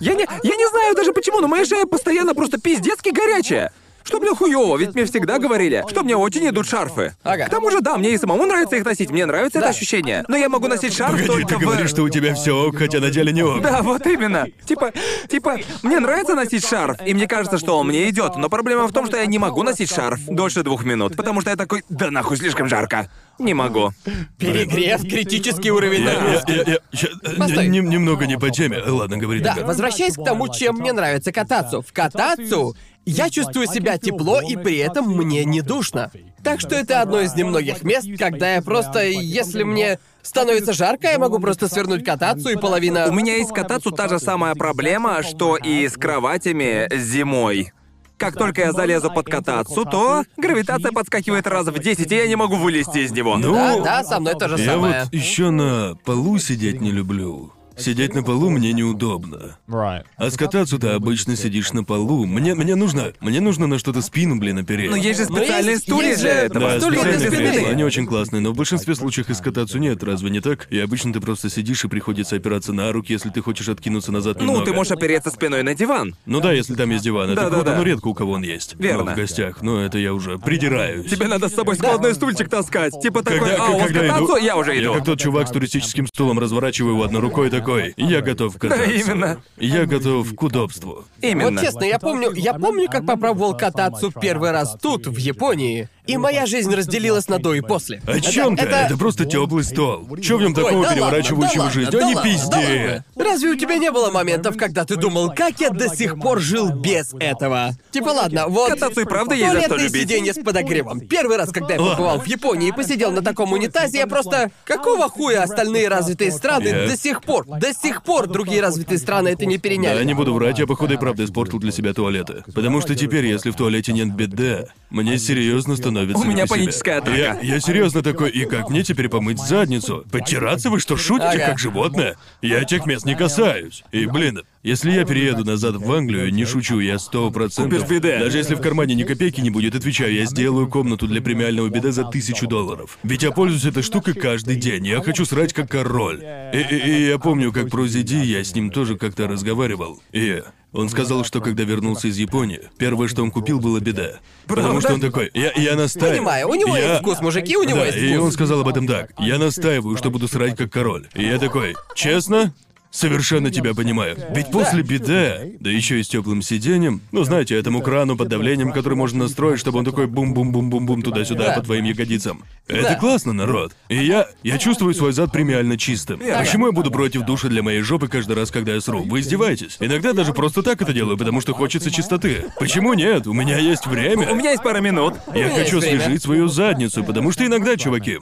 S2: Я не, я не знаю даже почему, но моя шея постоянно просто пиздецки горячая. Что, блин, хуёво, ведь мне всегда говорили, что мне очень идут шарфы.
S3: Ага.
S2: К тому же, да, мне и самому нравится их носить, мне нравится это
S3: Да.
S2: ощущение. Но я могу носить шарф
S1: Погоди,
S2: только
S1: ты
S2: в-
S1: говоришь, что у тебя все ок, хотя на деле не ок.
S2: Да, вот именно. Типа, типа, мне нравится носить шарф, и мне кажется, что он мне идет. Но проблема в том, что я не могу носить шарф дольше двух минут, потому что я такой, да нахуй слишком жарко. Не могу.
S3: Перегрев, критический уровень
S1: Я,
S3: нагрузки.
S1: я- я- ща-
S3: Постой.
S1: нем- немного не по теме. Ладно, говори
S3: Да,
S1: тогда.
S3: возвращаясь к тому, чем мне нравится кататься. В катацу я чувствую себя тепло, и при этом мне не душно. Так что это одно из немногих мест, когда я просто, если мне становится жарко, я могу просто свернуть катацу, и половина...
S2: У меня есть с катацу та же самая проблема, что и с кроватями зимой. Как только я залезу под катацу, то гравитация подскакивает раз в 10, и я не могу вылезти из него.
S1: Ну,
S3: Да, да, со мной то же
S1: я
S3: самое.
S1: вот еще на полу сидеть не люблю. Сидеть на полу мне неудобно.
S5: right.
S1: А скататься ты обычно сидишь на полу. Мне, мне нужно, мне нужно на что-то спину, блин, опереть.
S2: Но Ну, есть же
S3: Но ну, есть-
S2: специальные стулья
S3: есть
S2: для
S3: же-
S2: этого.
S1: Да,
S3: стулья для
S1: специальные
S3: спины.
S1: кресла, они очень классные, но в большинстве случаев и скататься нет, разве не так? И обычно ты просто сидишь и приходится опираться на руки, если ты хочешь откинуться назад
S2: Ну,
S1: немного.
S2: ты можешь опереться спиной на диван.
S1: Ну да, если там есть диван, это
S2: Да-да-да.
S1: круто, но редко у кого он есть.
S2: Верно.
S1: Ну, в гостях, но это я уже придираюсь.
S2: Тебе надо с собой складной стульчик таскать. Типа такой,
S1: Когда-
S2: а, у вас
S1: когда
S2: кататься?
S1: иду-
S2: Я уже
S1: Я
S2: иду.
S1: как тот чувак с туристическим стулом разворачиваю его одной рукой и такой. Я готов кататься.
S2: именно.
S1: Я готов к удобству.
S2: Именно.
S3: Вот честно, я помню, я помню, как попробовал кататься в первый раз тут, в Японии, и моя жизнь разделилась на до и после.
S1: О чем ты? Это...
S3: это-
S1: просто теплый стол. Че в нем
S3: Ой,
S1: такого
S3: да ладно,
S1: переворачивающего
S3: да
S1: жизнь?
S3: ладно,
S1: Они
S3: да
S1: пизде.
S3: ладно, да ладно. Разве у тебя не было моментов, когда ты думал, как я до сих пор жил без этого? Типа ладно, вот...
S2: Кататься и правда есть за что
S3: Туалетное
S2: любить.
S3: сиденье с подогревом. Первый раз, когда я
S1: Ладно.
S3: побывал в Японии и посидел на таком унитазе, я просто... Какого хуя остальные развитые страны
S1: Я-
S3: до сих пор, до сих пор другие развитые страны это не переняли?
S1: Да, не буду врать, я походу и правда испортил для себя туалеты. Потому что теперь, если в туалете нет беда, мне серьезно становится.
S2: У
S1: не
S2: меня
S1: по себе.
S2: паническая атака.
S1: Я, я серьезно такой, и как мне теперь помыть задницу? Подтираться вы что, шутите,
S3: Ага.
S1: как животное? Я тех мест не касаюсь. И блин, если я перееду назад в Англию, не шучу, я сто процентов.
S2: Купишь биде.
S1: Даже если в кармане ни копейки не будет, отвечаю, я сделаю комнату для премиального беда за тысячу долларов. Ведь я пользуюсь этой штукой каждый день. Я хочу срать как король. И, и- и я помню, как про Зиди, я с ним тоже как-то разговаривал. И он сказал, что когда вернулся из Японии, первое, что он купил, было беда. Потому что он такой, я, я настаиваю.
S3: Понимаю, у него
S1: Я-
S3: есть вкус, мужики, у него
S1: да,
S3: есть
S1: и
S3: вкус.
S1: он сказал об этом так. Я настаиваю, что буду срать как король. И я такой, честно? Совершенно тебя понимаю. Ведь после биде, да еще и с теплым сиденьем, ну знаете, этому крану под давлением, который можно настроить, чтобы он такой бум-бум-бум-бум-бум туда-сюда
S3: Да.
S1: по твоим ягодицам. Это
S3: Да.
S1: классно, народ. И я, я чувствую свой зад премиально чистым.
S2: Верно.
S1: Почему я буду против душа для моей жопы каждый раз, когда я сру? Вы издеваетесь. Иногда даже просто так это делаю, потому что хочется чистоты. Почему нет? У меня есть время.
S2: У меня есть пара минут.
S1: Я
S3: меня
S1: хочу
S3: есть время.
S1: освежить свою задницу, потому что иногда, чуваки,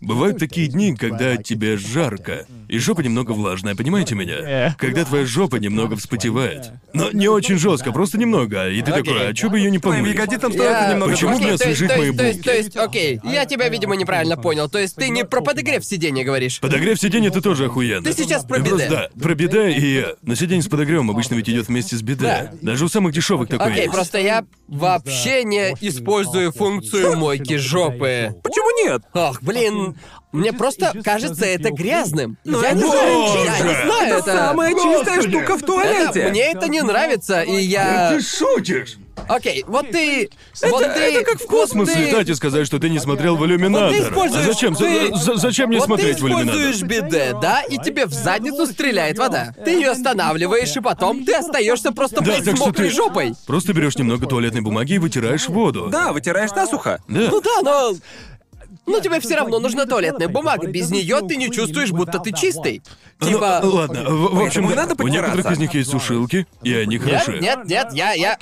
S1: бывают такие дни, когда тебе жарко, и жопа немного влажная, понимаете меня? Когда твоя жопа немного вспотевает. Но не очень жестко, просто немного, и ты такой, а чё бы ее не
S2: Твоим
S1: помыть?
S2: ягодицам стоит
S3: Я-
S2: немного
S1: Почему
S2: помочь.
S1: бы
S3: Окей, то есть-
S1: освежить
S3: то
S1: мои
S3: есть- то есть-
S1: булки?
S3: То есть, окей, я тебя, видимо, неправильно понял. То есть ты не про подогрев сиденья говоришь.
S1: Подогрев сиденья ты тоже охуенно.
S3: Ты сейчас про
S1: Просто
S3: биде.
S1: Да, про биде и... э, Но сиденье с подогревом обычно ведь идет вместе с биде.
S3: Да.
S1: Даже у самых дешевых такое
S3: Окей,
S1: есть.
S3: просто я вообще не использую функцию мойки жопы.
S2: Почему нет?
S3: Ох, блин,
S1: А
S3: мне просто кажется это грязным.
S2: Ну,
S3: я не
S2: это
S3: знаю,
S1: боже!
S3: я не знаю,
S2: Это
S3: это...
S2: самая чистая штука в туалете.
S3: Это- Мне это не нравится, и я...
S1: шутишь?
S3: Окей, вот ты... вот ты...
S1: Это как в космос
S3: вот ты-
S1: летать и сказать, что ты не смотрел в иллюминатор.
S3: Вот ты используешь-
S1: А зачем? За-
S3: ты-
S1: за- зачем мне
S3: вот
S1: смотреть в
S3: ты используешь
S1: иллюминатор?
S3: биде, да, и тебе в задницу стреляет вода. Ты ее останавливаешь, и потом ты остаешься просто,
S1: Да,
S3: блядь,
S1: так
S3: с
S1: что
S3: мокрой
S1: ты-
S3: жопой.
S1: Просто берешь немного туалетной бумаги и вытираешь воду.
S2: Да, вытираешь насухо.
S1: Да.
S3: Ну да, но... Ну тебе все равно нужна туалетная бумага. Без нее ты не чувствуешь, будто ты чистый.
S1: Ну,
S3: Типа...
S1: ладно, в, в общем,
S2: Поэтому и
S1: да,
S2: надо
S1: у некоторых
S2: подтираться.
S1: из них есть сушилки, и они
S3: Нет,
S1: хороши.
S3: нет, нет, я, я...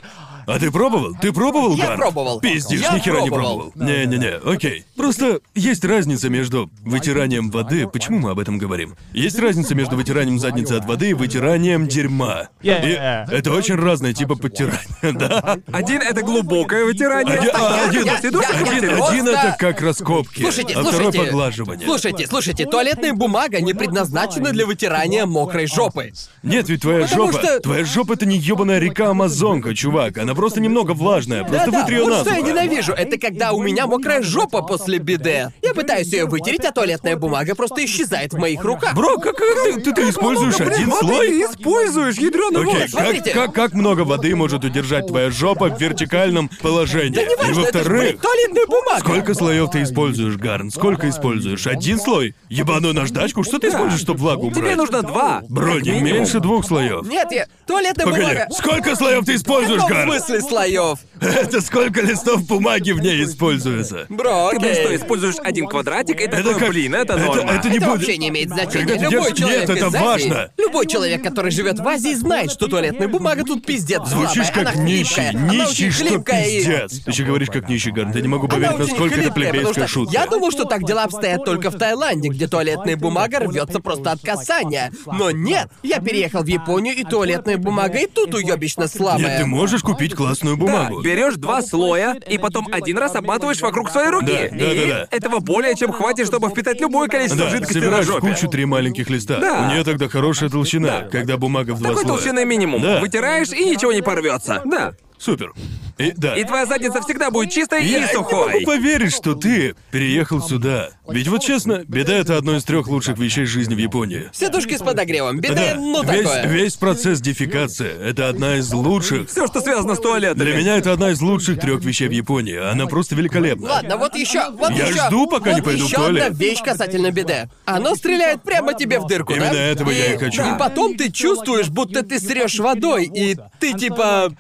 S1: А ты пробовал? Ты пробовал,
S3: Я
S1: Гарн?
S3: пробовал.
S1: Пиздишь,
S3: Я
S1: нихера не
S3: пробовал.
S1: пробовал. Не-не-не, окей. Просто есть разница между вытиранием воды... Почему мы об этом говорим? Есть разница между вытиранием задницы от воды и вытиранием дерьма. И
S5: Yeah.
S1: это очень разные типа подтирания, да?
S2: Один это глубокое вытирание.
S1: Один-
S2: а
S1: а,
S2: один
S1: один-
S2: после душа
S3: я- я-
S2: вытирание.
S1: Один,
S3: просто-
S1: один это как раскопки,
S3: Слушайте,
S1: а второй
S3: слушайте.
S1: поглаживание.
S3: Слушайте, слушайте, туалетная бумага не предназначена для вытирания мокрой жопы.
S1: Нет, ведь твоя
S3: Потому
S1: жопа.
S3: что-
S1: Твоя жопа это не ебаная река Амазонка, чувак. Она просто немного влажная. Просто
S3: Да-да,
S1: вытри ее
S3: вот
S1: насухо.
S3: что я ненавижу, это когда у меня мокрая жопа после биде. Я пытаюсь ее вытереть, а туалетная бумага просто исчезает в моих руках.
S1: Бро, как э, ты, ты, ты используешь
S2: Блин,
S1: один
S2: вот
S1: слой?
S2: ты и используешь ядрёную
S1: Окей,
S2: воду.
S1: как,
S3: Ну смотрите.
S1: как, как много воды может удержать твоя жопа в вертикальном положении?
S3: Да не
S1: И
S3: важно, это же, блин,
S1: во-вторых,
S3: туалетная бумага.
S1: сколько слоев ты используешь, Гарн? Сколько используешь? Один слой? Ебаную наждачку? Что ты используешь, чтобы влагу убрать?
S2: Тебе нужно два.
S1: Бро, не
S2: минимум.
S1: меньше двух слоев.
S3: Нет, я... Туалетная
S1: Погоди,
S3: бумага...
S1: сколько слоев ты используешь,
S3: В каком
S1: Гарн?
S3: смысле слоев?
S1: Это сколько листов бумаги в ней используется?
S3: Бро,
S2: Ты, блин,
S3: окей.
S2: что, используешь один квадратик, и такой,
S1: как-
S2: блин, это
S1: это-
S2: норма.
S1: это не
S3: это
S1: будет-
S3: вообще не имеет значения.
S1: Когда ты
S3: Любой
S1: держишь-
S3: человек
S1: Нет, это
S3: из Азии-
S1: важно.
S3: Любой человек, который живет в Азии, знает, что туалетная бумага тут пиздец.
S1: Звучишь
S3: слабая,
S1: как
S3: она
S1: нищий,
S3: хлипкая, она
S1: нищий,
S3: очень
S1: что
S3: хлипкая и-
S1: пиздец. Ты еще говоришь как нищий, Гарн, я не могу
S3: Она
S1: поверить,
S3: очень
S1: насколько это
S3: хлипкая, потому
S1: плебейская
S3: что
S1: шутка.
S3: я думал, что так дела обстоят только в Таиланде, где туалетная бумага рвется просто от касания. Но нет, я переехал в Японию, и туалетная бумага и тут уебищно слабая.
S1: Нет, ты можешь купить классную бумагу.
S2: Берешь два слоя и потом один раз обматываешь вокруг своей руки.
S1: Да, да,
S2: и
S1: да, да.
S2: этого более чем хватит, чтобы впитать любое количество
S1: Да,
S2: жидкости на
S1: собираешь в
S2: жопе.
S1: кучу три маленьких листа.
S2: Да.
S1: У нее тогда хорошая толщина, когда бумага в два
S2: Такой
S1: слоя.
S2: толщины минимум.
S1: Да.
S2: Вытираешь и ничего не порвется. Да.
S1: Супер. И, да.
S2: И твоя задница всегда будет чистой
S1: Я
S2: и
S1: не
S2: сухой.
S1: могу поверить, что ты переехал сюда. Ведь вот честно, беда это одно из трех лучших вещей жизни в Японии.
S3: Сидушки с подогревом. Беда,
S1: Да.
S3: ну
S1: весь,
S3: такое.
S1: весь процесс дефекации это одна из лучших.
S2: Все, что связано с туалетами.
S1: Для меня это одна из лучших трех вещей в Японии. Она просто великолепна.
S3: Ладно, вот еще, вот
S1: Я
S3: еще.
S1: жду, пока не
S3: вот
S1: пойду в
S3: еще
S1: туалет.
S3: одна вещь касательно биде. Оно стреляет прямо тебе в дырку,
S1: Именно
S3: да?
S1: этого я и хочу.
S3: И потом ты чувствуешь, будто ты срешь водой, и ты типа...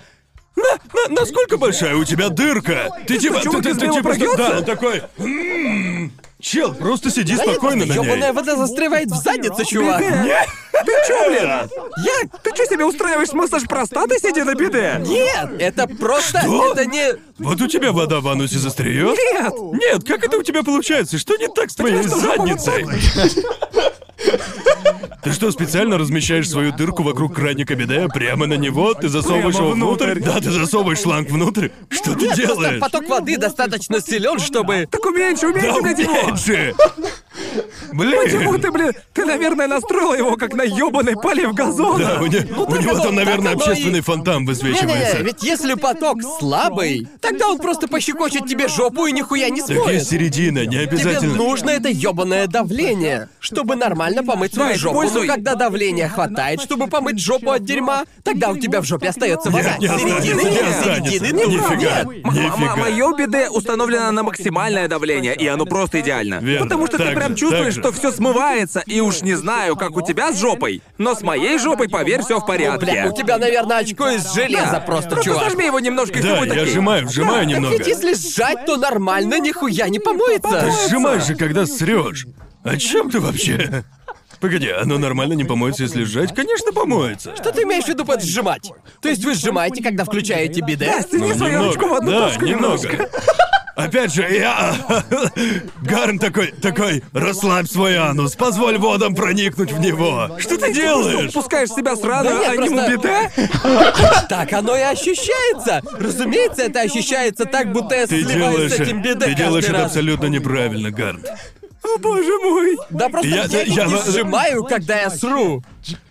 S3: «На, на, на».
S1: Насколько большая у тебя дырка? Ты типа,
S2: чувак,
S1: ты,
S2: из
S1: ты-
S2: него
S1: ты типа, что-
S2: прогнется?
S1: да, он такой. «М, Чел, просто сиди
S3: Да нет,
S1: спокойно на ней.
S3: ёбаная вода застревает в заднице, чувак.
S2: Биде. Ты чё, блин? Я... Ты чё себе устраиваешь массаж простаты, сидя на биде?
S3: Нет, это просто...
S1: Что?
S3: Это не...
S1: Вот у тебя вода в анусе застреет?
S2: Нет.
S1: Нет, как это у тебя получается? Что не так с твоей
S2: что, жопа
S1: задницей? Ты что, специально размещаешь свою дырку вокруг краника биде прямо на него? Ты засовываешь
S2: Прямо
S1: его внутрь?
S2: внутрь.
S1: Да, ты засовываешь шланг внутрь. Что ты
S3: Просто
S1: делаешь?
S3: поток воды достаточно силен, чтобы...
S2: Так уменьши, уменьши,
S1: Да
S2: блядь, его.
S1: умеет же!
S2: Почему
S1: Блин!
S2: ты, блин, ты, наверное, настроила его как на ёбаный полив газона.
S1: Да, у не- у
S3: Ну, так
S1: него
S3: оно-
S1: там, наверное,
S3: так оно и-
S1: общественный фонтан
S3: Не-не,
S1: высвечивается.
S3: ведь если поток слабый, тогда он просто пощекочет тебе жопу и нихуя не
S1: Так
S3: смоет.
S1: есть середина, не
S3: Тебе
S1: обязательно.
S3: нужно это ёбаное давление, чтобы нормально помыть свою
S2: Да,
S3: жопу.
S2: используй.
S3: Но когда давления хватает, чтобы помыть жопу от дерьма, тогда у тебя в жопе остается вода.
S1: Нет, не останется,
S3: Середины
S1: не
S3: нет,
S1: останется.
S3: середины тут
S1: Нифига,
S3: нет. ну,
S2: М- м-
S1: нифига.
S2: Моё биде установлено на максимальное давление, и оно просто идеально.
S1: Верно.
S2: Потому что
S1: так,
S2: ты прям прям
S1: же, так
S2: чувствуешь,
S1: же.
S2: что все смывается, и уж не знаю, как у тебя с жопой, но с моей жопой, поверь, все в порядке.
S3: Ну, Бля, у тебя, наверное, очко из железа
S2: Да.
S3: просто,
S2: Просто
S3: чувак.
S2: сожми его немножко, и всё
S1: Да,
S2: будет
S1: я
S2: окей.
S1: сжимаю, сжимаю
S2: Да, так
S1: немного.
S3: Ведь если сжать, то нормально, нихуя не помоется.
S1: Ты сжимаешь же, когда срешь. О чем ты вообще? Погоди, оно нормально не помоется, если сжать? Конечно, помоется.
S3: Что ты имеешь в виду под сжимать? То есть вы сжимаете, когда включаете биде?
S2: Да, стяни
S1: Ну,
S2: свою ручку в одну
S1: да,
S2: точку
S1: немного. Опять же, я... Гарн такой, такой, расслабь свой анус, позволь водам проникнуть в него. Что ты делаешь?
S2: Пускаешь себя сразу,
S3: Да нет,
S2: а не в
S3: просто-
S2: биде?
S3: Так оно и ощущается. Разумеется, это ощущается так, будто я
S1: Ты
S3: сливаюсь
S1: делаешь,
S3: с этим
S1: это-
S3: биде
S1: ты делаешь
S3: каждый
S1: это
S3: раз.
S1: абсолютно неправильно, Гарнт.
S2: О боже мой!
S3: Да просто
S1: Я-
S3: я,
S1: да, я-
S3: не сжимаю, когда я сру.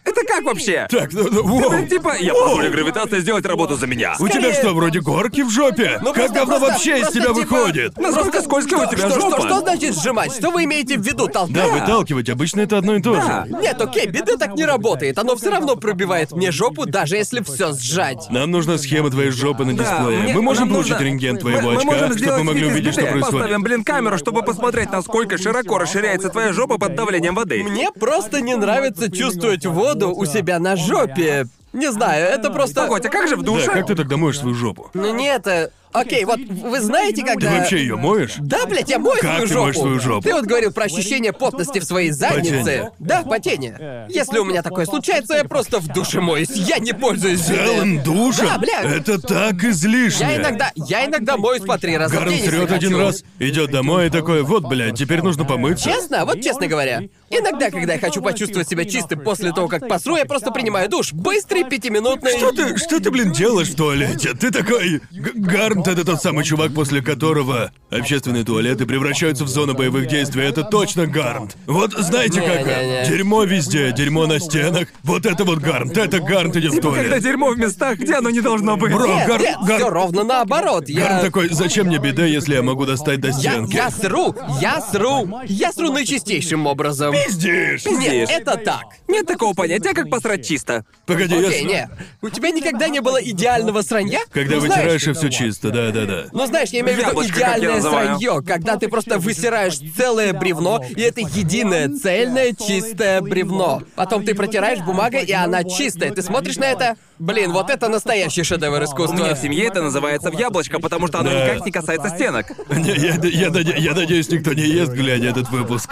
S2: Это как вообще?
S1: Так, ну, ну,
S2: Ну,
S1: воу.
S2: Типа, я позволю гравитации сделать работу за меня.
S1: У тебя что, вроде горки в жопе?
S3: Ну,
S1: как
S3: просто-
S1: давно
S3: просто-
S1: вообще из
S3: просто
S1: тебя
S3: типа-
S1: выходит?
S2: Насколько скользкая у тебя
S3: что,
S2: жопа?
S3: что, что значит сжимать? Что вы имеете в виду,
S1: Да,
S3: толкать?
S1: выталкивать обычно это одно и то
S2: Да.
S1: же.
S3: Нет, окей, биде так не работает. Оно все равно пробивает мне жопу, даже если все сжать.
S1: Нам нужна схема твоей жопы на
S2: Да,
S1: дисплее.
S2: мне-
S1: мы можем
S2: нам
S1: получить
S2: нужно-
S1: рентген твоего
S2: мы, мы
S1: очка,
S2: можем
S1: чтобы
S2: сделать
S1: мы могли
S2: вид из
S1: увидеть, что
S2: биде.
S1: происходит.
S2: Поставим, блин, камеру, чтобы посмотреть, насколько широко расширяется твоя жопа под давлением воды.
S3: Мне просто не нравится чувствовать воду у себя на жопе. Не знаю, это просто...
S2: Погодь, а как же в
S1: Да,
S2: душе?
S1: как ты тогда моешь свою жопу?
S3: Ну не это... Окей, вот вы знаете,
S1: Ты
S3: когда...
S1: вообще ее моешь?
S3: Да, блядь, я мою
S1: Как
S3: свою
S1: ты
S3: жопу.
S1: моешь свою жопу?
S3: Ты вот говорил про ощущение потности в своей заднице.
S1: Потение.
S3: Да, потение. Если у меня такое случается, я просто в душе моюсь. Я не пользуюсь
S1: Целым
S3: этим.
S1: душем?
S3: Да, бля.
S1: Это так излишне.
S3: Я иногда, я иногда моюсь по три раза. в
S1: Гарн
S3: день, если
S1: срет один
S3: хочу.
S1: раз, идет домой и такой, вот, блядь, теперь нужно помыться.
S3: Честно, вот честно говоря, иногда, когда я хочу почувствовать себя чистым после того, как посру, я просто принимаю душ. Быстрый пятиминутный.
S1: Что ты, что ты, блин, делаешь в туалете? Ты такой... Г- Гарнт — это тот самый чувак, после которого общественные туалеты превращаются в зону боевых действий. Это точно Гарнт. Вот знаете как?
S3: Не-не-не.
S1: Дерьмо везде, дерьмо на стенах. Вот это вот Гарнт. Это Гарнт идет в
S3: Типа,
S2: Когда
S1: туалет.
S2: дерьмо в местах, где оно не должно быть.
S1: Бро,
S3: Нет,
S1: Гар-
S3: нет,
S1: Гар-
S3: все ровно наоборот.
S1: Гарнт
S3: Я...
S1: такой, зачем мне беда, если я могу достать до
S3: Я,
S1: стенки?
S3: я сру, я сру, я сру наичистейшим образом.
S1: Пиздишь.
S3: Нет, это так.
S2: Нет такого понятия, как посрать чисто.
S1: Погоди, я...
S3: Окей,
S1: с-
S3: не. У тебя никогда не было идеального сранья?
S1: Когда
S3: Ну,
S1: вытираешь,
S3: знаешь-
S1: и все чисто, да-да-да.
S3: Ну знаешь, я имею в виду
S2: Яблочко, как я
S3: идеальное
S2: называю.
S3: сранье, когда ты просто высираешь целое бревно, и это единое, цельное, чистое бревно. Потом ты протираешь бумагой, и она чистая. Ты смотришь на это? Блин, вот это настоящий шедевр
S2: У
S3: искусства.
S2: меня в семье это называется в яблочко, потому что оно
S1: Да.
S2: никак не касается стенок.
S1: Не, я, я наде- я надеюсь, никто не ест, глядя этот выпуск.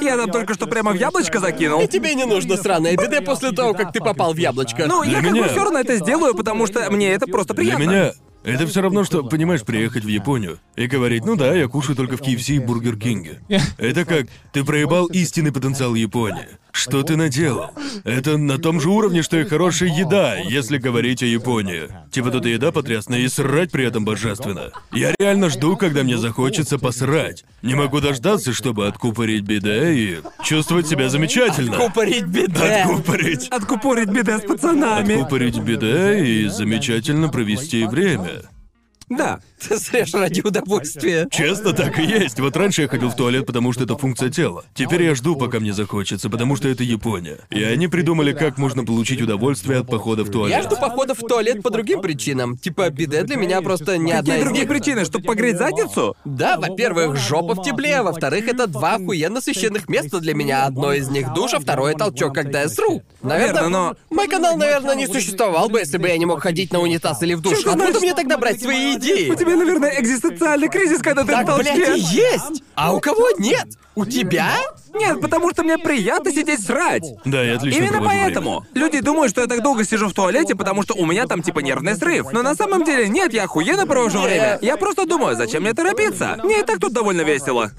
S2: Я там только что прямо в яблочко закинул.
S3: И тебе не нужно сраное биде после того, как ты попал в яблочко.
S2: Ну,
S1: Для
S2: я как
S1: меня-
S2: бы все равно это сделаю, потому что мне это просто
S1: Для
S2: приятно.
S1: меня это все равно, что, понимаешь, приехать в Японию и говорить, ну да, я кушаю только в KFC и Бургер Кинге. Это как, ты проебал истинный потенциал Японии. Что ты наделал? Это на том же уровне, что и хорошая еда, если говорить о Японии. Типа тут и еда потрясная, и срать при этом божественно. Я реально жду, когда мне захочется посрать. Не могу дождаться, чтобы откупорить биде и чувствовать себя замечательно.
S3: Ну, Купорить биде.
S1: Откупорить.
S2: Откупорить беда с пацанами.
S1: Откупорить биде и замечательно провести время.
S2: Да.
S3: Ты срешь ради удовольствия.
S1: Честно, так и есть. Вот раньше я ходил в туалет, потому что это функция тела. Теперь я жду, пока мне захочется, потому что это Япония. И они придумали, как можно получить удовольствие от похода в туалет.
S3: Я жду походов в туалет по другим причинам. Типа, биде для меня просто не одна
S2: Какие
S3: из
S2: другие
S3: них.
S2: причины, чтобы погреть задницу?
S3: Да, во-первых, жопа в тепле, а во-вторых, это два охуенно священных места для меня. Одно из них душ, а второе толчок, когда я сру. Наверное,
S2: Верно, но-
S3: Мой канал, наверное, не существовал бы, если бы я не мог ходить на унитаз или в душ.
S2: Чё ты
S3: Откуда
S2: знаешь?
S3: мне тогда брать свои идеи?
S2: У тебя, наверное, экзистенциальный кризис, когда ты на
S3: Так,
S2: толчке.
S3: блядь, и есть! А у кого нет? У тебя?
S2: Нет, потому что мне приятно сидеть срать.
S1: Да, я отлично
S2: Именно
S1: провожу
S2: поэтому. Люди думают, что я так долго сижу в туалете, потому что у меня там типа нервный срыв. Но на самом деле нет, я охуенно провожу время. Я просто думаю, зачем мне торопиться? Мне и так тут довольно весело.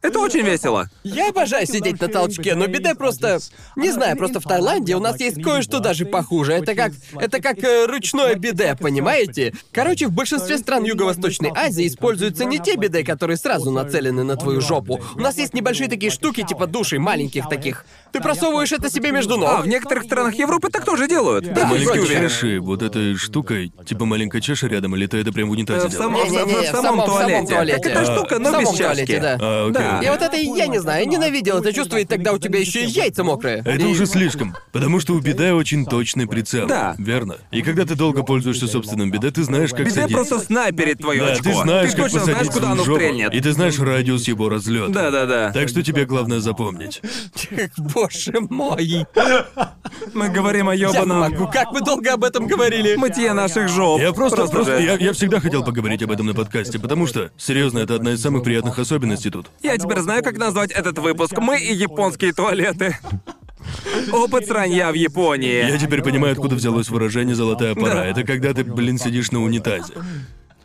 S2: Это очень весело.
S3: Я обожаю сидеть на толчке, но беда просто... Не знаю, просто в Таиланде у нас есть кое-что даже похуже. Это как... Это как э, ручное биде, понимаете? Короче, в большинстве стран Юго-Восточной Азии используются не те биде, которые сразу нацелены на твою жопу. У нас есть небольшие такие штуки, типа душей маленьких таких. Ты просовываешь это себе между ног.
S2: А в некоторых странах Европы так тоже делают.
S3: Да,
S2: Будьте
S1: Маленькой
S2: уверены.
S1: чаши, вот этой штукой, типа маленькая чаша рядом, или ты это прям в унитазе
S2: Э, В
S1: делаешь?
S2: самом, в самом-
S3: Не-не-не,
S2: в самом туалете. Так это
S1: А.
S2: штука,
S3: В
S2: но
S3: самом
S2: без чашки.
S3: туалете, да.
S1: А, окей,
S2: Да.
S1: окей.
S3: Я вот это и я не знаю, я ненавидел это чувство, и тогда у тебя еще и яйца мокрые.
S1: Это
S3: И-
S1: уже слишком, потому что у биде очень точный прицел.
S2: Да.
S1: Верно. И когда ты долго пользуешься собственным биде, ты знаешь, как
S2: Биде
S1: садить.
S2: просто снайперит твое
S1: Да,
S2: очко.
S1: ты знаешь, как
S2: точно знаешь,
S1: посадить
S2: куда оно
S1: в жопу,
S2: стрельнет.
S1: И ты знаешь радиус его разлета.
S2: Да-да-да.
S1: Так что тебе главное запомнить.
S3: Боже мой.
S2: Мы говорим о
S3: Я
S2: ёбаном...
S3: могу, как мы долго об этом говорили.
S2: Мытье наших жоп.
S1: Я просто, просто,
S2: же.
S1: я, я всегда хотел поговорить об этом на подкасте, потому что, серьезно, это одна из самых приятных особенностей тут.
S2: Я теперь знаю, как назвать этот выпуск. Мы и японские туалеты. Опыт сранья в
S1: Я
S2: Японии.
S1: теперь понимаю, откуда взялось выражение «золотая пора». Это когда ты, блин, сидишь на унитазе.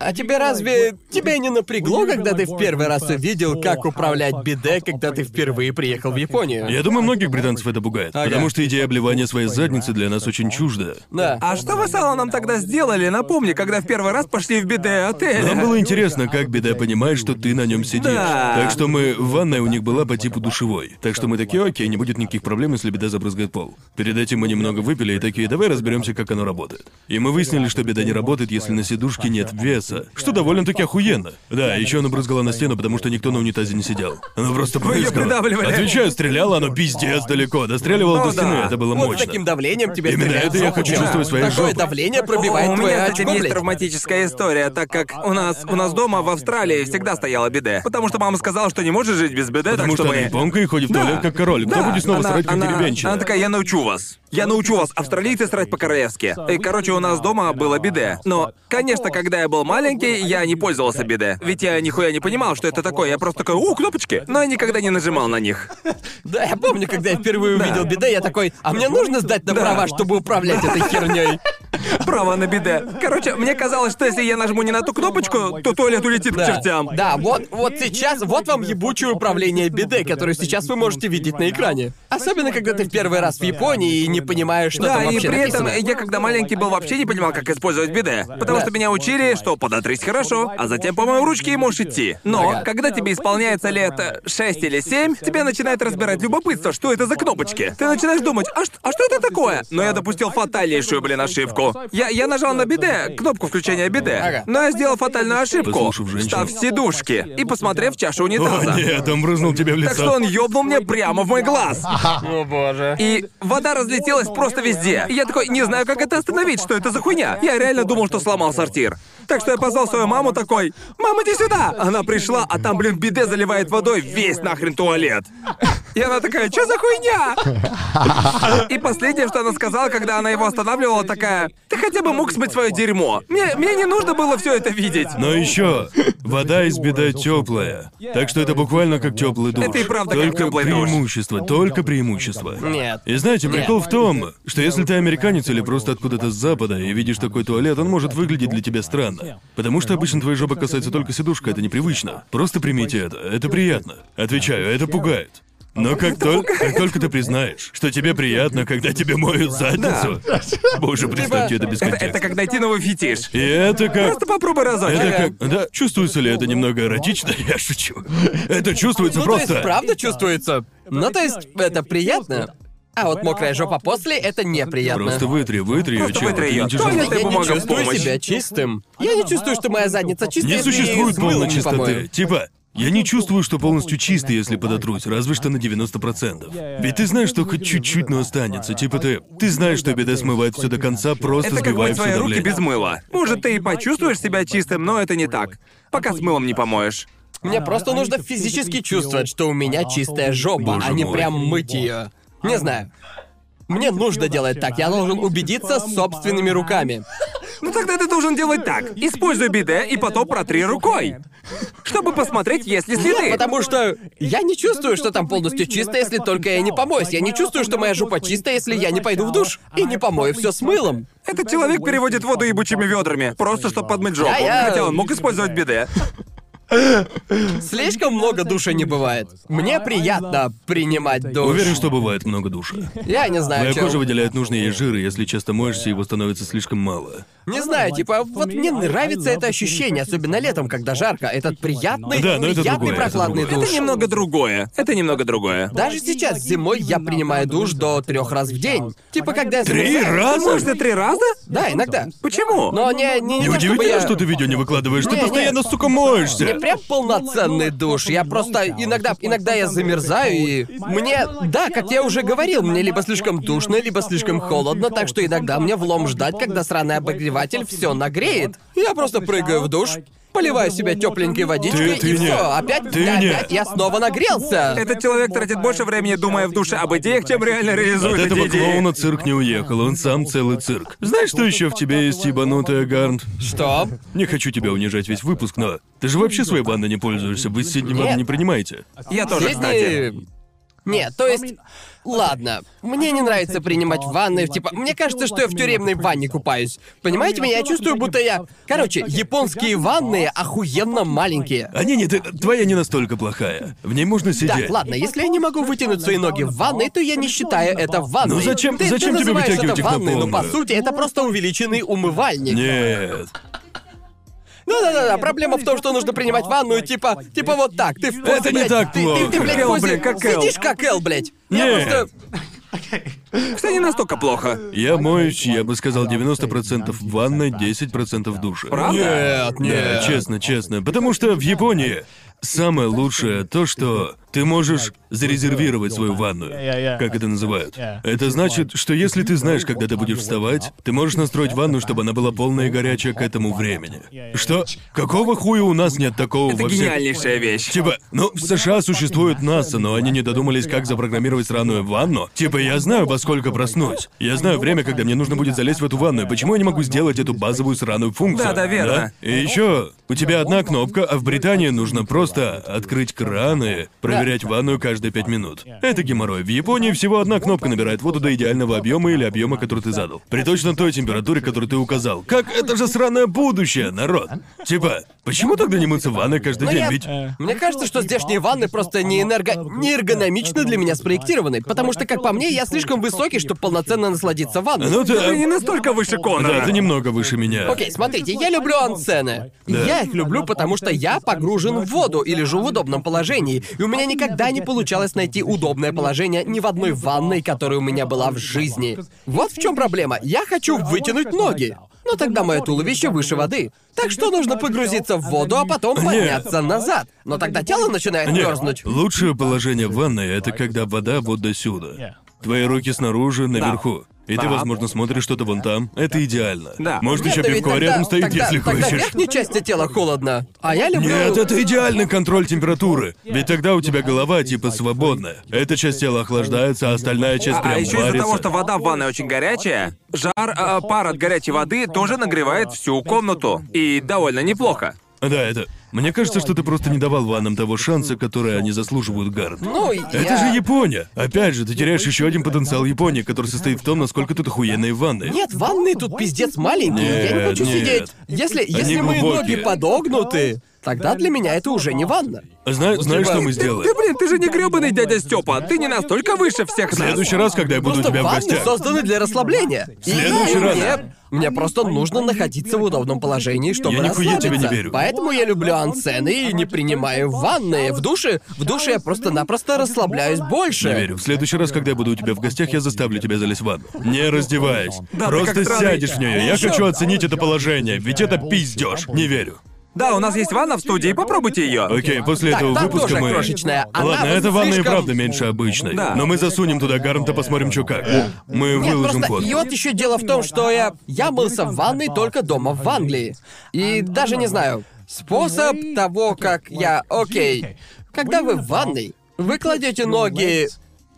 S3: А тебе разве... Тебя не напрягло, когда ты в первый раз увидел, как управлять биде, когда ты впервые приехал в Японию?
S1: Я думаю, многих британцев это пугает,
S3: Ага.
S1: потому что идея обливания своей задницы для нас очень чужда.
S3: Да.
S2: А что вы с Аланом тогда сделали, напомни, когда в первый раз пошли в биде
S1: Нам
S2: отеля?
S1: было интересно, как беда понимает, что ты на нем сидишь.
S2: Да.
S1: Так что мы ванная у них была по типу душевой. Так что мы такие, окей, не будет никаких проблем, если беда забрызгает пол. Перед этим мы немного выпили и такие, давай разберемся, как оно работает. И мы выяснили, что беда не работает, если на сидушке нет веса. Что довольно-таки охуенно. Да, еще она брызгала на стену, потому что никто на унитазе не сидел. Она просто
S2: её
S1: брызгала.
S2: придавливали.
S1: Отвечаю, стреляла, оно пиздец далеко. Достреливала
S2: О,
S1: до стены,
S2: Ну да.
S1: это было
S3: Вот с
S1: мощно.
S3: таким давлением тебе
S1: Именно
S3: стреляют
S1: это
S3: в
S1: я
S3: жопу.
S1: хочу чувствовать своей
S3: Такое
S1: жопой.
S3: давление
S2: у
S3: пробивает твое
S2: меня, кстати,
S3: очко,
S2: есть
S3: блядь.
S2: травматическая история, так как у нас у нас дома в Австралии всегда стояла биде. Потому что мама сказала, что не можешь жить без биде, так
S1: Потому
S2: что
S1: что она
S2: мы...
S1: японка и ходит в
S2: Да.
S1: туалет как король. Кто
S2: Да,
S1: будет снова
S2: она-
S1: срать как
S2: она-
S1: деревенщина?
S2: Она такая, я научу вас. Я научу вас, австралийцы, срать по-королевски. И, короче, у нас дома было биде. Но, конечно, когда я был маленький, я не пользовался биде. Ведь я нихуя не понимал, что это такое. Я просто такой, у, кнопочки. Но я никогда не нажимал на них.
S3: Да, я помню, когда я впервые
S2: Да.
S3: увидел биде, я такой, а мне нужно сдать на
S2: Да.
S3: права, чтобы управлять этой херней.
S2: Право на биде. Короче, мне казалось, что если я нажму не на ту кнопочку, то туалет улетит к чертям.
S3: Да, вот, вот сейчас, вот вам ебучее управление биде, которое сейчас вы можете видеть на экране. Особенно, когда ты в первый раз в Японии и не понимаешь, что
S2: Да,
S3: там
S2: и
S3: вообще
S2: при этом
S3: написано.
S2: я, когда маленький был, вообще не понимал, как использовать биде. Потому
S3: Да.
S2: что меня учили, что подотрись хорошо, а затем, по-моему, ручки и можешь идти. Но,
S3: Ага.
S2: когда тебе исполняется лет 6 или 7, тебе начинает разбирать любопытство, что это за кнопочки. Ты начинаешь думать, а, ш- а что это такое? Но я допустил фатальнейшую, блин, ошибку. Я, я нажал на биде, кнопку включения биде,
S3: Ага.
S2: но я сделал фатальную ошибку,
S1: Послушав женщину.
S2: став сидушки и посмотрев чашу унитаза.
S1: О, нет, он брызнул тебе в лицо.
S2: Так что он ёбнул мне прямо в мой глаз.
S3: О боже.
S2: И вода разлетелась просто везде. И Я такой, не знаю, как это остановить, что это за хуйня. Я реально думал, что сломал сортир. Так что я позвал свою маму такой, «Мама, иди сюда!» Она пришла, а там, блин, биде заливает водой весь нахрен туалет. И она такая, «Чё за хуйня?» И последнее, что она сказала, когда она его останавливала, такая, «Ты хотя бы мог смыть свое дерьмо. Мне, мне не нужно было все это видеть».
S1: Но еще вода из беда теплая. Так что это буквально как теплый душ.
S2: Это и правда как
S1: только
S2: теплый душ.
S1: преимущество, только преимущество.
S3: Нет.
S1: И знаете, прикол в том, что если ты американец или просто откуда-то с запада и видишь такой туалет, он может выглядеть для тебя странно. Потому что обычно твои жопы касаются только сидушка, это непривычно. Просто примите это, это приятно. Отвечаю, это пугает. Но как, тол- как только ты признаешь, что тебе приятно, когда тебе моют задницу... Боже, представьте это без
S2: Типа, Это,
S1: контекста.
S2: это как найти новый фетиш.
S1: И это как...
S2: Просто попробуй разок.
S1: Это как... Да, чувствуется ли это немного эротично? Я шучу. Это чувствуется
S3: Ну, то есть,
S1: просто...
S3: правда чувствуется? Ну, то есть, это приятно. А вот мокрая жопа после — это неприятно.
S1: Просто вытри, вытри ее,
S2: Просто
S1: чел,
S2: вытри
S1: это
S2: её.
S1: не тяжело.
S2: Туалет
S3: Я
S2: и
S3: не
S2: бумага в
S3: чувствую
S2: помощь.
S3: себя чистым. Я не чувствую, что моя задница чистая.
S1: Не
S3: если я её
S1: существует
S3: с мылом
S1: полной
S3: не
S1: чистоты.
S3: помою.
S1: Типа, я не чувствую, что полностью чистый, если подотрусь, разве что на 90%. Ведь ты знаешь, что хоть чуть-чуть, но останется. Типа ты... Ты знаешь, что беда смывает все до конца, просто
S2: Это как
S1: сбивая
S2: мыть
S1: все
S2: свои руки без
S1: давление.
S2: мыла. Может, ты и почувствуешь себя чистым, но это не так. Пока с мылом не помоешь.
S3: Мне просто нужно физически чувствовать, что у меня чистая жопа,
S1: Боже
S3: а не
S1: мой.
S3: прям мыть ее. Не знаю. Мне нужно делать так, я должен убедиться собственными руками.
S2: Ну тогда ты должен делать так. Используй биде и потом протри рукой. Чтобы посмотреть, есть ли следы.
S3: Потому что я не чувствую, что там полностью чисто, если только я не помоюсь. Я не чувствую, что моя жопа чистая, если я не пойду в душ и не помою все с мылом.
S2: Этот человек переводит воду ебучими ведрами, просто чтобы подмыть жопу.
S3: Да, я-
S2: Хотя он мог использовать биде.
S3: Слишком много души не бывает. Мне приятно принимать душ.
S1: Уверен, что бывает много души.
S3: Я не знаю,
S1: Моя
S3: чел.
S1: кожа выделяет нужные ей жиры, если часто моешься, его становится слишком мало.
S3: Не знаю, типа, вот мне нравится это ощущение, особенно летом, когда жарко. Этот приятный,
S1: Да, но это
S3: приятный
S1: другое, это
S3: прохладный
S1: другое.
S3: душ.
S2: Это немного другое. Это немного другое.
S3: Даже сейчас зимой я принимаю душ до трех раз в день. Типа, когда я
S1: Три
S3: замерзаю-
S1: раза?
S2: Можно три раза?
S3: Да, иногда.
S2: Почему?
S3: Но не, не, не, то, Ну, чтобы
S1: Неудивительно,
S3: я-
S1: что ты видео не выкладываешь, ты
S3: Не, не.
S1: постоянно, сука, моешься.
S3: Не прям
S1: ну,
S3: полноценный душ. Я просто иногда, иногда я замерзаю и мне, да, как я уже говорил, мне либо слишком душно, либо слишком холодно, так что иногда мне влом ждать, когда сраный обогреватель все нагреет. Я просто прыгаю в душ, поливаю себя тепленькой водичкой
S1: Ты- ты
S3: и
S1: не.
S3: все. Опять,
S1: Ты не.
S3: опять я снова нагрелся.
S2: Этот человек тратит больше времени, думая в душе об идеях, чем реально реализует
S1: От этого
S2: эти идеи.
S1: клоуна цирк не уехал, он сам целый цирк. Знаешь, что еще в тебе есть, ебанутая Гарнт?
S3: Что?
S1: Не хочу тебя унижать весь выпуск, но ты же вообще своей ванной не пользуешься, вы сегодня ванну
S3: Нет.
S1: не принимаете.
S2: Я тоже,
S3: Здесь
S2: кстати.
S3: не- Нет, то есть... Ладно, мне не нравится принимать ванны, типа, мне кажется, что я в тюремной ванне купаюсь. Понимаете меня? Я чувствую, будто я... Короче, японские ванны охуенно маленькие.
S1: А не, не, ты- твоя не настолько плохая. В ней можно сидеть.
S3: Так, ладно, если я не могу вытянуть свои ноги в ванной, то я не считаю это ванной.
S1: Ну зачем-
S3: ты,
S1: зачем
S3: ты
S1: тебе
S3: называешь
S1: вытягивать
S3: это
S1: их на
S3: ванной, но по
S1: полную?
S3: сути это просто увеличенный умывальник.
S1: Нет.
S3: Ну да, да, да. Проблема в том, что нужно принимать ванную, типа, типа вот так. Ты в позе,
S1: Это не
S3: блядь,
S1: так
S3: ты, ты, ты,
S1: плохо.
S3: блядь, в
S2: Эл,
S3: позе
S2: блядь, как Эл.
S3: сидишь как Эл, блядь. Я
S1: Нет.
S3: просто...
S2: Все не настолько плохо.
S1: Я моюсь, я бы сказал, 90% ванна, 10% душа.
S2: Правда?
S1: Нет, нет. честно, честно. Потому что в Японии самое лучшее то, что ты можешь зарезервировать свою ванную. Как это называют? Это значит, что если ты знаешь, когда ты будешь вставать, ты можешь настроить ванну, чтобы она была полная и горячая к этому времени. Что? Какого хуя у нас нет такого
S2: Это
S1: во всех...
S2: гениальнейшая вещь.
S1: Типа, ну, в США существует НАСА, но они не додумались, как запрограммировать сраную ванну. Типа, я знаю, во сколько проснусь. Я знаю время, когда мне нужно будет залезть в эту ванну, и почему я не могу сделать эту базовую сраную функцию?
S2: Да, да, верно.
S1: И еще, у тебя одна кнопка, а в Британии нужно просто открыть кран и проверять ванную каждые пять минут. Это геморрой. В Японии всего одна кнопка набирает воду до идеального объема или объема, который ты задал. При точно той температуре, которую ты указал. Как это же сраное будущее, народ? Типа, почему тогда не мыться в ванной каждый
S3: Ну,
S1: день?
S3: я-
S1: Ведь
S3: Мне кажется, что здешние ванны просто не энерго... не эргономично для меня спроектированы, потому что, как по мне, я слишком высокий, чтобы полноценно насладиться ванной.
S1: Ну
S2: Ты не
S1: ты...
S2: настолько выше
S1: Да,
S2: Конора.
S1: ты немного выше меня.
S3: Окей, смотрите, я люблю ансены.
S5: Да.
S3: Я их люблю, потому что я погружен в воду и лежу в удобном положении. И у меня никогда не получалось найти удобное положение ни в одной ванной, которая у меня была в жизни. Вот в чем проблема. Я хочу вытянуть ноги. Но тогда мое туловище выше воды. Так что нужно погрузиться в воду, а потом подняться назад. Но тогда тело начинает
S1: Нет,
S3: мерзнуть.
S1: лучшее положение в ванной — это когда вода вот до сюда. Твои руки снаружи, наверху. И ты,
S2: Да.
S1: возможно, смотришь что-то вон там. Это идеально.
S2: Да. Ну,
S1: Может,
S3: Нет,
S1: еще
S3: да ведь
S1: пивко
S3: тогда-
S1: рядом стоит,
S3: тогда-
S1: если
S3: тогда
S1: хочешь.
S3: верхней части тела холодно, а я люблю...
S1: Нет, это идеальный контроль температуры. Ведь тогда у тебя голова типа свободна. Эта часть тела охлаждается, а остальная часть
S2: А
S1: прям
S2: еще из-за того,
S1: варится.
S2: что вода в ванной очень горячая, жар, а, пар от горячей воды тоже нагревает всю комнату. И довольно неплохо.
S1: Да, это... Мне кажется, что ты просто не давал ваннам того шанса, который они заслуживают, Гард.
S3: Ну,
S1: Это же Япония! Опять же, ты теряешь еще один потенциал Японии, который состоит в том, насколько тут охуенные ванны.
S3: Нет, ванны тут пиздец маленькие, я не
S1: Нет,
S3: хочу
S1: нет.
S3: сидеть. Если, если мои
S1: глубокие.
S3: ноги подогнуты, тогда для меня это уже не ванна.
S1: Зна- знаешь,
S3: Типа,
S1: что мы
S3: ты-
S1: сделаем?
S2: Ты, блин, ты же не гребаный дядя Степа. Ты не настолько выше всех
S1: В
S2: нас.
S1: следующий раз, когда я буду
S3: Просто
S1: у тебя в
S3: ванны
S1: гостях.
S3: созданы для расслабления. И
S1: следующий раз.
S3: Мне, мне просто нужно находиться в удобном положении, чтобы
S1: Я нихуя
S3: расслабиться.
S1: тебе не верю.
S3: Поэтому я люблю ансены и не принимаю ванны. В душе, в душе я просто-напросто расслабляюсь больше.
S1: Не верю. В следующий раз, когда я буду у тебя в гостях, я заставлю тебя залезть в ванну. Не раздеваясь.
S2: ты
S1: Просто
S2: как странный.
S1: сядешь в нее. Я
S3: Чёрт.
S1: хочу оценить это положение, ведь это пиздеж. Не верю.
S2: Да, у нас есть ванна в студии, попробуйте ее.
S1: Окей, после
S3: Так,
S1: этого
S3: там
S1: выпуска
S3: тоже
S1: мы.
S3: крошечная. Она
S1: Ладно,
S3: вот
S1: эта ванна и
S3: слишком-
S1: правда меньше обычной.
S2: Да.
S1: Но мы засунем туда гарнта, посмотрим, что как. Мы
S3: Нет,
S1: выложим
S3: просто...
S1: фото.
S3: И вот еще дело в том, что я... Я мылся в ванной только дома в Англии. И даже не знаю, способ того, как я... Окей. Когда вы в ванной, вы кладете ноги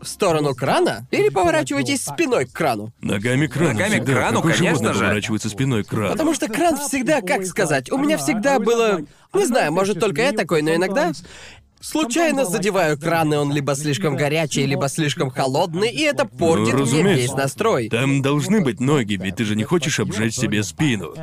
S3: в сторону крана или поворачиваетесь спиной к крану.
S1: Ногами к крану
S2: Ногами к
S1: всегда.
S2: крану,
S1: Какое животное
S2: конечно же.
S1: поворачивается спиной к крану?
S3: Потому что кран всегда, как сказать, у меня всегда было... Не знаю, может, только я такой, но иногда... Случайно задеваю кран, и он либо слишком горячий, либо слишком холодный, и это портит мне
S1: Ну, разумеется.
S3: весь настрой.
S1: Там должны быть ноги, ведь ты же не хочешь обжечь себе спину.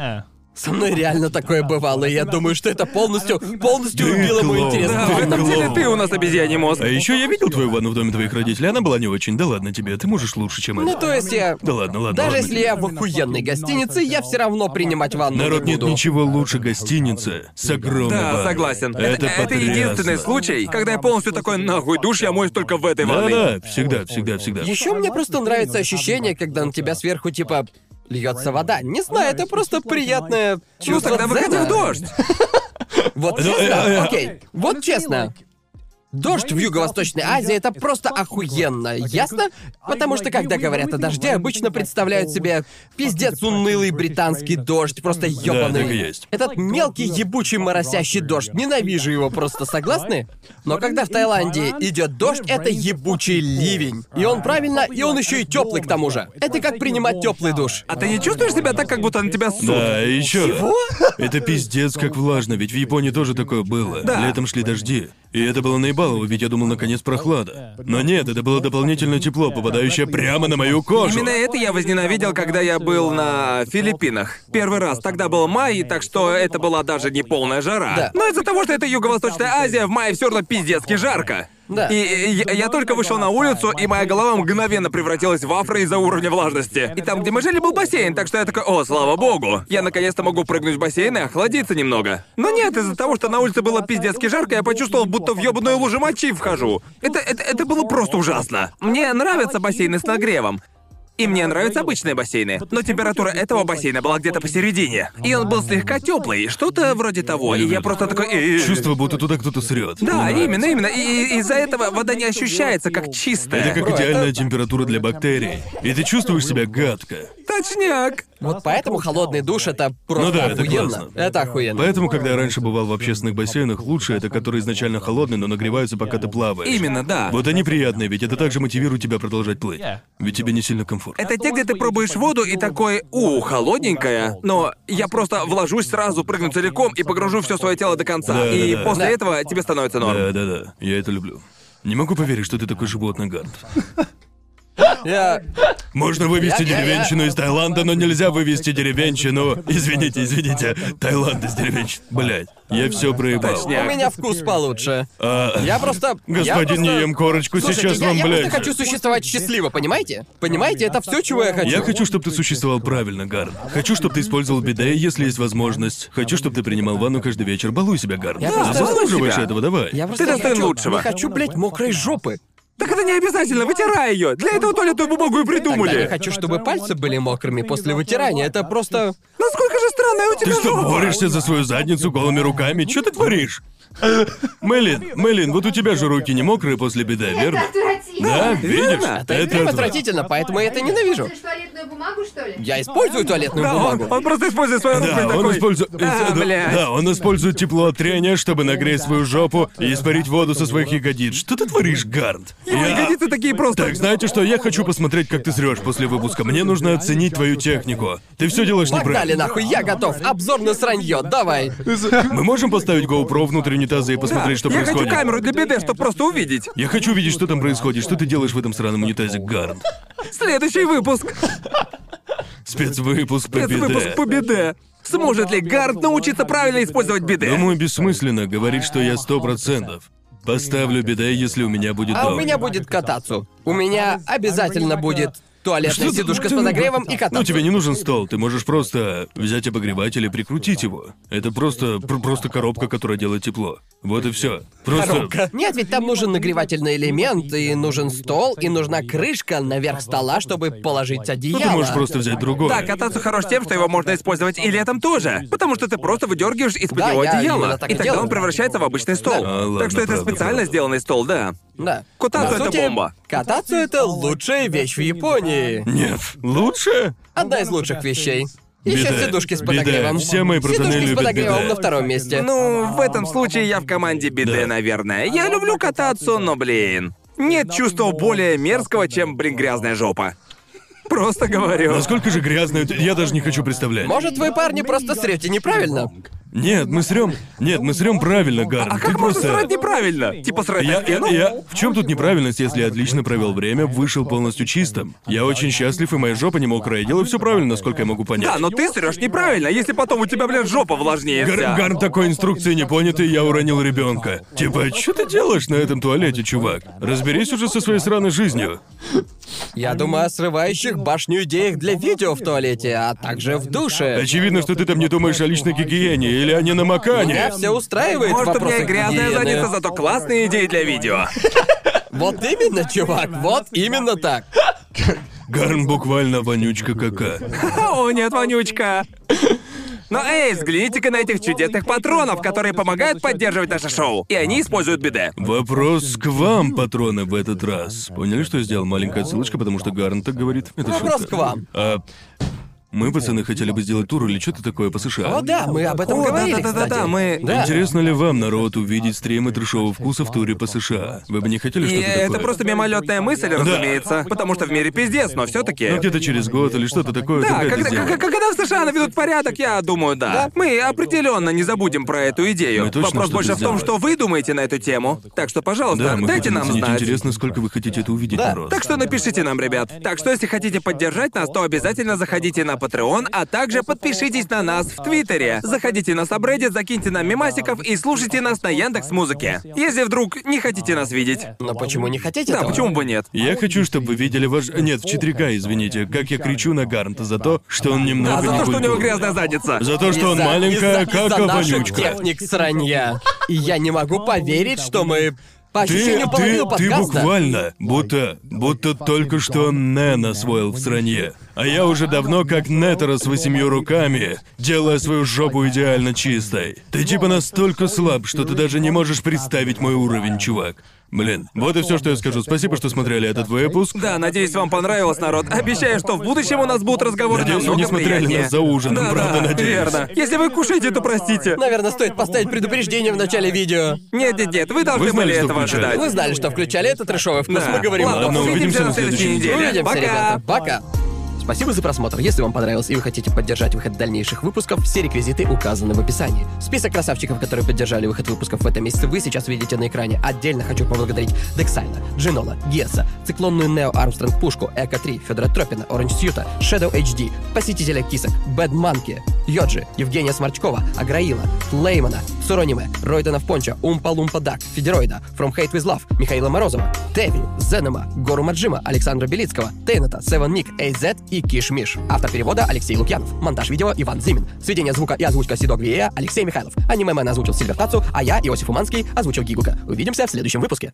S3: Со мной реально такое бывало, и я думаю, что это полностью, полностью
S1: Ты
S3: убило мой
S1: клоун.
S3: интерес.
S2: Да,
S1: Ты
S2: в этом деле
S1: клоун.
S2: ты у нас обезьяний мозг.
S1: А еще я видел твою ванну в доме твоих родителей, она была не очень. Да ладно тебе, ты можешь лучше, чем это.
S3: Ну, то есть я...
S1: Да ладно, ладно.
S3: Даже
S1: ладно
S3: если
S1: тебе.
S3: я в охуенной гостинице, я все равно принимать ванну
S1: Народ,
S3: не
S1: нет
S3: буду.
S1: ничего лучше гостиницы с огромной
S2: Да,
S1: ванной.
S2: согласен.
S1: Это,
S2: единственный
S1: потрясно.
S2: случай, когда я полностью такой нахуй душ, я моюсь только в этой ванной.
S1: Да-да, всегда, всегда, всегда.
S3: Еще мне просто нравится ощущение, когда на тебя сверху типа льется вода. Не знаю, это просто приятное
S2: Ну
S3: чувство
S2: тогда выходи
S3: дзена.
S2: в дождь.
S3: Вот
S1: Ну, э, э,
S3: честно,
S1: э.
S3: окей, вот честно. Дождь в Юго-Восточной Азии это просто охуенно, ясно? Потому что когда говорят о дожде, обычно представляют себе пиздец унылый британский дождь, просто ёбаный.
S1: Да, так и есть.
S3: Этот мелкий ебучий моросящий дождь, ненавижу его просто, согласны? Но когда в Таиланде идет дождь, это ебучий ливень. И он правильно, и он еще и теплый к тому же. Это как принимать теплый душ.
S2: А ты не чувствуешь себя так, как будто на тебя ссут?
S1: Да, и еще. Это пиздец, как влажно, ведь в Японии тоже такое было.
S2: Да.
S1: Летом шли дожди. И это было наебалово, ведь я думал, наконец, прохлада. Но нет, это было дополнительное тепло, попадающее прямо на мою кожу.
S2: Именно это я возненавидел, когда я был на Филиппинах. Первый раз. Тогда был май, так что это была даже не полная жара.
S3: Да.
S2: Но из-за того, что это Юго-Восточная Азия, в мае все равно пиздецки жарко.
S3: Да.
S2: И, и я, я только вышел на улицу, и моя голова мгновенно превратилась в афро из-за уровня влажности. И там, где мы жили, был бассейн, так что я такой, о, слава богу, я наконец-то могу прыгнуть в бассейн и охладиться немного. Но нет, из-за того, что на улице было пиздецки жарко, я почувствовал, будто в ёбаную лужу мочи вхожу. Это, это, это было просто ужасно. Мне нравятся бассейны с нагревом. И мне нравятся обычные бассейны, но температура этого бассейна была где-то посередине. И он был слегка теплый, что-то вроде того. И я просто такой. «Э, э, э».
S1: Чувство, будто туда кто-то срет.
S2: Да,
S1: Нравится.
S2: именно, именно. И- И из-за этого вода не ощущается как чистая.
S1: Это как
S3: Бро,
S1: идеальная
S3: это-
S1: температура для бактерий. И ты чувствуешь себя гадко.
S2: Точняк.
S3: Вот поэтому холодный душ это просто
S1: Ну да, это
S3: охуенно.
S1: классно.
S3: Это охуенно.
S1: Поэтому, когда я раньше бывал в общественных бассейнах, лучше это, которые изначально холодные, но нагреваются, пока ты плаваешь.
S2: Именно, да.
S1: Вот они приятные, ведь это также мотивирует тебя продолжать плыть.
S5: Yeah.
S1: Ведь тебе не сильно комфортно.
S2: Это те, где ты пробуешь воду и такой, у, холодненькая, но я просто вложусь сразу, прыгну целиком и погружу все свое тело до конца.
S1: Да,
S2: и
S1: да, да.
S2: после
S3: Да.
S2: этого тебе становится норм.
S1: Да, да, да. Я это люблю. Не могу поверить, что ты такой животный гард.
S3: Я-
S1: Можно вывести
S3: Я- я- я-
S1: деревенщину из Таиланда, но нельзя вывести деревенщину. Извините, извините, Таиланд из деревенщины. Блять, я все проебал.
S2: Точняк.
S3: У меня вкус получше.
S1: А,
S3: Я просто. я
S1: господин,
S3: просто-
S1: не ем корочку,
S3: Слушайте,
S1: сейчас
S3: я,
S1: вам,
S3: я
S1: блять.
S3: просто хочу существовать счастливо, понимаете? Понимаете, это все, чего я хочу.
S1: Я хочу, чтобы ты существовал правильно, Гарн. Хочу, чтобы ты использовал биде, если есть возможность. Хочу, чтобы ты принимал ванну каждый вечер. Балуй себя, Гарн.
S3: Я
S1: Ты
S3: просто-
S1: заслуживаешь
S2: себя.
S1: этого, давай.
S3: Я просто
S2: Ты
S3: не
S2: достоин
S3: хочу-
S2: лучшего.
S3: Не хочу, блядь, мокрой жопы.
S2: Так это не обязательно, вытирай ее. Для этого туалетную бумагу и
S3: Тогда я
S2: придумали.
S3: хочу, чтобы пальцы были мокрыми после вытирания. Это просто.
S2: Насколько Ну же странная у тебя
S1: Ты что,
S2: жопа?
S1: борешься за свою задницу голыми руками? Что ты творишь? Мэлин, Мэлин, вот у тебя же руки не мокрые после биде, верно?
S4: отвратительно.
S1: Да, видишь?
S2: верно.
S1: Это,
S3: Это прям
S1: отвратительно.
S3: отвратительно, поэтому я это ненавижу.
S4: Используешь туалетную бумагу, что ли?
S3: Я использую туалетную
S2: Да, он,
S3: бумагу.
S2: он просто использует свою руку и
S1: Да,
S2: такой...
S1: он использует...
S2: А,
S1: э,
S2: блядь.
S1: да, да, он использует тепло от трения, чтобы нагреть свою жопу и испарить воду со своих ягодиц. Что ты творишь, Гарнт?
S2: Его ягодицы такие просто...
S1: Так, знаете что, я хочу посмотреть, как ты срешь после выпуска. Мне нужно оценить твою технику. Ты все делаешь
S3: Погнали
S1: неправильно.
S3: нахуй, я готов. Обзор на сранье, давай.
S1: Мы можем поставить GoPro внутрь унитаза и посмотреть, что
S2: я
S1: происходит?
S2: хочу камеру для беды, чтобы просто увидеть.
S1: Я хочу увидеть, что там происходит, что ты делаешь в этом сраном унитазе, Гарнт.
S2: Следующий выпуск.
S1: Спецвыпуск по
S2: Это выпуск
S1: биде.
S2: по беде. Сможет ли Гард научиться правильно использовать беды?
S1: Думаю, бессмысленно говорить, что я сто процентов. Поставлю биде, если у меня будет
S3: А у
S1: дом.
S3: меня будет кататься. У меня обязательно будет туалетная
S1: Что за-
S3: сидушка с подогревом и кататься.
S1: Ну, тебе не нужен стол, ты можешь просто взять обогреватель и прикрутить его. Это просто, пр- просто коробка, которая делает тепло. Вот и все. Просто.
S3: Нет, ведь там нужен нагревательный элемент, и нужен стол, и нужна крышка наверх стола, чтобы положить
S1: Ну,
S3: одеяло.
S1: ты можешь просто взять другой.
S2: Да, кататься хорош тем, что его можно использовать и летом тоже. Потому что ты просто выдергиваешь из-под
S3: Да,
S2: него
S3: я
S2: одеяло.
S3: именно так
S2: и
S3: и
S2: тогда
S3: делаю.
S2: он превращается в обычный стол.
S1: А, ладно,
S2: так что это
S1: правда,
S2: специально
S1: правда.
S2: сделанный стол, да.
S3: Да.
S2: Кутацу
S3: По
S2: это
S3: сути,
S2: бомба.
S3: Катацу это лучшая вещь в Японии.
S1: Нет, лучше?
S3: Одна из лучших вещей. Еще
S1: Биде.
S3: сидушки с
S1: Биде.
S3: подогревом.
S1: Все мои братаны
S3: Сидушки с
S1: любят
S3: подогревом
S1: биде.
S3: на втором месте.
S2: Ну, в этом случае я в команде беды,
S1: Да.
S2: наверное. Я люблю кататься, но, блин. Нет чувства более мерзкого, чем, блин, грязная жопа. Просто говорю.
S1: Ну, Насколько же грязно это- я даже не хочу представлять.
S3: Может, вы, парни, просто срете неправильно?
S1: Нет, мы срём. Нет, мы срём правильно, Гарн.
S2: А
S1: Ты
S2: как можно
S1: просто.
S2: срать неправильно? Типа срать
S1: Я, я,
S2: на стену?
S1: я- В чем тут неправильность, если я отлично провел время, вышел полностью чистым? Я очень счастлив, и моя жопа не мокрая. Я делаю все правильно, насколько я могу понять.
S2: Да, но ты срешь неправильно, если потом у тебя, блядь, жопа влажнее.
S1: Гарн,
S2: вся.
S1: Гарн такой инструкции не понят, и я уронил ребенка. Типа, что ты делаешь на этом туалете, чувак? Разберись уже со своей сраной жизнью.
S3: Я думаю о срывающих башню идеях для видео в туалете, а также в душе.
S1: Очевидно, что ты там не думаешь о личной гигиене или о ненамокании.
S3: Меня все устраивает
S2: Может, у
S3: вопрос
S2: меня и грязная задница, зато классные идеи для видео.
S3: Вот именно, чувак, вот именно так.
S1: Гарн буквально вонючка а. кака.
S2: О, нет, вонючка. Но эй, взгляните-ка на этих чудесных патронов, которые помогают поддерживать наше шоу. И они используют биде.
S1: Вопрос к вам, патроны, в этот раз. Поняли, что я сделал? Маленькая отсылочка, потому что Гарн так говорит. Это
S3: Вопрос
S1: шутка.
S3: к вам.
S1: А, мы, пацаны, хотели бы сделать тур или что-то такое по США.
S3: О, да, мы об этом говорили,
S2: да-да-да-да,
S3: кстати.
S2: мы...
S3: Да.
S1: Интересно ли вам, народ, увидеть стримы трешового вкуса в туре по США? Вы бы не хотели
S2: И
S1: что-то такое?
S2: Э,
S1: Ну,
S2: это просто мимолетная мысль, разумеется, потому что в мире пиздец, но все-таки.
S1: Ну, где-то через год или что-то такое,
S2: Да,
S1: тогда это
S2: когда,
S1: сделаем.
S2: к- когда в США наведут порядок, я думаю, да. Мы определенно не забудем про эту идею.
S1: Мы точно
S2: Вопрос
S1: что-то
S2: больше в том,
S1: сделаем.
S2: что вы думаете на эту тему. Так что, пожалуйста,
S1: Да, мы
S2: дайте
S1: хотим
S2: нам
S1: оценить.
S2: знать.
S1: Интересно, сколько вы хотите это увидеть, народ.
S2: Так что напишите нам, ребят. Так что, если хотите поддержать нас, то обязательно заходите на Patreon, а также подпишитесь на нас в Твиттере. Заходите на Subreddit, закиньте нам мемасиков и слушайте нас на Яндекс Музыке. Если вдруг не хотите нас видеть.
S3: Но почему не хотите
S2: Да,
S3: этого?
S2: почему бы нет?
S1: Я хочу, чтобы вы видели ваш... Нет, в 4К, извините. Как я кричу на Гарнта за то, что он немного
S2: А за то, что у него
S1: некультурный.
S2: грязная задница.
S1: За то, что он
S3: Из-за-
S1: маленькая,
S3: из-за-
S1: как
S3: из-за наших
S1: вонючка.
S3: техник сранья. И я не могу поверить, что мы... По
S1: Ты,
S3: ощущению
S1: ты,
S3: половину
S1: ты
S3: подкаста...
S1: буквально, будто, будто только что Нэн освоил в стране. А я уже давно как Нетера с восемью руками, делая свою жопу идеально чистой. Ты типа настолько слаб, что ты даже не можешь представить мой уровень, чувак. Блин, вот и все, что я скажу. Спасибо, что смотрели этот выпуск.
S2: Да, надеюсь, вам понравилось, народ. Обещаю, что в будущем у нас будут разговоры
S1: Надеюсь, вы
S2: намного
S1: не смотрели
S2: приятнее.
S1: нас за ужином,
S2: Да-да,
S1: правда, надеюсь.
S2: верно. Если вы кушаете, то простите.
S3: Наверное, стоит поставить предупреждение в начале видео.
S2: Нет, нет, нет, вы должны
S1: Вы знали,
S2: были
S1: что
S2: этого
S1: включали?
S2: ожидать.
S3: Вы знали, что включали этот трешовый вкус.
S2: Да.
S3: Мы говорим
S2: Ладно,
S3: о том,
S1: ну,
S3: что-
S2: увидимся на следующей неделе.
S3: Увидимся,
S2: Пока.
S3: ребята. Пока. Спасибо за просмотр. Если вам понравилось и вы хотите поддержать выход дальнейших выпусков, все реквизиты указаны в описании. Список красавчиков, которые поддержали выход выпусков в этом месяце, вы сейчас видите на экране. Отдельно хочу поблагодарить Дексайна, Джинола, Гесса, Циклонную Нео Армстронг Пушку, Эко 3, Федора Тропина, Оранж Сьюта, Shadow HD, Посетителя Кисок, Бэд Манки, Йоджи, Евгения Сморчкова, Аграила, Леймана, Сурониме, Ройденов Понча, Умпа Лумпа Дак, Федероида, From Hate With Love, Михаила Морозова, Теви, Зенема, Гору Маджима, Александра Белицкого, Тейната, Севен Ник, Эйзет и Киш Миш. Автор перевода Алексей Лукьянов. Монтаж видео Иван Зимин. Сведение звука и озвучка Сидок Гвея Алексей Михайлов. Аниме озвучил Сильвертацию, а я, Иосиф Уманский, озвучил Гигука. Увидимся в следующем выпуске.